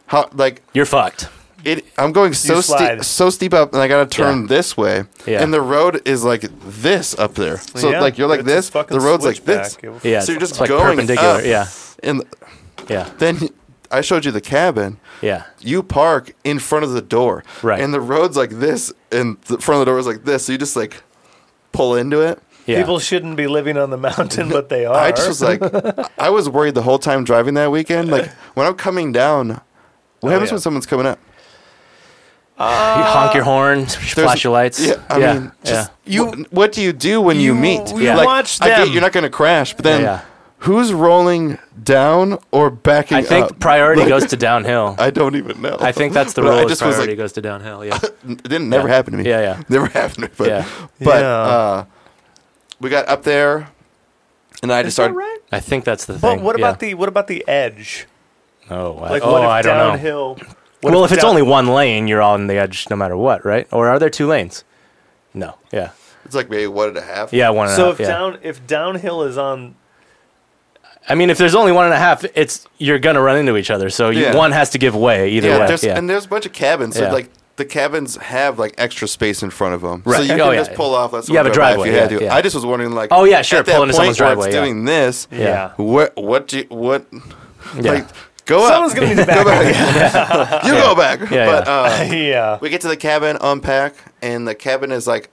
C: how like
B: You're fucked.
C: it, I'm going so steep,
A: slide.
C: so steep up, and I gotta turn
B: Yeah.
C: this way,
B: Yeah.
C: and the road is like this up there. So
A: Yeah,
C: like you're like
A: it's a
C: this,
A: fucking
C: the road's like this.
A: switchback. It-
B: Yeah,
C: So you're
B: it's-
C: just
B: it's like
C: going
B: perpendicular.
C: up.
B: Yeah,
C: And
B: yeah,
C: then I showed you the cabin.
B: yeah.
C: You park in front of the door,
B: Right.
C: And the road's like this, and the front of the door is like this. So you just like pull into it.
B: yeah.
A: People shouldn't be living on the mountain, but they are.
C: I just was like,
B: *laughs*
C: I was worried the whole time driving that weekend. Like when I'm coming down,
B: Oh,
C: what happens
A: yeah.
C: when someone's coming up?
B: you honk your horn, flash your lights.
C: uh, Yeah, I
B: yeah,
C: mean, just
A: yeah.
C: you. What, what do you do when
A: You-
C: you, meet?
A: you
B: Yeah.
A: watch
C: I get
A: them.
C: you're not going to crash, but then
B: Yeah, yeah.
C: who's rolling down or backing
B: I think
C: up?
B: priority goes to downhill. I,
C: uh, *laughs* I don't even know.
B: think that's the
C: But
B: rule.
C: I
B: is
C: just was
B: priority
C: like,
B: goes to downhill. Yeah,
C: *laughs* it didn't never
B: Yeah.
C: happen to me.
B: Yeah, yeah.
C: never *laughs* happened to me. But,
B: Yeah.
C: but
A: Yeah.
C: Uh, we got up there, and I just started.
A: right?
B: I think that's the
A: But
B: thing.
A: what
B: yeah.
A: about the what about the edge?
B: the? Oh, I,
A: Like
B: oh,
A: what if
B: I don't know.
A: downhill? what
B: well, if it's
A: down-
B: only one lane, you're on the edge no matter what, right? Or are there two lanes? No. Yeah.
C: It's like maybe one and a half.
B: Yeah, one and a
A: so
B: half,
A: if
B: yeah.
A: down if downhill is on
B: I mean, if there's only one and a half, it's you're gonna run into each other. So you,
C: Yeah.
B: one has to give way either
C: yeah,
B: way.
C: there's,
B: yeah.
C: and there's a bunch of cabins. So
B: Yeah.
C: like the cabins have like extra space in front of them, so
B: Right.
C: you can
B: Oh, yeah.
C: just pull off. That's
B: You have a
C: If
B: driveway,
C: you had
B: yeah,
C: to.
B: yeah.
C: I just was wondering, like,
B: Oh, yeah, sure,
C: at that
B: pull into
C: point
B: someone's
C: where
B: driveway,
C: It's
B: yeah.
C: doing this.
A: yeah.
C: What? What do? You, what?
B: Yeah.
C: Like, go
A: Someone's
C: up.
A: gonna need
C: *laughs*
A: to back
C: go back. you go back.
B: *laughs* Yeah,
C: but
B: yeah.
C: uh,
A: *laughs* yeah.
C: we get to the cabin, unpack, and the cabin is like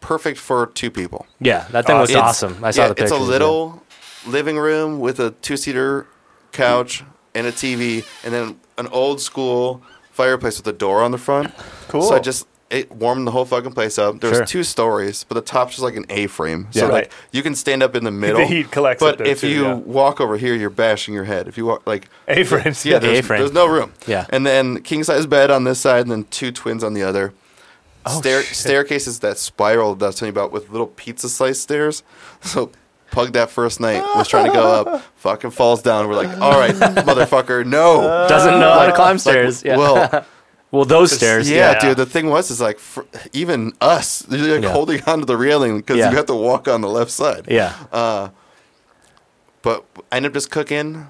C: perfect for two people.
B: yeah, that thing was
C: uh, It's-
B: awesome. I saw
C: yeah,
B: the pictures.
C: It's a
B: yeah.
C: little living room with a two seater couch and a TV, and then an old school fireplace with a door on the front.
A: Cool.
C: So I just it warmed the whole fucking place up. There's
B: Sure.
C: two stories, but the top's just like an A frame. So
A: Yeah.
C: like
A: Right.
C: you can stand up in
A: *laughs*
C: the middle.
A: heat collects up
C: But
A: there
C: if
A: too,
C: you
A: yeah.
C: walk over here, you're bashing your head. If you walk like
A: A frames.
C: yeah,
A: Yeah.
C: there's,
B: A-frame.
C: there's no room.
B: Yeah.
C: And then king size bed on this side, and then two twins on the other.
B: Oh,
C: Stair- staircases that spiral that I was telling you about with little pizza slice stairs. *laughs* So Pug that first night was trying to
B: *laughs*
C: go up, fucking falls down. We're like, all right, *laughs* motherfucker, no.
B: Doesn't know how to climb
C: uh, Like,
B: Uh, stairs. yeah. Well,
C: Well,
B: those *laughs* stairs.
C: yeah,
A: yeah.
C: dude. The thing was, is like fr- even us, *laughs* you're like
B: Yeah.
C: holding onto the railing because
B: Yeah.
C: you have to walk on the left side.
B: Yeah.
C: Uh, But I ended up just cooking,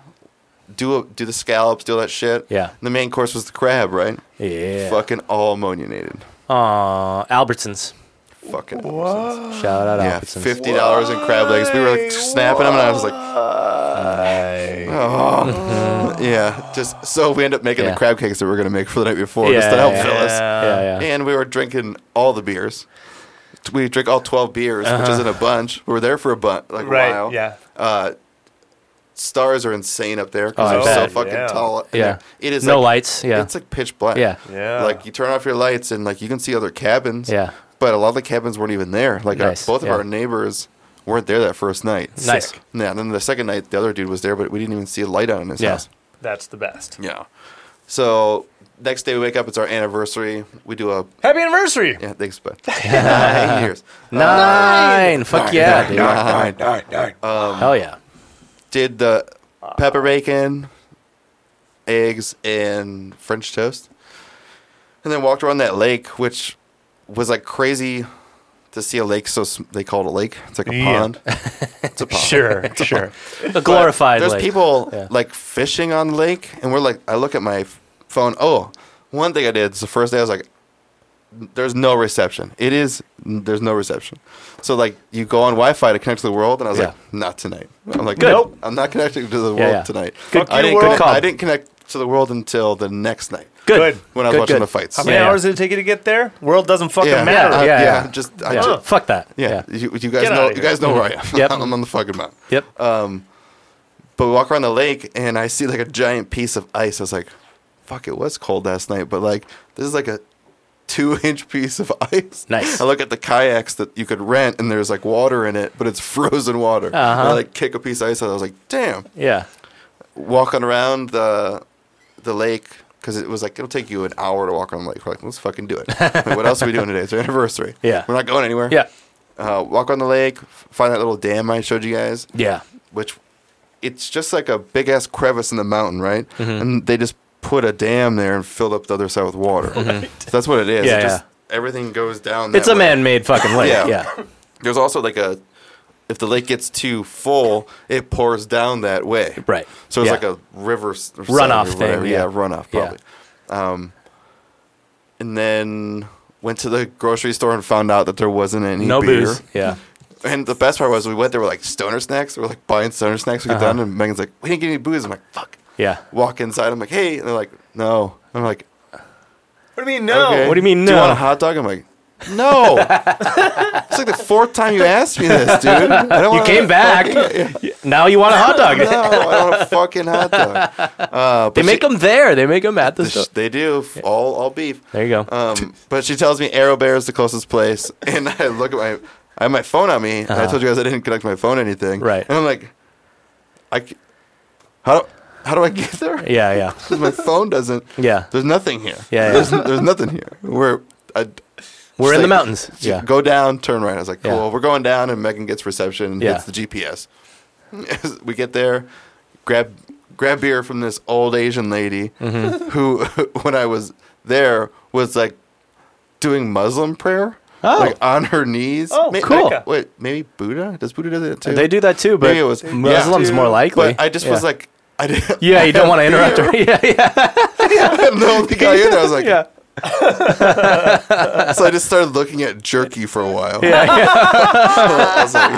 C: do a, do the scallops, do all that shit.
B: Yeah.
C: And the main course was the crab, right?
B: yeah.
C: Fucking all ammonionated.
B: Aw, Albertsons.
C: Fucking awesome.
B: Shout out
C: Yeah,
B: Albertsons.
C: fifty dollars in crab legs. We were like snapping them, and I was like,
B: *laughs*
C: oh. yeah. Just so we end up making
B: Yeah.
C: the crab cakes that we were gonna make for the night before,
B: yeah,
C: just to help
B: yeah,
C: fill us.
B: Yeah, yeah.
C: And we were drinking all the beers. We drink all twelve beers, which
B: Uh-huh.
C: isn't a bunch. We were there for a bunch, like
A: Right.
C: a while.
A: Yeah.
C: Uh, stars are insane up there because
B: Oh, I
C: they're
A: bet,
C: so fucking
A: yeah.
C: tall. And
B: Yeah.
C: It is
B: no
C: like,
B: lights. Yeah.
C: It's like pitch black.
B: Yeah.
A: Yeah.
C: Like you turn off your lights and like you can see other cabins.
B: Yeah.
C: But a lot of the cabins weren't even there. Like our-
B: Nice,
C: both of
B: yeah.
C: our neighbors weren't there that first night.
B: Nice.
C: Sick. Yeah. And then the second night, the other dude was there, but we didn't even see a light on in his
B: Yeah.
C: house.
A: *laughs* That's the best.
C: Yeah. So next day we wake up, it's our anniversary. We do a
A: Happy anniversary.
C: yeah, thanks, bud. Nine years.
B: Nine. Fuck yeah, dude.
C: Nine. Um,
B: Hell yeah.
C: Did the pepper bacon, eggs, and French toast, and then walked around that lake, which was like crazy to see a lake. So s- they called it a lake. It's like a
A: Yeah.
C: pond.
B: *laughs*
C: It's a pond.
A: Sure, sure.
B: A glorified
C: There's
B: lake.
C: people
B: Yeah.
C: like fishing on the lake, and we're like, I look at my f- phone. Oh, one thing I did is the first day I was like, there's no reception. It is there's no reception. So like you go on Wi-Fi to connect to the world, and I was
B: Yeah.
C: like, not tonight. I'm like,
A: Good.
C: nope, I'm not connecting to the world
B: yeah.
C: tonight.
A: Good-
C: I,
A: good
C: didn't
A: world.
C: connect,
B: Good call.
C: I didn't connect to the world until the next night
A: Good.
C: when I was
B: Good,
C: watching
B: good.
C: the fights.
A: How many
B: Yeah.
A: hours did it take you to get there? World doesn't fucking
C: Yeah,
A: matter.
C: I-
B: Yeah,
C: yeah,
B: yeah.
C: Just, I
B: Yeah.
C: just,
B: Fuck that.
C: yeah. You, you guys
A: Get
C: know,
A: outta
C: you
A: here.
C: guys know where I am.
B: Yep.
C: *laughs* I'm on the fucking mountain.
B: Yep.
C: But we walk around the lake and I see like a giant piece of ice. I was like, fuck, it was cold last night, but like this is like a two *laughs* inch piece of ice.
B: Nice.
C: I look at the kayaks that you could rent and there's like water in it, but it's *laughs* frozen water. And I
B: Uh-huh.
C: like kick a piece of ice out. I was like, damn.
B: yeah.
C: Walking around the the lake because it was like it'll take you an hour to walk on the lake. We're like, let's
B: *laughs*
C: fucking do it. Like, what else are we doing today? It's our anniversary.
B: Yeah.
C: We're not going anywhere.
B: Yeah.
C: Uh, walk on the lake, f- find that little dam I showed you guys
B: Yeah.
C: which it's just like a big ass crevice in the mountain, right?
B: Mm-hmm.
C: And they just put a dam there and filled up the other side with water. So that's what it
B: Mm-hmm.
C: is.
B: Yeah,
C: It just- everything goes down. That
B: It's a
C: way.
B: man-made fucking lake.
C: Yeah.
B: yeah.
C: There's also like a if the lake gets too full, it pours down that way.
B: Right.
C: So it's
B: Yeah.
C: like a river s- or
B: Runoff
C: something or whatever.
B: thing,
C: Yeah.
B: yeah.
C: runoff
B: Yeah.
C: probably. Um, and then went to the grocery store and found out that there wasn't any
B: No
C: beer.
B: booze. Yeah.
C: And the best part was we went there with like stoner snacks. We were like buying stoner snacks. We get
B: Uh-huh.
C: done and Megan's like, we didn't get any booze. I'm like, fuck.
B: Yeah.
C: Walk inside. I'm like, hey. And they're like, no. I'm like,
A: What do you mean no?
C: okay.
B: what do you mean,
C: Do you
B: no?
C: want a hot dog? I'm like, no. *laughs* it's like the fourth time you asked me this, dude. I don't
B: You
C: want a
B: came
C: *laughs*
B: back. Now you want a hot dog.
C: No, I want a fucking hot dog. Uh,
B: They
C: but
B: make
C: she-
B: them there. They make them at the
C: the sh-
B: store.
C: They do f- all all beef.
B: There you go.
C: Um, but she tells me Arrow Bear is the closest place, *laughs* and I look at my I have my phone on me. and I
B: Uh-huh.
C: told you guys I didn't connect my phone to anything.
B: Right.
C: And I'm like, I c- how do, how do I get there?
B: *laughs* Yeah, yeah,
C: 'Cause my phone doesn't.
B: yeah.
C: There's nothing here.
B: Yeah, yeah.
C: There's, there's nothing here. We're I,
B: We're in
C: like-
B: the mountains. Yeah,
C: go down, turn right. I was like, cool.
B: Yeah.
C: We're going down, and Megan gets reception and
B: Yeah.
C: hits the GPS. *laughs* we get there, grab grab beer from this old Asian lady
B: Mm-hmm.
C: who, *laughs* when I was there, was like doing Muslim prayer.
B: Oh.
C: Like on her knees.
A: Oh, cool.
C: like, wait, maybe Buddha? Does Buddha do that too?
B: they do that too, but
C: Maybe it was- yeah.
B: Muslims more likely.
C: But I just
B: yeah.
C: was like, I didn't.
B: yeah,
C: *laughs*
B: you don't want to interrupt *laughs* her. Yeah, yeah,
C: I'm the only guy in there.
B: *laughs*
C: I was like,
B: yeah.
C: *laughs* so I just started looking at jerky for a while.
B: yeah.
C: I was like,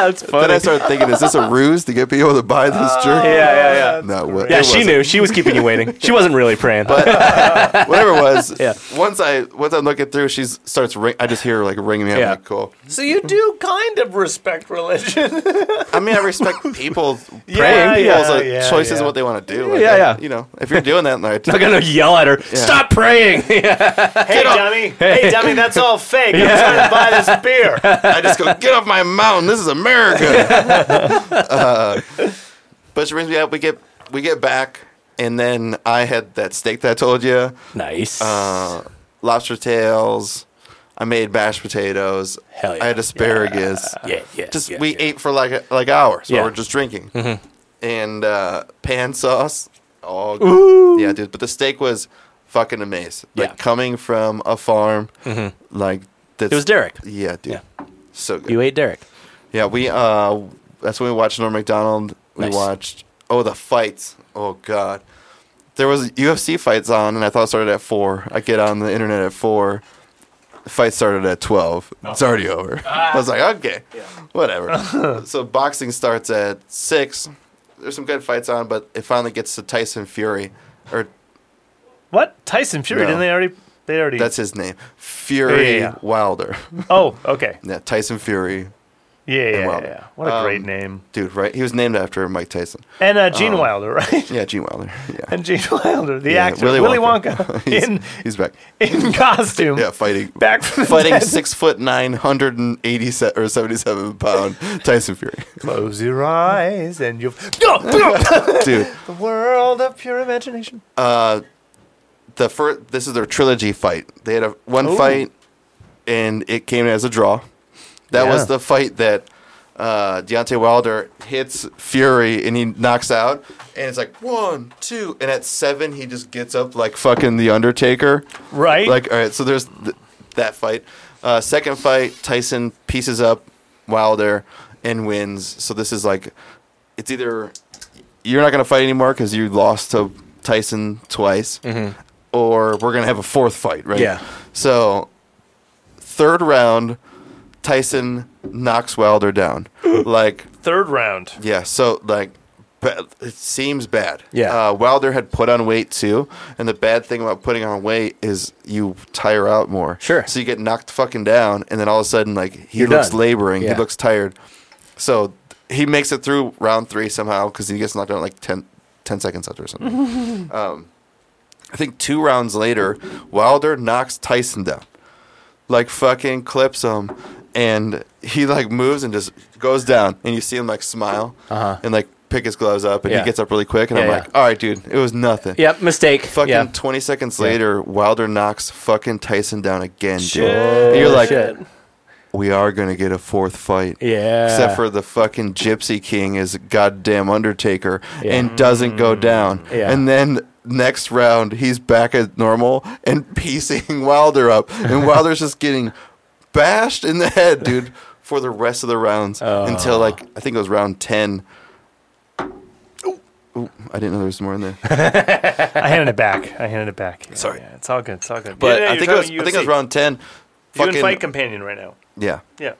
B: That's
C: then I
B: funny.
C: started thinking, is this a ruse to get people to buy this jerky?
B: Uh, Yeah, yeah, yeah.
C: No, what,
B: Yeah,
C: it
B: she
C: wasn't.
B: knew. She was keeping you waiting. She wasn't really praying. *laughs*
C: Whatever it was.
B: Yeah.
C: Once I once I'm looking through, she starts ring. I just hear her like ringing me up.
B: Yeah.
C: Like, cool.
A: So you do kind of respect religion.
C: I mean, I
B: *laughs*
C: respect people.
A: Yeah,
B: Praying.
C: people's like,
A: yeah,
C: choices
A: yeah.
C: and what they want to do. Like,
B: Yeah,
C: I-
B: yeah.
C: You know, if you're doing that, like, *laughs*
B: I'm not gonna yell at her. Stop praying. *laughs* yeah.
A: *laughs* Hey, dummy. Hey, dummy, that's all
B: *laughs*
A: fake. I'm trying to buy this beer.
C: I just go, get off my mountain. This is America. uh, *laughs* but she brings me up. We get we get back, and then I had that steak that I told you.
B: Nice.
C: uh, lobster tails. I made mashed potatoes.
B: Hell yeah.
C: I had asparagus.
B: yeah, yeah.
C: Just
B: yeah,
C: we
B: yeah.
C: ate for like like hours. Yeah.
B: Yeah. Mm-hmm.
C: We're just drinking. And uh, pan sauce. Oh, yeah, dude. But the steak was fucking amazing. Like
B: Yeah. Mm-hmm.
C: coming from a farm, like that's,
B: It was Derek.
C: Yeah, dude. So good.
B: You ate Derek.
C: yeah, we. Uh, that's when we watched Norm Macdonald. We
B: Nice.
C: watched. Oh, the fights. Oh God. There was UFC fights on, and I thought it started at four. I get on the internet at four. The fight started at twelve. It's already over. I was like, okay, whatever. so boxing starts at six. There's some good fights on, but it finally gets to Tyson Fury, or
A: What? Tyson Fury?
C: No.
A: Didn't they already? They already.
C: that's his name, Fury
A: Yeah.
C: Wilder.
A: *laughs* oh, okay.
C: Yeah, Tyson Fury
A: Yeah, yeah,
C: Wilder.
A: yeah. What a great
C: Um,
A: name.
C: dude. Right? He was named after Mike Tyson.
A: And uh, Gene Wilder, *laughs* right?
C: Yeah, Gene Wilder. Yeah.
A: And Gene Wilder, the
C: Yeah,
A: actor, Willy, Wonka, *laughs*
C: *laughs* he's,
A: in
C: he's back.
A: in costume.
C: Yeah,
A: *laughs*
C: fighting.
A: Back from the
C: Fighting
A: dead.
C: six foot nine, hundred and eighty se- or seventy seven
A: *laughs*
C: pound Tyson Fury,
A: Close your eyes and you'll. *laughs* the
C: dude.
A: world of pure imagination.
C: The first, this is their trilogy fight. They had a one
A: Ooh.
C: fight, and it came as a draw. That
A: Yeah.
C: was the fight that uh, Deontay Wilder hits Fury and he knocks out, and it's like one, two, and at seven he just gets up like fucking the Undertaker.
A: Right?
C: Like, all right, so there's th- that fight. Uh, second fight, Tyson pieces up Wilder and wins. So this is like, it's either you're not going to fight anymore because you lost to Tyson twice, or we're going to have a fourth fight, right?
B: Yeah.
C: So, third round, Tyson knocks Wilder down. like,
A: Third round.
C: yeah, so like ba- it seems bad.
B: Yeah.
C: Uh, Wilder had put on weight too, and the bad thing about putting on weight is you tire out more.
B: Sure.
C: So you get knocked fucking down, and then all of a sudden, like he
B: You're
C: looks
B: done.
C: laboring,
B: Yeah.
C: he looks tired. So he makes it through round three somehow because he gets knocked out like 10, 10 seconds after or something. um, I think two rounds later, Wilder knocks Tyson down like fucking clips him and he like moves and just goes down and you see him like smile
B: Uh-huh.
C: and like pick his gloves up and
B: Yeah.
C: he gets up really quick and I'm
B: Yeah,
C: like, all right, dude, it was nothing.
B: Yep, mistake.
C: Fucking
B: yeah.
C: 20 seconds
B: Yeah.
C: later, Wilder knocks fucking Tyson down again, dude.
A: Shit.
C: And you're like,
B: Shit.
C: we are going to get a fourth fight.
B: yeah.
C: Except for the fucking Gypsy King is a goddamn Undertaker
B: Yeah.
C: and doesn't
A: Mm.
C: go down.
B: Yeah.
C: And then next round, he's back at normal and *laughs* piecing Wilder up.
B: *laughs*
C: And Wilder's just getting bashed in the head, dude, for the rest of the rounds
B: Oh.
C: until like, I think it was round 10. Ooh, I didn't know there was more
B: *laughs*
C: in there.
A: I handed it back. I handed it back. Yeah,
C: Sorry.
A: yeah, it's all good. It's all good.
C: But
A: Yeah, yeah,
C: I,
A: you're
C: think it was,
A: talking
C: I think it was
A: UFC.
C: round 10.
A: You and
C: Fucking-
A: fight companion right now.
C: yeah.
A: Yeah.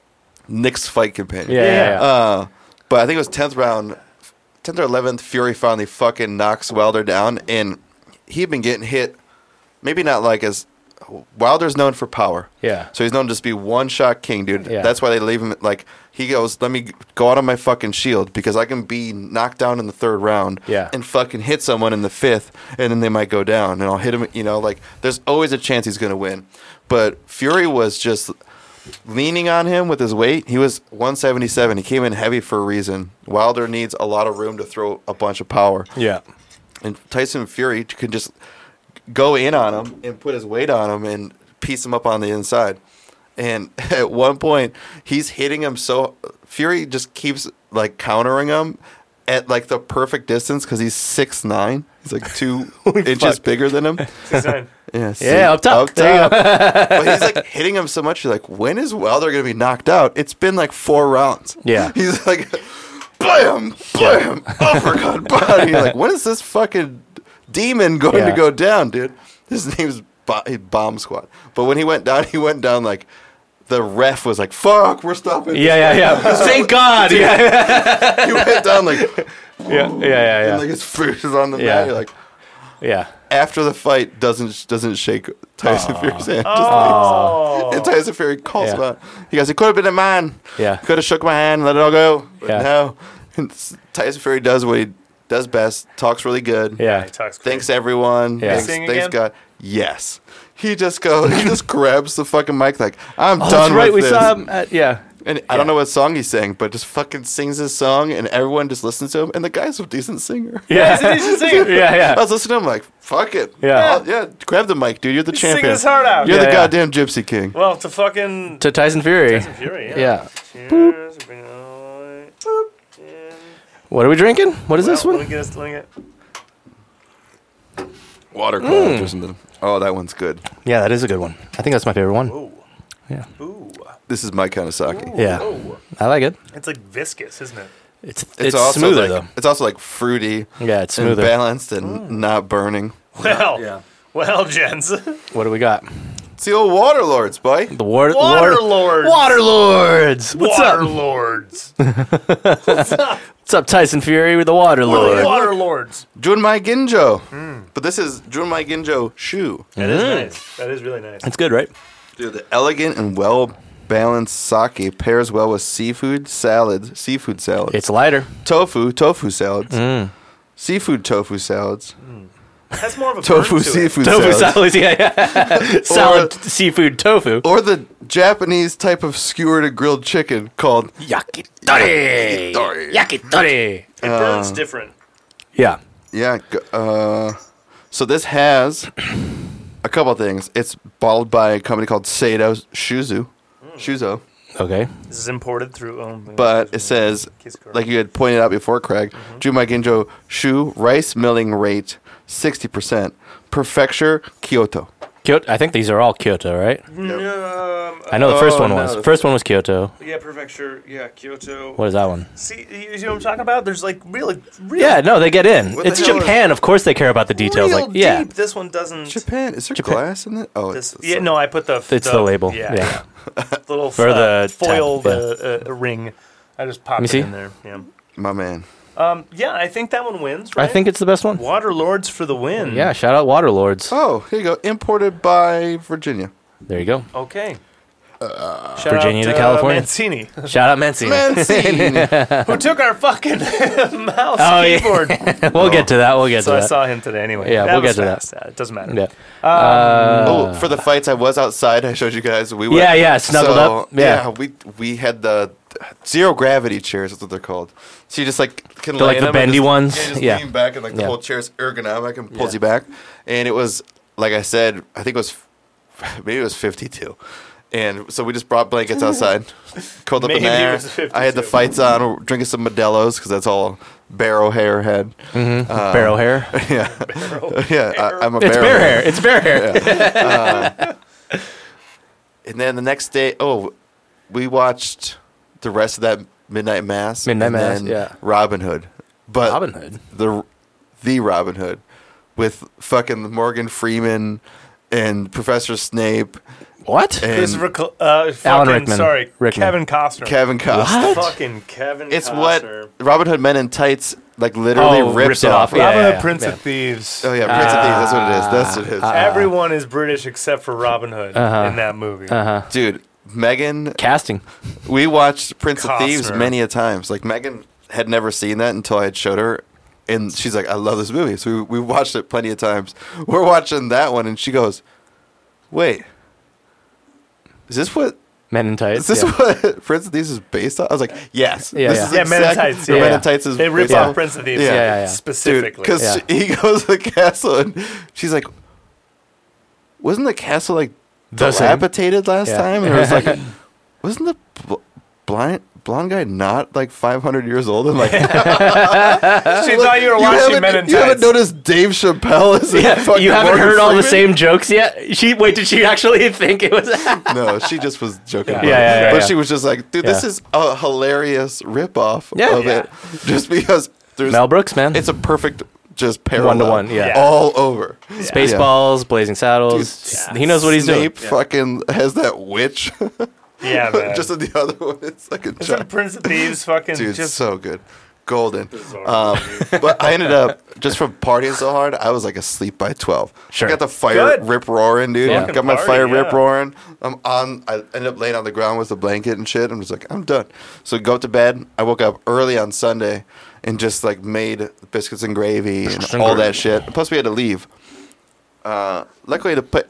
C: Nick's fight companion.
B: Yeah.
A: Yeah.
B: yeah, yeah.
C: Uh, but I think it was tenth round, tenth or eleventh. Fury finally fucking knocks Wilder down, and he'd been getting hit. Maybe not like as Wilder's known for power.
B: Yeah.
C: So he's known to just be one shot king, dude.
B: Yeah.
C: That's why they leave him like he goes, "Let me go out on my fucking shield because I can be knocked down in the third round
B: Yeah.
C: and fucking hit someone in the fifth and then they might go down and I'll hit him, you know, like there's always a chance he's going to win." But Fury was just leaning on him with his weight. He was 177. He came in heavy for a reason. Wilder needs a lot of room to throw a bunch of power.
B: yeah.
C: And Tyson Fury can just go in on him and put his weight on him and piece him up on the inside. And *laughs* at one point, he's hitting him so Fury just keeps like countering him at like the perfect distance because he's six nine. He's like two inches
B: fuck.
C: bigger than him.
A: Six
C: *laughs*
A: nine.
C: Yeah, see,
B: Yeah, up top. There you go. *laughs*
C: but he's like hitting him so much. You're like, when is Wilder going to be knocked out? It's been like four rounds.
B: Yeah.
C: *laughs* He's like, bam, bam, *laughs* uppercut body. You're like, when is this fucking demon going
B: Yeah.
C: to go down, dude? His name's Bo- Bomb Squad. But when he went down, he went down like the ref was like, fuck, we're stopping. this.
B: Yeah, yeah, yeah. Thank God. Yeah, yeah,
C: *laughs* He went down like,
B: yeah, yeah,
C: and,
B: yeah.
C: like his face is on the
B: Yeah.
C: mat. You're like,
B: yeah.
C: after the fight, doesn't doesn't shake Tyson Fury's hand. Just
A: Oh.
C: And Tyson Fury calls
B: Yeah.
C: him out. He goes, "It could have been a man.
B: Yeah.
C: could have shook my hand, let it all go. But
B: Yeah.
C: no." And s- Tyson Fury does what he does best. Talks really good.
B: Yeah.
A: He talks quick.
C: Thanks everyone.
B: Yeah.
C: Thanks,
A: Sing
C: thanks
A: again?
C: God. Yes. He just goes. He
B: *laughs*
C: just grabs the fucking mic like I'm
B: Oh,
C: done.
B: that's right.
C: With
B: We
C: this.
B: saw him. At,
C: *laughs*
B: yeah.
C: And I don't know what song he sang, but just fucking sings his song, and everyone just listens to him. And the guy's a decent singer.
B: Yeah.
A: *laughs* He's a singer.
B: yeah,
C: I
B: yeah.
C: was listening to him like, fuck it.
B: Yeah.
C: I'll- yeah. Grab the mic, dude. You're the
A: Sing
C: champion.
A: his heart out.
C: You're
B: Yeah,
C: the
B: yeah.
C: goddamn gypsy king.
A: Well, to fucking
B: To Tyson Fury.
A: Fury. Yeah.
B: Yeah.
A: Cheers. Bring it on. And-
B: What are we drinking? What is this
A: Well, let me
B: one?
A: get us- let me get-
C: water craft or something. Oh, that one's good.
B: Yeah, that is a good one. I think that's my favorite one.
A: Ooh.
B: Yeah.
A: Ooh.
C: This is my kind of sake.
B: Yeah. I like it.
A: It's like viscous, isn't it?
B: It's it's,
C: It's, also
B: smoother
C: like, It's also like fruity.
B: though. Yeah, it's
C: And
B: smoother.
C: balanced and not burning.
A: Well, well, gents. *laughs*
B: What do we got?
C: It's the old water lords, boy.
B: The war-
A: Water
B: lord-
A: lords.
B: Water lords. What's
A: water
B: up? *laughs*
A: lords.
B: What's up, Tyson Fury with the water lord?
A: Water lords.
C: Junmai Ginjo. But this is Junmai Ginjo shoe.
A: That is nice. That is really nice.
B: It's good, right?
C: Dude, the elegant and well balanced sake pairs well with seafood salad, seafood salad,
B: It's lighter.
C: tofu, tofu salads,
B: Mm.
C: seafood tofu salads,
A: That's more of a
C: tofu
A: burn to it.
C: seafood
B: Tofu salad,
C: salads.
B: yeah, *laughs* yeah. salad, seafood, tofu.
C: Or the Japanese type of skewered and grilled chicken called
B: Yakitori.
C: Yakitori.
B: Yakitori.
A: It burns
B: Uh,
A: different.
B: Yeah.
C: Yeah. g- Uh, so this has a couple of things. It's bottled by a company called Sado Shuzu,
A: Mm.
C: Shuzo.
B: Okay.
A: This is imported through. Oh, my
C: But it
A: goodness.
C: says,
A: Kiss Girl.
C: like you had pointed out before, Craig,
A: Mm-hmm.
C: Jumai Ginjo Shu rice milling rate sixty percent, prefecture Kyoto.
B: Kyoto. I think these are all Kyoto, right?
A: Um,
B: I know the
C: Oh,
B: first one
C: no,
B: was.
C: the-
B: First one was Kyoto.
A: yeah, prefecture. Yeah, Kyoto.
B: What is that one?
A: See, you see what I'm talking about? There's like really, really
B: Yeah, no, they get in.
C: What the
B: it's
C: hell is-
B: Japan, of course they care about the details.
A: real
B: Like, yeah,
A: deep. This one doesn't.
C: Japan is there
B: Japan.
C: glass in it? Oh,
A: This,
C: it's,
A: yeah, no, I put the
B: it's the label.
A: Yeah,
B: Yeah.
A: *laughs* the little
B: For
A: uh,
B: the
A: foil,
B: tab,
A: the uh, uh, ring. I just popped
B: me
A: it
B: see.
A: in there. Yeah.
C: my man.
A: Um, yeah, I think that one wins.
B: I
A: Right?
B: think it's the best one.
A: Water Lords for the win.
B: Yeah, shout out Waterlords.
C: Oh, here you go. Imported by
A: *laughs*
C: Virginia.
B: There you go.
A: Okay. Shout
B: Virginia to
A: uh,
B: California. *laughs*
A: Mancini,
B: Shout out Mancini.
C: Mancini.
A: who took our fucking *laughs* mouse
B: Oh, yeah.
A: keyboard.
B: *laughs* we'll get to that. We'll get
A: so
B: to
A: I
B: that.
A: saw him today anyway.
B: Yeah,
A: that
B: we'll
A: was
B: get to that.
A: fast. Uh, It doesn't matter.
B: Yeah.
C: oh, for the fights I was outside. *laughs* I showed you guys. We went,
B: Yeah, yeah, snuggled
C: so,
B: up. Yeah.
C: we we had the zero gravity chairs. That's what they're called. So you just like can
B: They're
C: lay
B: like
C: in
B: the
C: them and
B: bendy
C: just-
B: ones.
C: Yeah,
B: *laughs*
C: just
B: Yeah.
C: lean back and like the
B: Yeah.
C: whole chair's ergonomic and pulls you back. And it was like I said, I think it was *laughs* maybe it was fifty two. And so we just brought blankets outside, *laughs* curled up in
A: Maybe it
C: there.
A: was
C: I had
A: 52.
C: the fights on, drinking some Modelo's because that's all Barrow hair had.
B: Mm-hmm.
C: Uh,
B: barrel hair.
C: yeah, *laughs* yeah. I, I'm a
B: It's
C: barrow
B: bear hair. It's bear hair.
C: And then the next day, oh, we watched the rest of that Midnight Mass.
B: Midnight
C: and
B: Mass,
C: then
B: yeah.
C: Robin Hood, but
B: Robin Hood.
C: the the Robin Hood with fucking Morgan Freeman and Professor Snape
B: What?
C: and
A: Christopher, Col- uh, fucking,
B: Rickman.
A: Sorry,
B: Rickman.
A: Kevin Costner.
C: Kevin Costner.
B: What?
A: Fucking Kevin.
C: It's
A: Costner.
C: what Robin Hood Men in Tights like literally
B: Oh,
C: rips
B: ripped it
C: off.
B: off, yeah.
A: Robin Hood, Prince of Thieves.
C: Oh yeah, Uh-huh. Prince of Thieves. That's what it is. That's what it is,
B: Ah.
A: Everyone is British except for Robin Hood
B: Uh-huh.
A: in that movie.
C: dude.
B: Ah.
C: Megan
B: Casting.
C: We watched Prince of Thieves
A: Costner.
C: many a times. Like Megan had never seen that until I had showed her, and she's like, "I love this movie." So we, we watched it plenty of times. *laughs* We're watching that one, and she goes, "Wait, is this what
B: Men in tights.
C: is this
B: yeah.
C: what *laughs* Prince of Thieves is based on?" I was like, "Yes,
B: Yeah,
C: this
B: yeah.
C: is
A: Yeah, Men in
C: exactly-
A: Tights,
C: or
B: yeah,
C: Men
B: yeah.
C: in Tights is
A: They rip
C: based
A: off
C: on-
A: Prince of Thieves
C: Yeah.
B: Yeah, yeah, yeah.
C: dude,
A: specifically.
C: because
B: Yeah.
C: he *laughs* goes to the castle, and she's like, "Wasn't the castle like
B: The same.
C: dilapidated last
B: Yeah.
C: time?" And I
B: *laughs*
C: was like, "Wasn't the bl- blind blonde guy not like 500 years old?"
B: *laughs*
C: And like, *laughs*
A: she thought you were watching
C: haven't-
A: Men in
C: you haven't
A: Tights.
C: noticed Dave Chappelle is
B: *laughs*
C: in
B: Yeah,
C: fucking
B: you haven't
C: Morgan
B: heard all the
C: Freeman?
B: same jokes yet. She wait, did she actually *laughs* think it was?
C: *laughs* No, she just was joking.
B: Yeah.
C: about
B: Yeah,
C: it.
B: yeah, yeah,
C: but
B: yeah.
C: she was just like, "Dude, this
B: Yeah.
C: is a hilarious ripoff
B: Yeah.
C: of
A: Yeah.
C: it, *laughs* just because there's
B: Mel Brooks, man.
C: it's a perfect just parallel
B: one, yeah.
A: Yeah.
C: all over."
B: Spaceballs, Blazing Saddles.
C: Dude,
B: He knows what he's doing.
C: Snape fucking has that witch. *laughs*
A: yeah, man.
C: just in the other one, *laughs* it's like a
A: Isn't
C: giant.
A: Prince of Thieves fucking
C: Dude,
A: just
C: so good. Golden.
A: Bizarre,
C: Um, *laughs* but I ended up just from partying so hard, I was like asleep by twelve.
B: Sure.
C: I got the fire
A: Good.
C: rip roaring, dude.
B: Fucking
C: Got my
A: party,
C: fire
A: yeah.
C: rip roaring. I'm on. I ended up laying on the ground with a blanket and shit. I'm just like, I'm done. So go to bed. I woke up early on Sunday and just like made biscuits and gravy and
B: and
C: all
B: gravy.
C: that shit. Plus we had to leave. Uh, luckily, the put.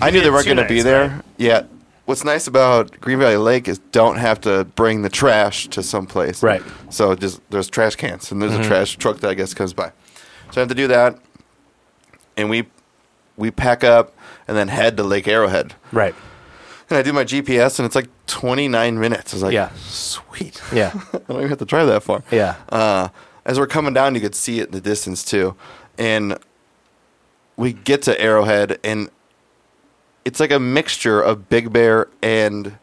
C: I knew they
A: had
C: weren't
A: two
C: going to be
A: nights,
C: there. Yeah. What's nice about Green Valley Lake is don't have to bring the trash to someplace.
B: Right. Mm-hmm.
C: So just there's trash cans and there's a trash truck that I guess comes by. So I have to do that, and we we pack up and then head to Lake Arrowhead.
B: Right.
C: And I do my GPS and it's like 29 minutes. I was like,
B: Yeah.
C: sweet.
B: Yeah.
C: *laughs* I don't even have to drive that far.
B: Yeah.
C: Uh, as we're coming down, you could see it in the distance too. And we get to Arrowhead, and it's like a mixture of Big Bear and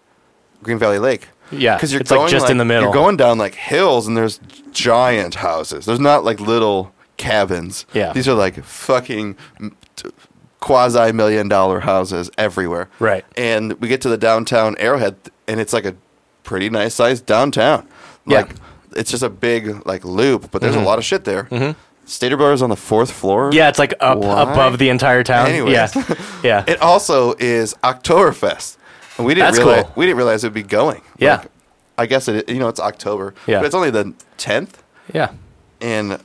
C: Green Valley Lake. *laughs*
B: Yeah,
C: because you're
B: it's, like,
C: going,
B: just in the middle.
C: You're going down like hills, and there's giant houses. There's not like little cabins.
B: Yeah.
C: these are like fucking quasi million dollar houses everywhere.
B: Right.
C: And we get to the downtown Arrowhead, and it's like a pretty nice sized downtown.
B: Yeah.
C: Like it's just a big like loop, but there's a lot of shit there. Mm-hmm. Stater Brothers on the fourth floor.
B: Yeah, it's like up
C: Why?
B: above the entire town.
C: *laughs* Anyways.
B: Yeah. Yeah.
C: It also is Oktoberfest. And we didn't
B: That's
C: realize
B: cool.
C: we didn't realize it'd be going.
B: Yeah.
C: Like, I guess it. You know, it's October.
B: Yeah.
C: But it's only the tenth,
B: Yeah.
C: and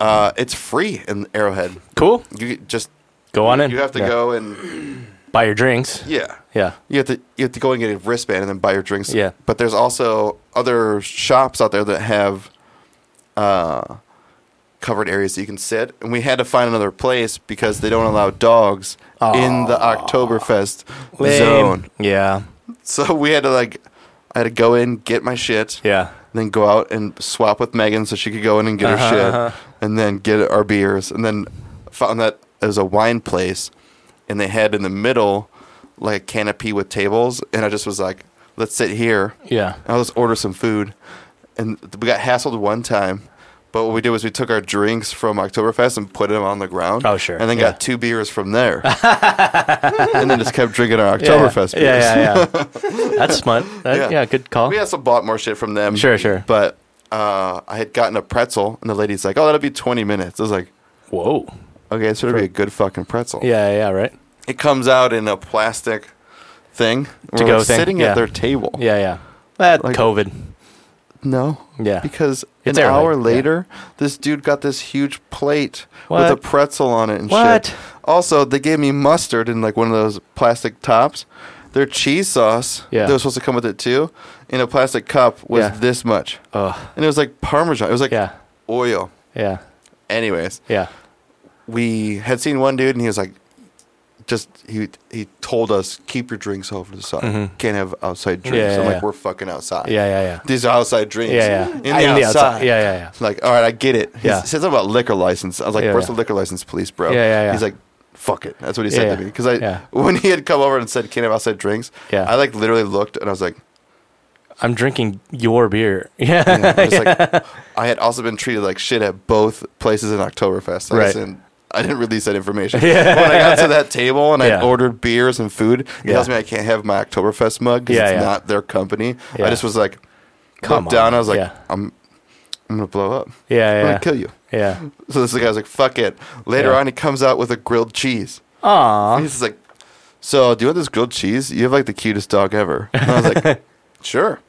C: uh, it's free in Arrowhead.
B: Cool.
C: You just
B: Go on in.
C: you have to
B: Yeah.
C: go and
B: buy your drinks.
C: yeah.
B: Yeah.
C: You have to you have to go and get a wristband and then buy your drinks.
B: Yeah.
C: But there's also other shops out there that have uh, covered areas that you can sit. And we had to find another place because they don't allow dogs in the Oktoberfest zone.
B: Yeah.
C: So we had to like I had to go in, get my shit,
B: Yeah.
C: then go out and swap with Megan so she could go in and get
B: Uh-huh,
C: her shit
B: uh-huh.
C: and then get our beers and then found that it was a wine place and they had in the middle like a canopy with tables and I just was like, let's sit here.
B: Yeah.
C: And I'll just order some food. And we got hassled one time. But what we did was we took our drinks from Oktoberfest and put them on the ground.
B: Oh, sure.
C: And then
B: Yeah.
C: got two beers
B: *laughs*
C: from there. and then just kept drinking our Oktoberfest
B: yeah.
C: beers.
B: Yeah, yeah, yeah.
C: *laughs*
B: That's smart. That- yeah.
C: Yeah.
B: good call.
C: We also bought more shit from them.
B: Sure, sure.
C: But uh, I had gotten a pretzel, and the lady's like, "Oh, that'll be twenty minutes." I was like,
B: Whoa.
C: "Okay, so it'll be a good fucking pretzel."
B: Yeah, yeah, right.
C: It comes out in a plastic thing. We're,
B: go
C: like,
B: thing,
C: sitting
B: yeah.
C: at their table.
B: Yeah, yeah. That
C: Like-
B: COVID.
C: No.
B: Yeah.
C: Because
B: It's
C: an
B: Arrowhead,
C: hour
B: yeah.
C: later, this dude got this huge plate
B: What?
C: with a pretzel on it and
B: What?
C: shit. Also, they gave me mustard in like one of those plastic tops. Their cheese sauce,
B: Yeah.
C: that was supposed to come with it too, in a plastic cup was
B: Yeah.
C: this much.
B: Oh,
C: And it was like Parmesan. It was like
B: Yeah.
C: oil.
B: yeah,
C: Anyways,
B: yeah.
C: we had seen one dude, and he was like, just he he told us keep your drinks over the side. Can't have outside
B: Mm-hmm.
C: drinks.
B: Yeah,
C: I'm
B: yeah,
C: like,
B: yeah.
C: we're fucking outside.
B: Yeah, yeah, yeah.
C: These are outside drinks.
B: Yeah, yeah.
C: In the,
B: I- in the
C: outside.
B: outside. Yeah, yeah, yeah.
C: Like, all right, I get it. He
B: Yeah.
C: yeah. said something about liquor license. I was like,
B: Yeah,
C: where's
B: yeah.
C: the liquor license, police, bro?
B: Yeah, yeah, yeah.
C: He's like, fuck it. That's what he said
B: Yeah,
C: to
B: yeah.
C: me because I
B: Yeah.
C: *laughs* when he had come over and said can't have outside drinks.
B: Yeah.
C: I like literally looked and I was like,
B: I'm drinking your beer. *laughs* Yeah.
C: I was like, I had also been treated like shit at both places in Oktoberfest. I
B: Right.
C: just didn't- I didn't release that
B: *laughs*
C: information. But when I got to that table and
B: Yeah.
C: I ordered beers and food, he
B: Yeah.
C: tells me I can't have my Oktoberfest mug because
B: Yeah,
C: it's
B: yeah.
C: not their company.
B: Yeah.
C: I just was like,
B: Come
C: looked down.
B: on.
C: I was like,
B: Yeah.
C: I'm, I'm gonna blow up.
B: Yeah,
C: I'm
B: yeah.
C: gonna kill you.
B: yeah.
C: So this guy's like, fuck it. Later
B: Yeah.
C: on, he comes out with a grilled cheese.
B: Aw.
C: He's just like, so do you want this grilled cheese? You have like the cutest dog ever. And I
B: *laughs*
C: was like, sure.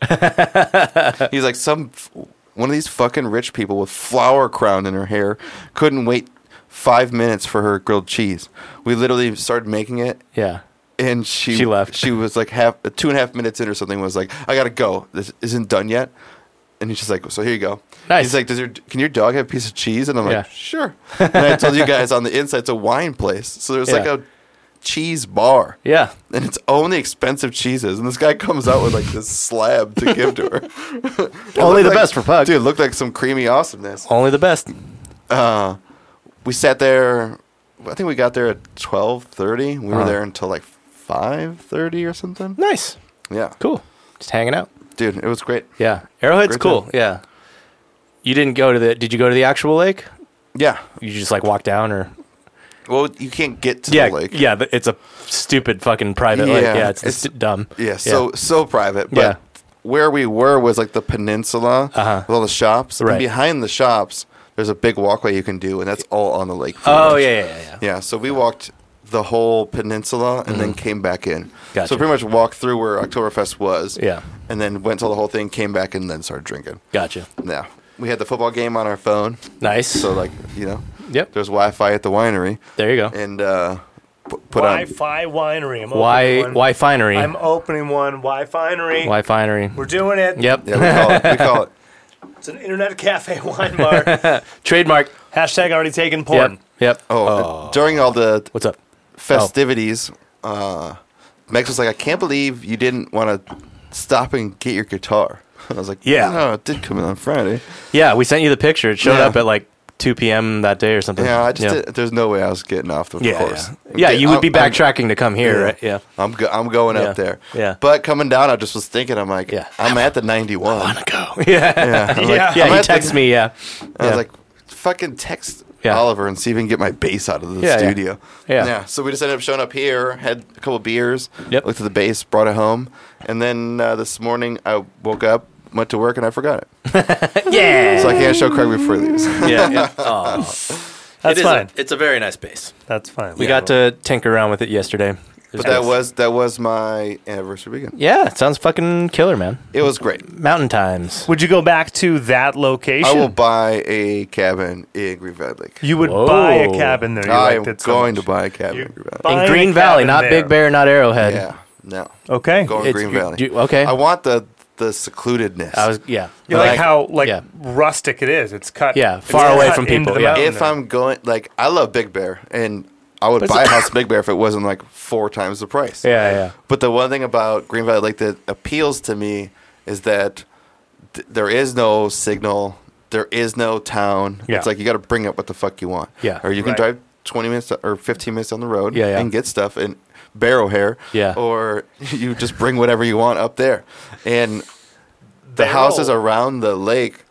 C: He's like, some f- one of these fucking rich people with flower crown in her hair couldn't wait five minutes for her grilled cheese. We literally started making it.
B: Yeah.
C: And she
B: She left.
C: She was like half two and a half minutes in or something. Was like, I gotta go. This isn't done yet. And he's just like, so here you go.
B: Nice.
C: He's like, does your can your dog have a piece of cheese? And I'm like,
B: Yeah.
C: sure. and I told you guys on the inside, it's a wine place. So there's like
B: Yeah.
C: a cheese bar,
B: Yeah.
C: and it's only expensive cheeses. And this guy comes out with like this slab to
B: *laughs*
C: give to her. It
B: Only the
C: looked like-
B: best for Pug.
C: Dude, it looked like some creamy awesomeness.
B: Only the best.
C: Uh, we sat there. I think we got there at twelve thirty. We were
B: Uh-huh.
C: there until like five thirty or something.
B: Nice.
C: Yeah,
B: Cool. Just hanging out.
C: dude, it was great.
B: Yeah. Arrowhead's
C: Great
B: cool.
C: time.
B: Yeah. You didn't go to the did you go to the actual lake?
C: Yeah.
B: You just like walk down or
C: Well, you can't get to
B: yeah,
C: the lake.
B: Yeah, but it's a stupid fucking private lake.
C: Yeah,
B: Yeah, it's,
C: it's-
B: st- dumb.
C: Yeah, so so private. But
B: Yeah.
C: where we were was like the peninsula
B: Uh-huh.
C: with all the shops.
B: Right.
C: And behind the shops, there's a big walkway you can do, and that's all on the lake. pretty
B: Oh
C: much.
B: yeah, yeah, yeah, yeah.
C: Yeah, so we walked the whole peninsula and then came back in.
B: Mm-hmm. Gotcha.
C: So pretty much walked through where Oktoberfest was.
B: Yeah.
C: And then went to the whole thing, came back, and then started drinking.
B: Gotcha.
C: Yeah. We had the football game on our phone.
B: Nice.
C: So, like, you know,
B: yep.
C: there's Wi Fi at the winery.
B: There you go.
C: And uh, pu- put on.
A: Wi-Fi winery. I'm
B: Why
A: opening one.
B: why finery?
A: I'm opening one. Wi-Finery.
B: why finery?
A: We're doing it.
B: Yep.
C: Yeah, we call it. We
B: *laughs*
C: call it.
A: It's an internet cafe *laughs* wine bar.
B: Trademark.
A: Hashtag already taken porn.
B: Yep. Yep.
C: Oh, during all the
B: What's up?
C: festivities, uh, Max was like, I can't believe you didn't want to stop and get your guitar. *laughs* And I was like,
B: Yeah.
C: No, it did come in on Friday.
B: Yeah, we sent you the picture. It showed
C: Yeah.
B: up at like 2 p.m. that day or something.
C: Yeah, I just
B: yeah.
C: did, there's no way I was getting off the
B: Yeah,
C: course.
B: yeah. Yeah, you would be
C: I'm-
B: backtracking to come here,
C: Yeah.
B: right? Yeah. *laughs*
C: I'm, go- I'm going
B: Yeah,
C: up there.
B: yeah.
C: But coming down, I just was thinking, I'm like,
B: Yeah.
C: I'm at the 91.
B: Go. *laughs* Yeah.
C: Yeah. I'm like-
A: Yeah.
B: Yeah,
C: I'm
B: he
C: at the-
B: texted me. Yeah.
C: I
B: Yeah.
C: was like, fucking text
B: Yeah.
C: Oliver and see if we can get my bass out of the
B: Yeah, yeah.
C: studio.
B: Yeah.
C: So we just ended up showing up here, had a couple beers,
B: Yep.
C: looked at the bass, brought it home. And then uh, this morning I woke up, went to work, and I forgot it.
B: yeah.
C: So I can't *laughs* show Craig before he
B: *laughs*
C: leaves.
B: yeah.
C: *laughs*
B: yeah. Aw.
A: That's
B: It is
A: fine.
B: A, it's a very nice base.
A: That's fine.
B: We got to tinker around with it yesterday.
C: But that was that was my anniversary weekend.
B: Yeah, it sounds fucking killer, man.
C: It was great.
B: Mountain times.
A: Would you go back to that location?
C: I
B: *laughs*
C: will buy a cabin in Green Valley Lake.
A: You would buy a
B: Whoa.
A: cabin there. You
C: I
A: liked
C: am
A: it so
C: going
A: much.
C: to buy a cabin
A: You-
C: in Green Valley.
A: Buying
B: In
A: a
B: Green Valley,
A: cabin
B: not
A: there.
B: Big Bear, not Arrowhead.
C: Yeah, no,
A: Okay.
C: going
B: It's-
C: Green
B: you-
C: Valley.
B: you- okay.
C: I want the the secludedness.
B: I was yeah.
A: You like,
C: Like-
A: how like
B: yeah.
A: rustic it is. It's cut.
B: Yeah,
A: it's
B: far away
A: cut
B: from
A: into
B: people,
A: the
B: yeah.
A: mountain
C: if
A: there.
C: I'm going, like, I love Big Bear, and I would
B: But
C: buy a
B: *laughs* it's-
C: house in Big Bear if it wasn't like four times the price.
B: Yeah, yeah.
C: But the one thing about Green Valley Lake that appeals to me is that th- there is no signal, there is no town.
A: Yeah.
C: It's like you got to bring up what the fuck you want.
B: Yeah.
C: Or you can
A: Right.
C: drive 20 minutes to- or 15 minutes down the road
B: Yeah, yeah.
C: and get stuff and barrow hair.
B: Yeah.
C: Or *laughs* you just bring whatever you want up there. And the
A: They
C: houses
A: roll.
C: around the lake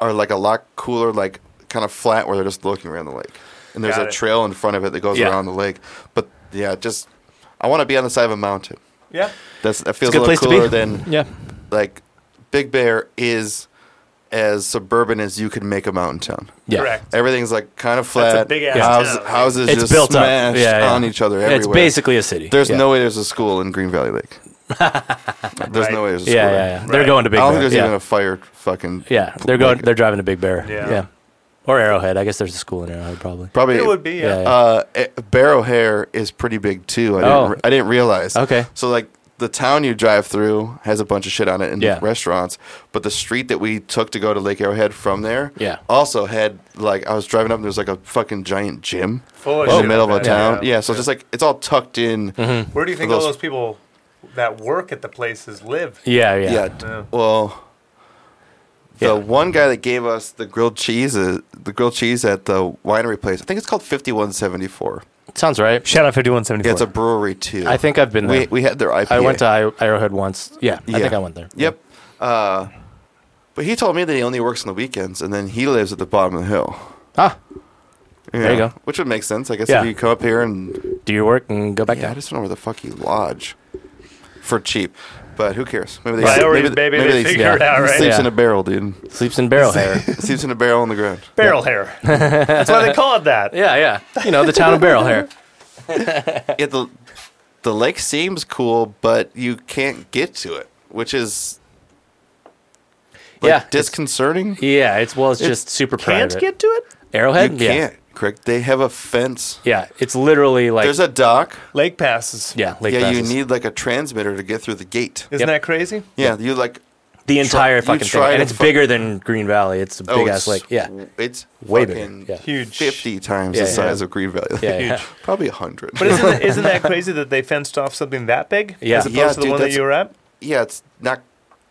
C: are like a lot cooler, like kind of flat where they're just looking around the lake. And there's
A: Got
C: a
A: it.
C: trail in front of it that goes
B: Yeah.
C: around the lake. But yeah, just I want to be on the side of a mountain.
A: yeah.
C: That's that feels
B: good
C: a little
B: place to be.
C: cooler than
B: Yeah.
C: like Big Bear is as suburban as you could make a mountain town.
B: Yeah.
A: Correct.
C: Everything's like kind of flat.
A: big-ass
C: House-
A: town.
C: Houses
B: It's
C: just
B: built up.
C: smashed
B: Yeah, yeah.
C: on each other everywhere.
B: It's basically a city.
C: there's
B: Yeah.
C: no way there's a school in Green
B: *laughs*
C: Valley Lake. there's no
A: Right.
C: way there's a school.
B: Yeah, yeah,
C: there.
B: yeah. They're
A: Right.
B: going to Big
C: I don't
B: Bear.
C: think there's
B: yeah.
C: even a fire fucking
B: yeah, they're going. They're driving to Big Bear.
A: Yeah.
B: Yeah. Or Arrowhead. I guess there's a school in Arrowhead probably.
C: probably
A: It would be. Yeah.
B: Yeah, yeah.
C: uh, eh, Barrow Hair is pretty big too.
B: Oh.
C: I, didn't, re- I didn't realize.
B: Okay.
C: So like the town you drive through has a bunch of shit on it and
B: Yeah.
C: restaurants, but the street that we took to go to Lake Arrowhead from there,
B: Yeah.
C: also had like I was driving up and there was like a fucking giant gym
A: Full of
C: in the
A: Oh, shit
C: middle of
A: like
C: a
A: that,
C: town.
A: yeah. Mm-hmm.
C: Yeah. so it's just like it's all tucked in.
A: Where do you think
C: those-
A: all those people that work at the
B: *laughs*
A: places live?
B: Yeah, yeah.
C: Yeah. d- Well. The
B: Yeah.
C: one guy that gave us the grilled cheese, uh, the grilled cheese at the winery place, I think it's called Fifty One Seventy Four.
B: Sounds right.
A: Shout out fifty one seventy
C: It's a brewery too.
B: I think I've been there.
C: we, we had their IPA.
B: I went to I- Arrowhead once. Yeah, I
C: Yeah.
B: think I went there.
C: Yep. Uh, but he told me that he only works on the weekends, and then he lives at the bottom of the hill.
B: Ah,
C: Yeah.
B: There you go.
C: Which would make sense, I guess,
B: Yeah.
C: if you come up here and
B: do your work and go back
C: yeah, I
B: down.
C: just don't know where the fuck you lodge for cheap. But who cares? Maybe they
A: Priorities, baby.
C: maybe
A: they figure it
B: yeah.
A: out,
C: he
A: right?
C: sleeps
B: Yeah.
C: in a barrel, dude.
B: *laughs* Sleeps in
C: *laughs*
B: barrel hair.
C: sleeps in a barrel on the ground.
A: Barrel hair.
B: *laughs*
A: That's why they call it that.
B: Yeah, yeah. You know the town of barrel hair.
C: Yeah, the the lake seems cool, but you can't get to it, which is like,
B: Yeah, it's-
C: disconcerting.
B: Yeah, it's well, it's, just super
A: Can't
B: private.
A: get to it.
B: Arrowhead.
C: You
B: yeah,
C: can't. Correct? They have a fence.
B: yeah. It's literally like
C: There's a dock.
A: Lake passes.
B: yeah. Lake
C: yeah,
B: passes.
C: you need like a transmitter to get through the gate.
A: Isn't
B: Yep.
A: that crazy?
C: Yeah, you like
B: the entire
C: you
B: fucking thing,
C: try
B: and
C: to
B: it's
C: fu-
B: bigger than Green Valley. It's a big
C: oh,
B: ass
C: it's-
B: lake. Yeah,
C: it's
B: Way
C: way
B: bigger, yeah.
A: Huge.
C: fifty times
B: Yeah,
C: the
B: yeah.
C: size of Green Valley.
B: yeah, yeah.
C: *laughs* probably hundred.
A: But isn't that, isn't
B: *laughs*
A: that crazy that they fenced off something that big?
B: Yeah.
A: As opposed
C: Yeah,
A: to the
C: dude,
A: one that
C: that's-
A: you were at?
C: yeah, it's not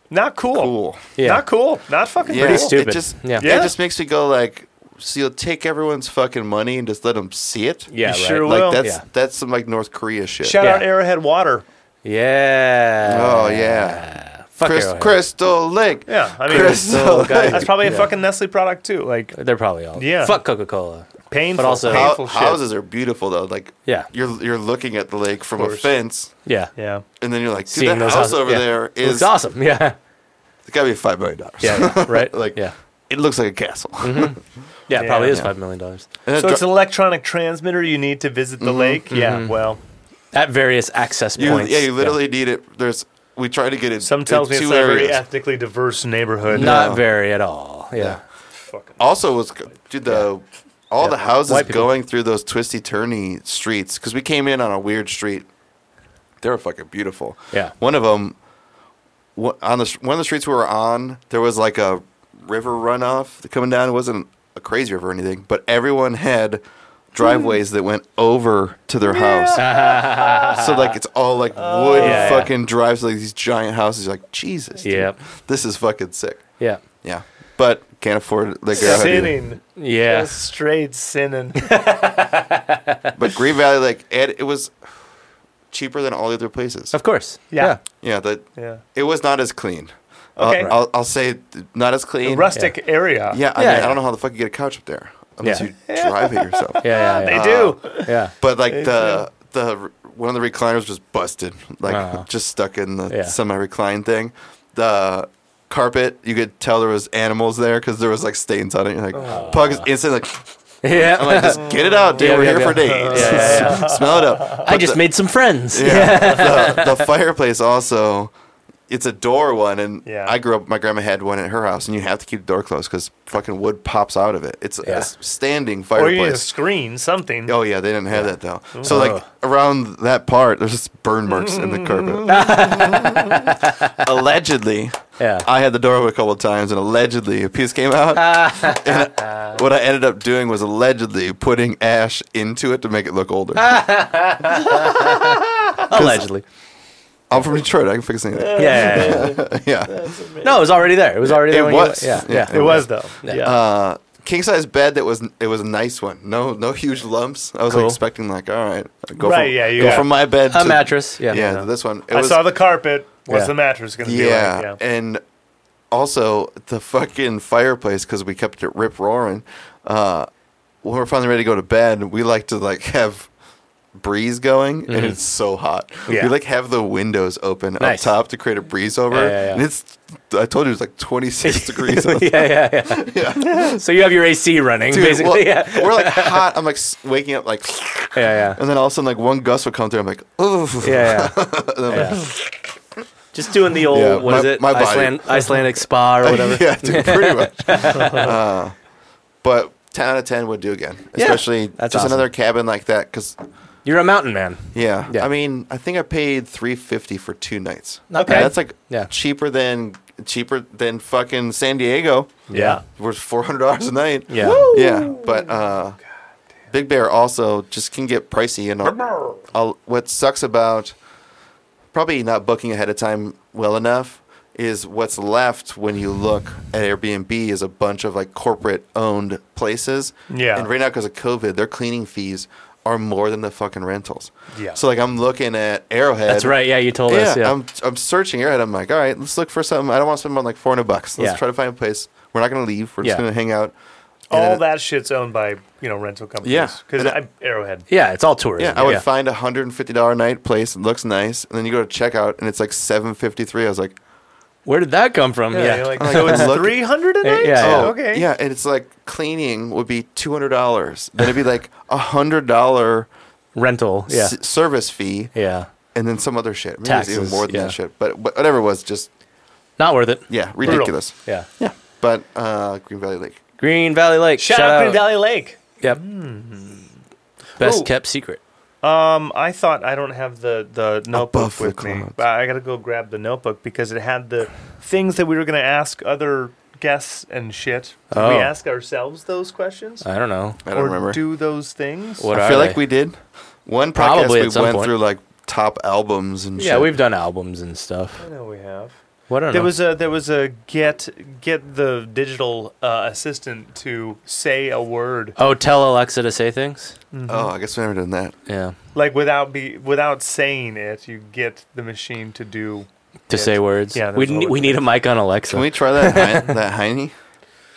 A: Not cool.
C: cool.
B: Yeah.
A: Not cool. Not fucking
C: Yeah,
A: cool.
B: Pretty stupid.
C: It just,
B: Yeah.
A: Yeah.
C: it just makes me go like, so you'll take everyone's fucking money and just let them see it.
B: Yeah,
A: You
B: right.
A: sure
C: like
A: will.
C: that's
B: Yeah.
C: that's some like North Korea shit.
A: Shout out
B: Yeah.
A: Arrowhead Water.
B: Yeah.
C: Oh, yeah.
B: Fuck
C: Chris-
B: Arrowhead.
C: Crystal Lake.
A: Yeah, I mean,
C: Crystal
B: guy.
A: *laughs*
C: Lake.
A: That's probably a fucking Nestle product too. Like
B: They're probably all.
A: Yeah.
B: Fuck Coca Cola.
A: painful,
B: But also-
A: painful
C: How,
A: shit.
C: houses are beautiful though. Like
B: Yeah.
C: you're you're looking at the lake from a
A: course.
C: fence,
B: Yeah.
A: yeah,
C: and then you're like, dude,
B: Seeing
C: that
B: those
C: house
B: houses
C: over
B: yeah.
C: there
B: It looks
C: is
B: awesome. *laughs* Yeah.
C: It's got to be five million dollars.
B: Yeah.
C: *laughs*
B: yeah. Right.
C: Like-
B: yeah.
C: it looks like a castle. *laughs*
B: Yeah.
A: Yeah.
B: It probably is
C: Yeah.
B: five million dollars
C: And it
A: So
C: dri-
A: it's an electronic transmitter you need to visit the
B: Mm-hmm,
A: lake. Yeah, well,
B: at various access
C: you,
B: points.
C: yeah, you literally need it. There's we try to get it.
A: some
C: in
A: tells me it's
C: two
A: not a very
C: areas.
A: ethnically diverse neighborhood.
B: Not
C: No.
B: very at all. Yeah.
A: Fucking-
C: Also, was dude the all the houses
B: White people.
C: going through those twisty turny streets because we came in on a weird street. They were fucking beautiful.
B: Yeah.
C: One of them, on the s- one of the streets we were on, there was like a river runoff that coming down. It wasn't a crazy river or anything, but everyone had driveways that went over to
B: *laughs*
C: their house. so like it's all like wood
B: Oh. Yeah, yeah.
C: fucking drives like these giant houses. You're like Jesus. dude,
B: Yep.
C: This is fucking sick.
B: Yeah.
C: Yeah. But can't afford like
A: Sinning,
B: Yeah.
A: Just
B: *laughs*
A: straight sinning.
C: But Green Valley, like it, it was cheaper than all the other places.
B: Of course.
A: Yeah,
C: Yeah, that
A: yeah.
C: it was not as clean. Uh,
A: Okay.
C: I'll, I'll, I'll say not as clean.
A: Rustic area.
C: Yeah, I,
B: Yeah,
C: mean,
B: yeah.
C: I don't know how the fuck you get a couch up there unless
B: Yeah.
C: you drive it yourself.
B: *laughs* Yeah.
A: they
C: Uh,
B: Yeah.
A: do.
B: Yeah. yeah.
C: But like the the one of the recliners was busted, like
B: Uh-huh.
C: just stuck in the
B: Yeah.
C: semi-recline thing. The carpet, you could tell there was animals there because there was like stains on it. You're like, pug is instantly like.
B: Yeah.
C: I'm
B: *laughs*
C: like, just get it out, dude.
B: Yeah,
C: We're
B: yeah,
C: here
B: yeah.
C: for days.
A: Yeah, yeah,
C: *laughs* Smell it up.
B: *laughs*
D: I
C: Put
D: just
C: the-
D: made some friends.
C: Yeah. the, the fireplace also, it's a door one, and
A: Yeah.
C: I grew up. My grandma had one at her house, and you have to keep the door closed because fucking wood pops out of it. It's
B: Yeah.
C: a s- standing
A: Or you need a
C: fireplace.
A: screen, something.
C: Oh yeah, they didn't have that though. So like around that part, there's just burn marks in the carpet. *laughs* allegedly,
B: Yeah.
C: I had the door open a couple of times, and allegedly a piece
A: *laughs*
C: came out. and I- what I ended up doing was allegedly putting ash into it to make it look
A: *laughs*
C: older.
B: Allegedly.
C: I'm from Detroit. I can fix anything.
B: Yeah. yeah, yeah.
C: *laughs* yeah.
B: *laughs* No, it was already there. It was already there.
C: It
B: when
C: was.
B: You, yeah.
C: Yeah.
B: Yeah.
A: It was though. Yeah.
C: Uh, king size bed that was it was a nice one. No no huge lumps. I was like,
B: Cool.
C: expecting like all right, go
A: Right,
C: from,
A: yeah, you
C: go
A: got-
C: from my bed
B: A
C: to
B: mattress. Yeah.
C: Yeah, to this one. It
A: I
C: was,
A: saw the carpet. What's
B: Yeah.
A: the mattress going to be
C: yeah,
A: like?
C: and also the fucking fireplace because we kept it rip roaring. Uh, when we're finally ready to go to bed, we like to like have breeze going and it's so hot
A: Yeah.
C: we like have the windows open
B: Mm-hmm. Nice.
C: up top to create a breeze over
B: Yeah, yeah, yeah.
C: and it's i told you it's like
B: *laughs*
C: 26 degrees
B: yeah, yeah, *laughs* yeah. So you have your AC running,
C: Dude,
B: basically.
C: well,
B: yeah.
C: we're
B: *laughs*
C: like hot i'm like s- waking up like
B: Yeah, yeah.
C: And then all of a sudden, like one gust would come through. I'm like, ooh.
B: Yeah, yeah. Yeah. *laughs* Just doing the old,
C: Yeah,
B: what is
C: my-
B: it?
C: my body.
B: Iceland, Icelandic spa *laughs* or whatever.
C: *laughs* yeah, dude, pretty much. *laughs* Uh, but 10 out of 10 would do again.
B: Yeah,
C: Especially
B: that's
C: just
B: awesome.
C: another cabin like that. Because,
B: You're a mountain man.
C: yeah,
B: Yeah.
C: I mean, I think I paid 350 for two nights.
B: Not
C: Okay.
B: bad.
C: That's like
B: Yeah.
C: cheaper than cheaper than fucking San Diego.
A: Yeah.
C: Worth $400 a night.
B: Yeah.
C: Yeah, but uh, Big Bear also just can get pricey, and I'll, I'll, what sucks about probably not booking ahead of time well enough is what's left when you look at Airbnb is a bunch of like corporate owned places.
A: Yeah.
C: and right now because of COVID, their cleaning fees are more than the fucking rentals.
A: Yeah.
C: so like I'm looking at Arrowhead.
B: That's right. Yeah, you told
C: Yeah,
B: us. Yeah.
C: I'm I'm searching Arrowhead. I'm like, all right, let's look for something. I don't want to spend more than like 400 bucks. Let's
B: Yeah.
C: try to find a place. We're not gonna leave. We're just
B: Yeah.
C: gonna hang out. And
A: All
C: then-
A: that shit's owned by you know rental companies.
C: Yeah.
A: Because
C: And I-
A: Arrowhead.
B: yeah, it's all tourism.
C: Yeah, I would find a hundred and fifty dollar night place. It looks nice, and then you go to checkout, and it's like seven fifty three. I was like,
B: Where did that come from?
A: Yeah.
B: Yeah.
A: you're like,
C: Like,
A: so it's
C: Oh, look-
A: three hundred a
B: Yeah,
A: night.
B: yeah.
A: Oh,
C: oh,
A: okay.
C: yeah, and it's like cleaning would be two hundred dollars. Then it'd be like a hundred dollar
B: Rental. Yeah.
C: s- service fee,
B: yeah.
C: and then some other shit. Maybe it was
B: Taxes,
C: even more than
B: yeah.
C: that shit. But wh- whatever it was, just
B: Not worth it.
C: yeah, ridiculous.
B: Yeah.
C: Yeah, but uh, Green Valley Lake.
B: Green Valley Lake.
A: Shout, out Green Valley Lake.
B: Yep.
A: Hmm.
B: Best
A: Ooh.
B: kept secret.
A: Um, I thought I don't have the the notebook
C: Above the
A: with me,
C: clouds.
A: but I gotta go grab the notebook because it had the things that we were gonna ask other guests and shit. Did we
B: Oh.
A: ask ourselves those questions?
B: I don't know.
C: I don't
A: or
C: remember.
A: do those things?
B: What
C: I
B: are
C: feel
B: they?
C: like we did one podcast.
B: Probably
C: we
B: at some
C: went
B: point.
C: through like top albums and
B: Yeah,
C: shit.
B: we've done albums and stuff.
A: I know we have.
B: What don't
A: There
B: know.
A: was a there was a get get the digital uh, assistant to say a word
B: oh, tell Alexa to say things.
C: oh, I guess we never done that.
B: Yeah.
A: like without be without saying it. You get the machine to do.
B: To
A: Yeah.
B: say words.
A: Yeah,
B: Yeah. We
A: there's
B: ne-
A: always
B: we need a mic on Alexa.
C: Can we
B: *laughs*
C: try that Heine- that Heine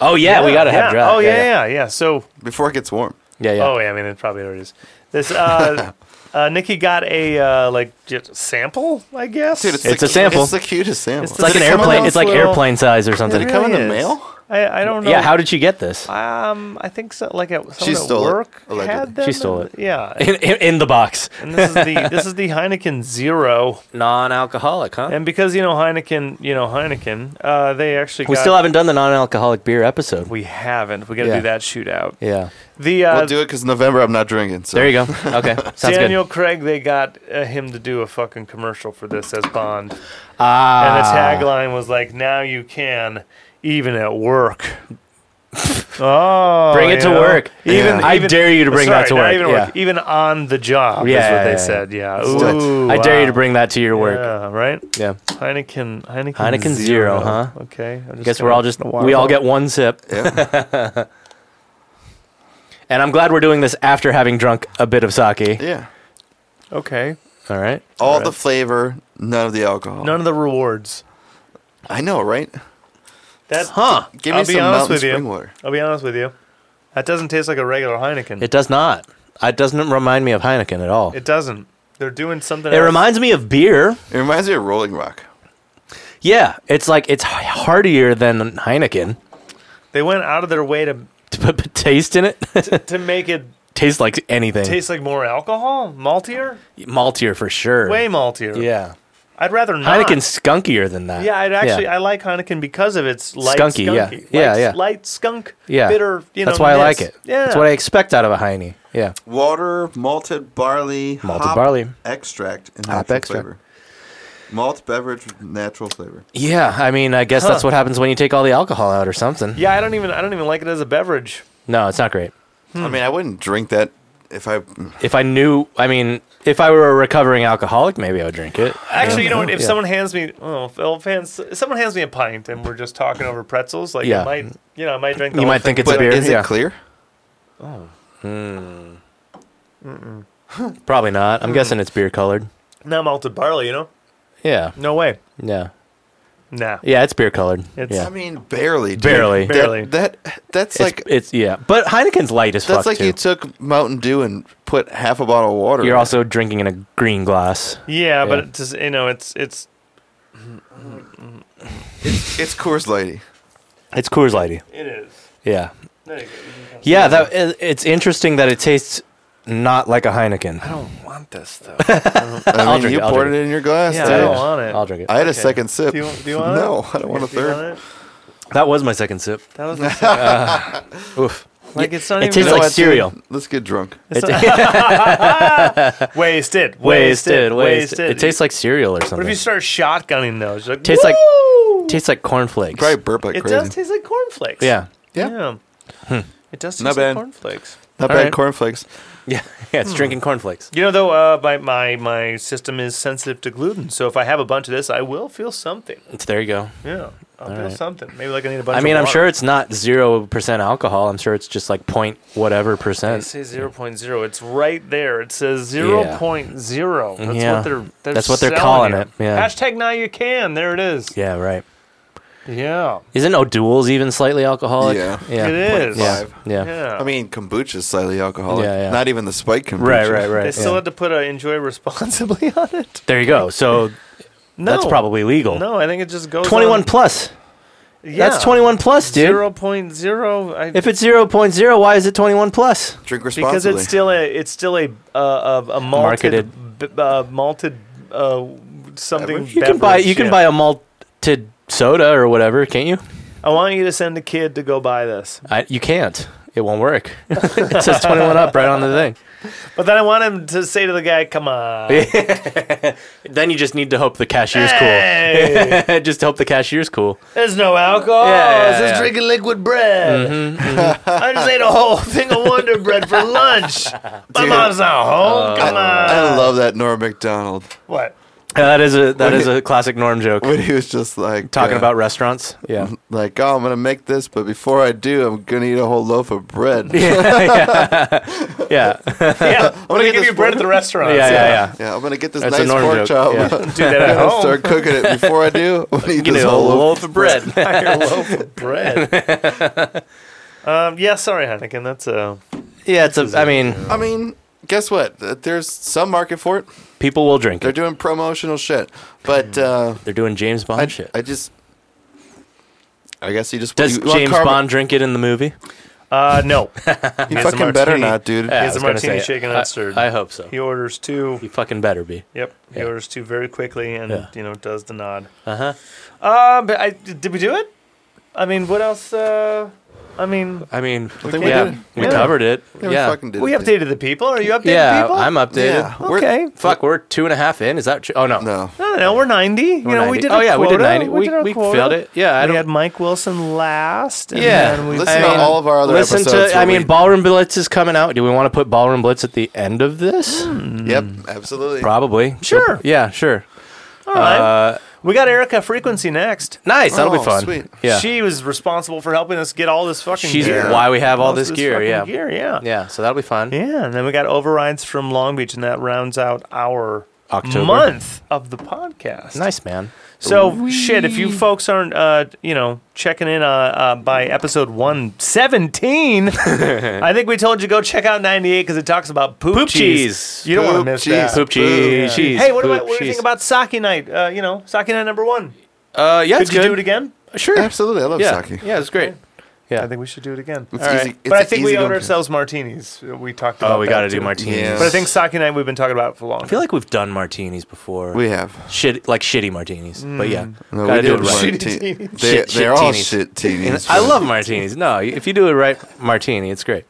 B: oh yeah, we gotta have
A: yeah.
B: drought.
A: Oh yeah, yeah, yeah. So
C: before it gets warm?
B: Yeah. Yeah.
A: Oh yeah, I mean it probably already is. This uh, uh, Nikki got a uh, like just sample, I guess.
C: Dude, it's,
B: It's
C: the
B: a sample.
C: It's the cutest sample.
A: It's
B: It's like
A: Did
B: an
A: it come in
B: airplane.
A: those
B: It's like
A: little-
B: airplane size or something.
C: Did it come in the mail?
A: I, I don't know.
B: Yeah. How did you get this?
A: Um, I think so. Like at, someone
C: She
A: at
C: stole it,
A: work
C: allegedly.
A: had them.
B: She stole it.
A: Yeah.
B: *laughs* In, in, in the box.
A: and this is the this is the Heineken Zero,
B: Non-alcoholic, huh?
A: and because you know Heineken, you know Heineken, uh, they actually
B: we
A: got-
B: still haven't done the non-alcoholic beer episode.
A: we haven't. We got to
B: Yeah.
A: do that shootout.
B: yeah.
A: The uh,
C: we'll do it because November I'm not drinking. So
B: There you go.
A: *laughs*
B: Okay. Sounds
A: Daniel Craig, they got uh, him to do a fucking commercial for this as Bond.
B: good. Ah.
A: And the tagline was like, "Now you can, even at work."
B: *laughs*
A: oh,
B: Bring it
A: you
B: to
A: know?
B: work.
A: Oh, Even,
B: I
A: even-
B: dare you to bring that to
A: sorry, not
B: work.
A: Even, at
B: yeah.
A: work, even on the job
B: Yeah,
A: is what
B: yeah,
A: they
B: yeah.
A: said. Yeah,
C: Still-
A: Ooh,
B: I dare you to
A: wow.
B: bring that to your work.
A: Yeah, right.
B: Yeah.
A: Heineken, Heineken,
B: Heineken Zero, huh?
A: Okay. I
B: I guess we're all just we all get one sip.
C: Yeah.
B: *laughs* And I'm glad we're doing this after having drunk a bit of sake.
C: yeah.
A: okay.
B: All right.
C: All
A: Alright.
C: the flavor, none of the alcohol.
A: None of the rewards.
C: I know, right?
A: That
B: Huh.
C: Give me
A: I'll
C: some
A: be honest
C: mountain
A: with
C: spring
A: you.
C: water.
A: I'll be honest with you. That doesn't taste like a regular Heineken.
B: It does not. It doesn't remind me of Heineken at all. It,
A: It doesn't. They're doing something. else.
B: reminds me of beer.
C: It reminds me of Rolling Rock.
B: Yeah, it's like it's heartier than Heineken. *laughs*
A: They went out of their way to
B: to put put taste in it. *laughs*
A: to make it
B: Tastes like anything.
A: taste like more alcohol, maltier,
B: maltier for sure.
A: way maltier.
B: yeah.
A: I'd rather not.
B: Heineken's skunkier than that.
A: Yeah, I'd actually I like Heineken because of its light
B: Skunky, yeah.
A: skunky-
B: Yeah,
A: light,
B: yeah.
A: light skunk,
B: yeah.
A: bitter. You
B: That's
A: know,
B: why I
A: ness.
B: like it.
A: Yeah,
B: That's what I expect out of a Heine. Yeah.
C: Water, malted barley,
B: Malted
C: hop
B: barley.
C: extract, and
B: Hop
C: natural
B: extract.
C: flavor. Malt beverage, with natural flavor.
B: Yeah. I mean, I guess that's what happens when you take all the alcohol out or something.
A: yeah. I don't even I don't even like it as a beverage.
B: No, it's not great.
C: I mean, I wouldn't drink that if I.
B: If I knew, I mean, if I were a recovering alcoholic, maybe I would drink it.
A: Actually, you know what? If
B: Yeah.
A: someone hands me oh, if old fans, if someone hands me a pint and we're just talking over pretzels, like
B: Yeah.
A: I might you know I might drink. The
B: You
A: whole
B: might think
A: thing,
B: it's a
A: but-
B: beer.
C: Is
B: yeah.
C: it clear?
B: Probably not. I'm guessing it's beer colored.
A: Not malted barley, you know?
B: Yeah.
A: No way.
B: Yeah.
A: Nah.
B: Yeah, it's beer colored.
A: It's-
B: yeah.
C: I mean, barely. dude.
B: Barely.
C: That-
A: Barely.
C: That, that's
B: it's,
C: like
B: it's yeah, but Heineken's light as
C: that's
B: fuck
C: like
B: too.
C: you took Mountain Dew and put half a bottle of water.
B: You're
C: in it.
B: also drinking in a green glass.
A: Yeah, but
B: Yeah.
A: it's just, you know it's it's
C: It's Coors Lady.
B: It's Coors Lighty.
A: it is.
B: Yeah. Yeah, that it- it's interesting that it tastes not like a Heineken.
A: don't want this though.
C: I mean,
B: drink
C: you
B: it, *laughs* I'll
C: poured
B: drink
C: it in your glass.
A: Yeah, I
C: dude.
A: don't want it.
B: I'll drink it.
C: I had a
A: Okay.
C: second sip.
A: Do you, do you want
C: no,
A: it?
C: I don't want a
A: Do you
C: third.
A: want it?
B: that was my second sip.
A: That
C: *laughs*
A: was the
B: Oof.
A: Like, it's not
B: it
A: even-
B: tastes
A: You know
B: like
C: what, dude?
B: cereal.
C: Let's get drunk.
A: It's *laughs*
B: It- *laughs*
A: wasted,
B: wasted,
A: wasted,
B: wasted. It tastes like cereal or
A: What
B: something.
A: if you start shotgunning those? You're Like,
B: tastes like
A: "Woo!"
B: tastes like cornflakes.
C: Probably burp like
A: it
C: crazy.
A: does taste like cornflakes.
B: Yeah.
C: Yeah. Hmm.
A: It does taste
C: Not
A: like
C: bad.
A: cornflakes.
C: Not
B: All
C: bad
B: right.
C: cornflakes.
B: *laughs* Yeah. Yeah,
A: Hmm.
B: it's drinking cornflakes.
A: You know, though, uh, my, my my system is sensitive to gluten, so if I have a bunch of this, I will feel something.
B: It's, there you go.
A: Yeah, I'll feel
B: right.
A: something. Maybe like I need a bunch.
B: I
A: of
B: mean, I'm
A: water.
B: sure it's not 0% alcohol. I'm sure it's just like point whatever
A: They
B: percent.
A: say 0.0. It's right there. It says 0.0. That's
B: Yeah.
A: what they're, they're
B: That's what they're
A: selling
B: calling
A: you.
B: it, yeah.
A: Hashtag now you can. There it is.
B: Yeah, right.
A: Yeah.
B: Isn't O'Doul's even slightly alcoholic?
C: Yeah.
B: yeah.
A: It is.
B: Yeah. Yeah.
A: Yeah.
C: I mean, kombucha is slightly alcoholic.
B: Oh. Yeah, yeah.
C: Not even the spike kombucha.
B: Right, right, right.
A: they still
B: yeah.
A: had to put a enjoy responsibly *laughs* on it.
B: There you go. So
A: No.
B: that's probably legal.
A: No, I think it just goes
B: 21
A: on-
B: plus.
A: Yeah.
B: That's 21 plus, dude.
A: 0.0. I,
B: If it's 0.0, why is it 21 plus?
C: Drink
A: because
C: responsibly.
A: it's still a it's still a uh, a, a malted
B: Marketed.
A: b- uh, malted uh, something.
C: Beverage?
B: You can buy
A: beverage,
B: you can
A: yeah.
B: buy a malted soda or whatever, can't you?
A: I want you to send a kid to go buy this.
B: I, you can't. It won't work. *laughs* it says 21 up right on the thing.
A: But then I want him to say to the guy,
B: *laughs*
A: "Come on,
B: Then you just need to hope the cashier's
A: hey,
B: cool. *laughs* just hope the cashier's cool.
A: there's no alcohol.
B: Yeah, yeah,
A: it's just
B: yeah. Mm-hmm,
A: drinking liquid bread. *laughs* I just ate a whole thing of Wonder Bread for lunch. My mom's not home.
C: Uh,
A: Come on,
C: I love that Norm McDonald
A: what?
B: Yeah, Uh, that is a that is a classic norm joke.
C: when he was just like
B: Talking
C: uh,
B: about restaurants. Yeah.
C: like, oh, I'm gonna make this, but before I do, I'm gonna eat a whole loaf of
B: Mm-hmm.
C: bread. yeah,
B: *laughs* Yeah.
A: Yeah, I'm gonna,
C: get
A: give
C: this
A: you bread at the restaurant.
B: Yeah, yeah, yeah.
C: I'm gonna get this
B: That's a
C: nice
B: Norm joke,
C: pork chop. *laughs*
B: yeah.
C: I'm
A: Do that at
C: gonna
A: home.
C: start cooking it before I
B: *laughs*
C: do. I'm gonna eat
B: You
C: this
B: know, a
C: whole loaf.
B: loaf of bread.
A: Your loaf of bread. um, yeah, sorry, Heineken. That's uh,
B: *laughs* yeah, it's a I mean,
C: I mean, guess what? Uh, There's some market for it.
B: people will drink
C: They're
B: it.
C: doing promotional shit, but uh,
B: They're doing James Bond
C: I,
B: Hmm. shit.
C: I just, I guess you just
B: Does
C: you want
B: James
C: karma-
B: Bond drink it in the movie?
A: uh no.
C: You
A: Has a
C: fucking better
A: martini.
C: not, dude.
A: He
B: Yeah,
A: has
B: I
A: a
B: was gonna
A: martini
B: say,
A: shaken
B: I-
A: and stirred.
B: I hope so.
A: He orders two.
B: You fucking better be.
A: Yep, he
B: Yeah.
A: orders two very quickly, and
B: Yeah.
A: you know does the nod.
B: Uh huh.
A: Uh, but I, did we do it? I mean, what else? Uh, I mean,
B: I mean,
C: think
A: we
B: yeah,
C: did it.
B: we
A: Yeah.
B: covered it.
C: Yeah,
B: Yeah,
C: we
B: yeah,
C: fucking did
A: we
C: it, dude.
A: updated the people. Are you updating people?
B: I'm updated.
C: Yeah. We're-
A: okay.
B: Fuck, we're two and a half in. Is that true? Oh no,
C: No,
A: I don't know. We're 90. You
B: We're
A: know,
B: 90.
A: we did.
B: Oh
A: our
B: yeah, we did
A: quota.
B: ninety. We
A: did our
B: we
A: quota.
B: filled it. Yeah, I
A: we had
B: don't.
A: Mike Wilson last. And
B: Yeah.
A: then we
C: Listen
A: found-
C: to all of our other
B: Listen
C: episodes.
B: to. I
C: where
B: mean,
C: we-
B: Ballroom Blitz is coming out. Do we want to put Ballroom Blitz at the end of this?
C: yep, absolutely.
B: Probably.
A: Mm. Sure.
B: Yeah, sure.
A: All right.
B: Uh,
A: we got Erica Frequency next.
B: nice. That'll
C: Oh,
B: be fun.
C: sweet.
B: Yeah.
A: She was responsible for helping us get all this fucking
B: She's
A: gear.
B: why we have all
A: Most
B: this
A: of
B: gear.
A: fucking
B: Yeah.
A: Gear, yeah.
B: Yeah. So that'll be fun.
A: Yeah, and then we got overrides from Long Beach, and that rounds out our
B: October.
A: month of the podcast.
B: Nice man.
A: So shit, if you folks aren't, uh, you know, checking in uh, uh, by episode one
B: *laughs*
A: seventeen, I think we told you go check out ninety eight because it talks about poop,
B: Poop cheese.
A: You don't want
C: Poop
A: to miss
C: cheese.
A: that.
B: Poop cheese. cheese,
A: Hey, what,
B: poop
A: about, what do you
B: cheese.
A: think about sake night? Uh, you know, sake night number one.
B: Uh, yeah,
A: Could
B: it's
A: you
B: good.
A: do it again?
B: Sure.
C: Absolutely, I love
B: Yeah.
C: sake.
B: Yeah, it's great. Yeah.
A: I think we should do it again.
D: It's
A: All right.
D: easy- it's
A: but I
D: an
A: think
D: easy
A: we owed
D: go-to.
A: ourselves martinis. We talked about
B: Oh, we
A: that,
B: got to do
A: too.
B: martinis.
D: Yeah.
A: But I think Saki and I, we've been talking about it for long.
B: I feel like we've done martinis before.
D: We have.
B: shit like shitty martinis. But yeah,
D: No,
B: gotta
D: we
B: do it
D: did
B: right.
D: one.
A: Shitty
D: Te-
A: teenies.
D: they,
B: Shit- shit
D: they're all
B: teenies.
D: shit teenies.
B: And *laughs* I love martinis. No, if you do it right, martini, it's great.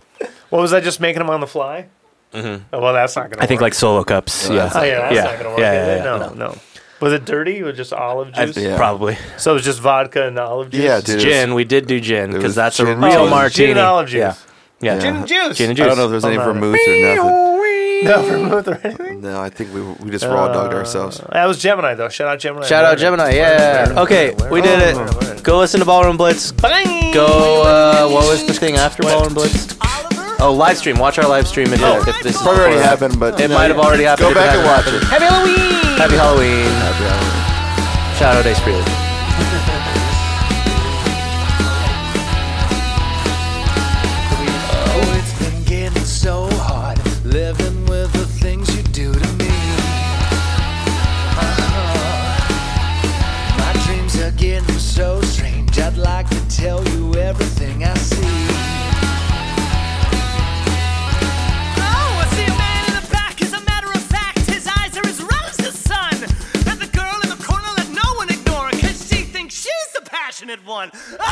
A: What was I just making them on the fly? Mm-hmm. Oh, well, that's not going to
B: I think like solo cups.
D: Yeah,
B: yeah.
D: that's
A: Oh, yeah, that's
B: yeah.
A: not going to work.
B: Yeah,
A: is
B: yeah,
A: it?
B: yeah.
A: no, no, Was it dirty? It was just olive
B: I-
A: juice?
D: Yeah.
B: Probably
A: So it was just vodka and olive juice?
D: Yeah, dude. it
B: gin. We did do gin
D: It
B: because
D: was
B: that's a
D: gin and
B: real
D: juice.
B: martini.
A: Gin and olive juice.
B: Yeah, yeah.
D: Yeah.
A: Gin and juice.
B: Gin and
D: was- I
B: juice.
D: don't know if there's any
A: Hold on.
D: vermouth or nothing.
A: No vermouth or anything.
D: No, I think we we just raw dogged
A: Uh,
D: ourselves.
A: *laughs* That was Gemini, though. Shout out Gemini.
B: Shout out
A: Where-
B: Gemini.
A: where-
B: Yeah.
A: where-
B: Okay,
A: where-
B: we did
A: where- where- where-
B: it. Go listen to Ballroom Blitz.
A: Bang!
B: Go. Uh, what was the thing after Ballroom Blitz?
E: Oliver?
B: Oh, live stream. Watch our live stream. If,
A: Oh.
B: if this is
D: Probably already
B: before-
D: happened, but
B: It might have already happened.
D: Go
B: if it
D: back and watch
B: hasn't happened.
D: it.
E: Happy Halloween!
B: Happy Halloween. Shout out Ace Spirit.
E: Oh, it's been getting so hard living with the things you do to me. Uh-huh. My dreams are getting so strange. I'd like to tell you everything I see.
F: Oh, I see a man in the back. As a matter of fact, his eyes are as red as the sun. And the girl in the corner, let no one ignore her, 'cause she thinks she's the passionate one. Oh,
E: Oh,
F: Oh,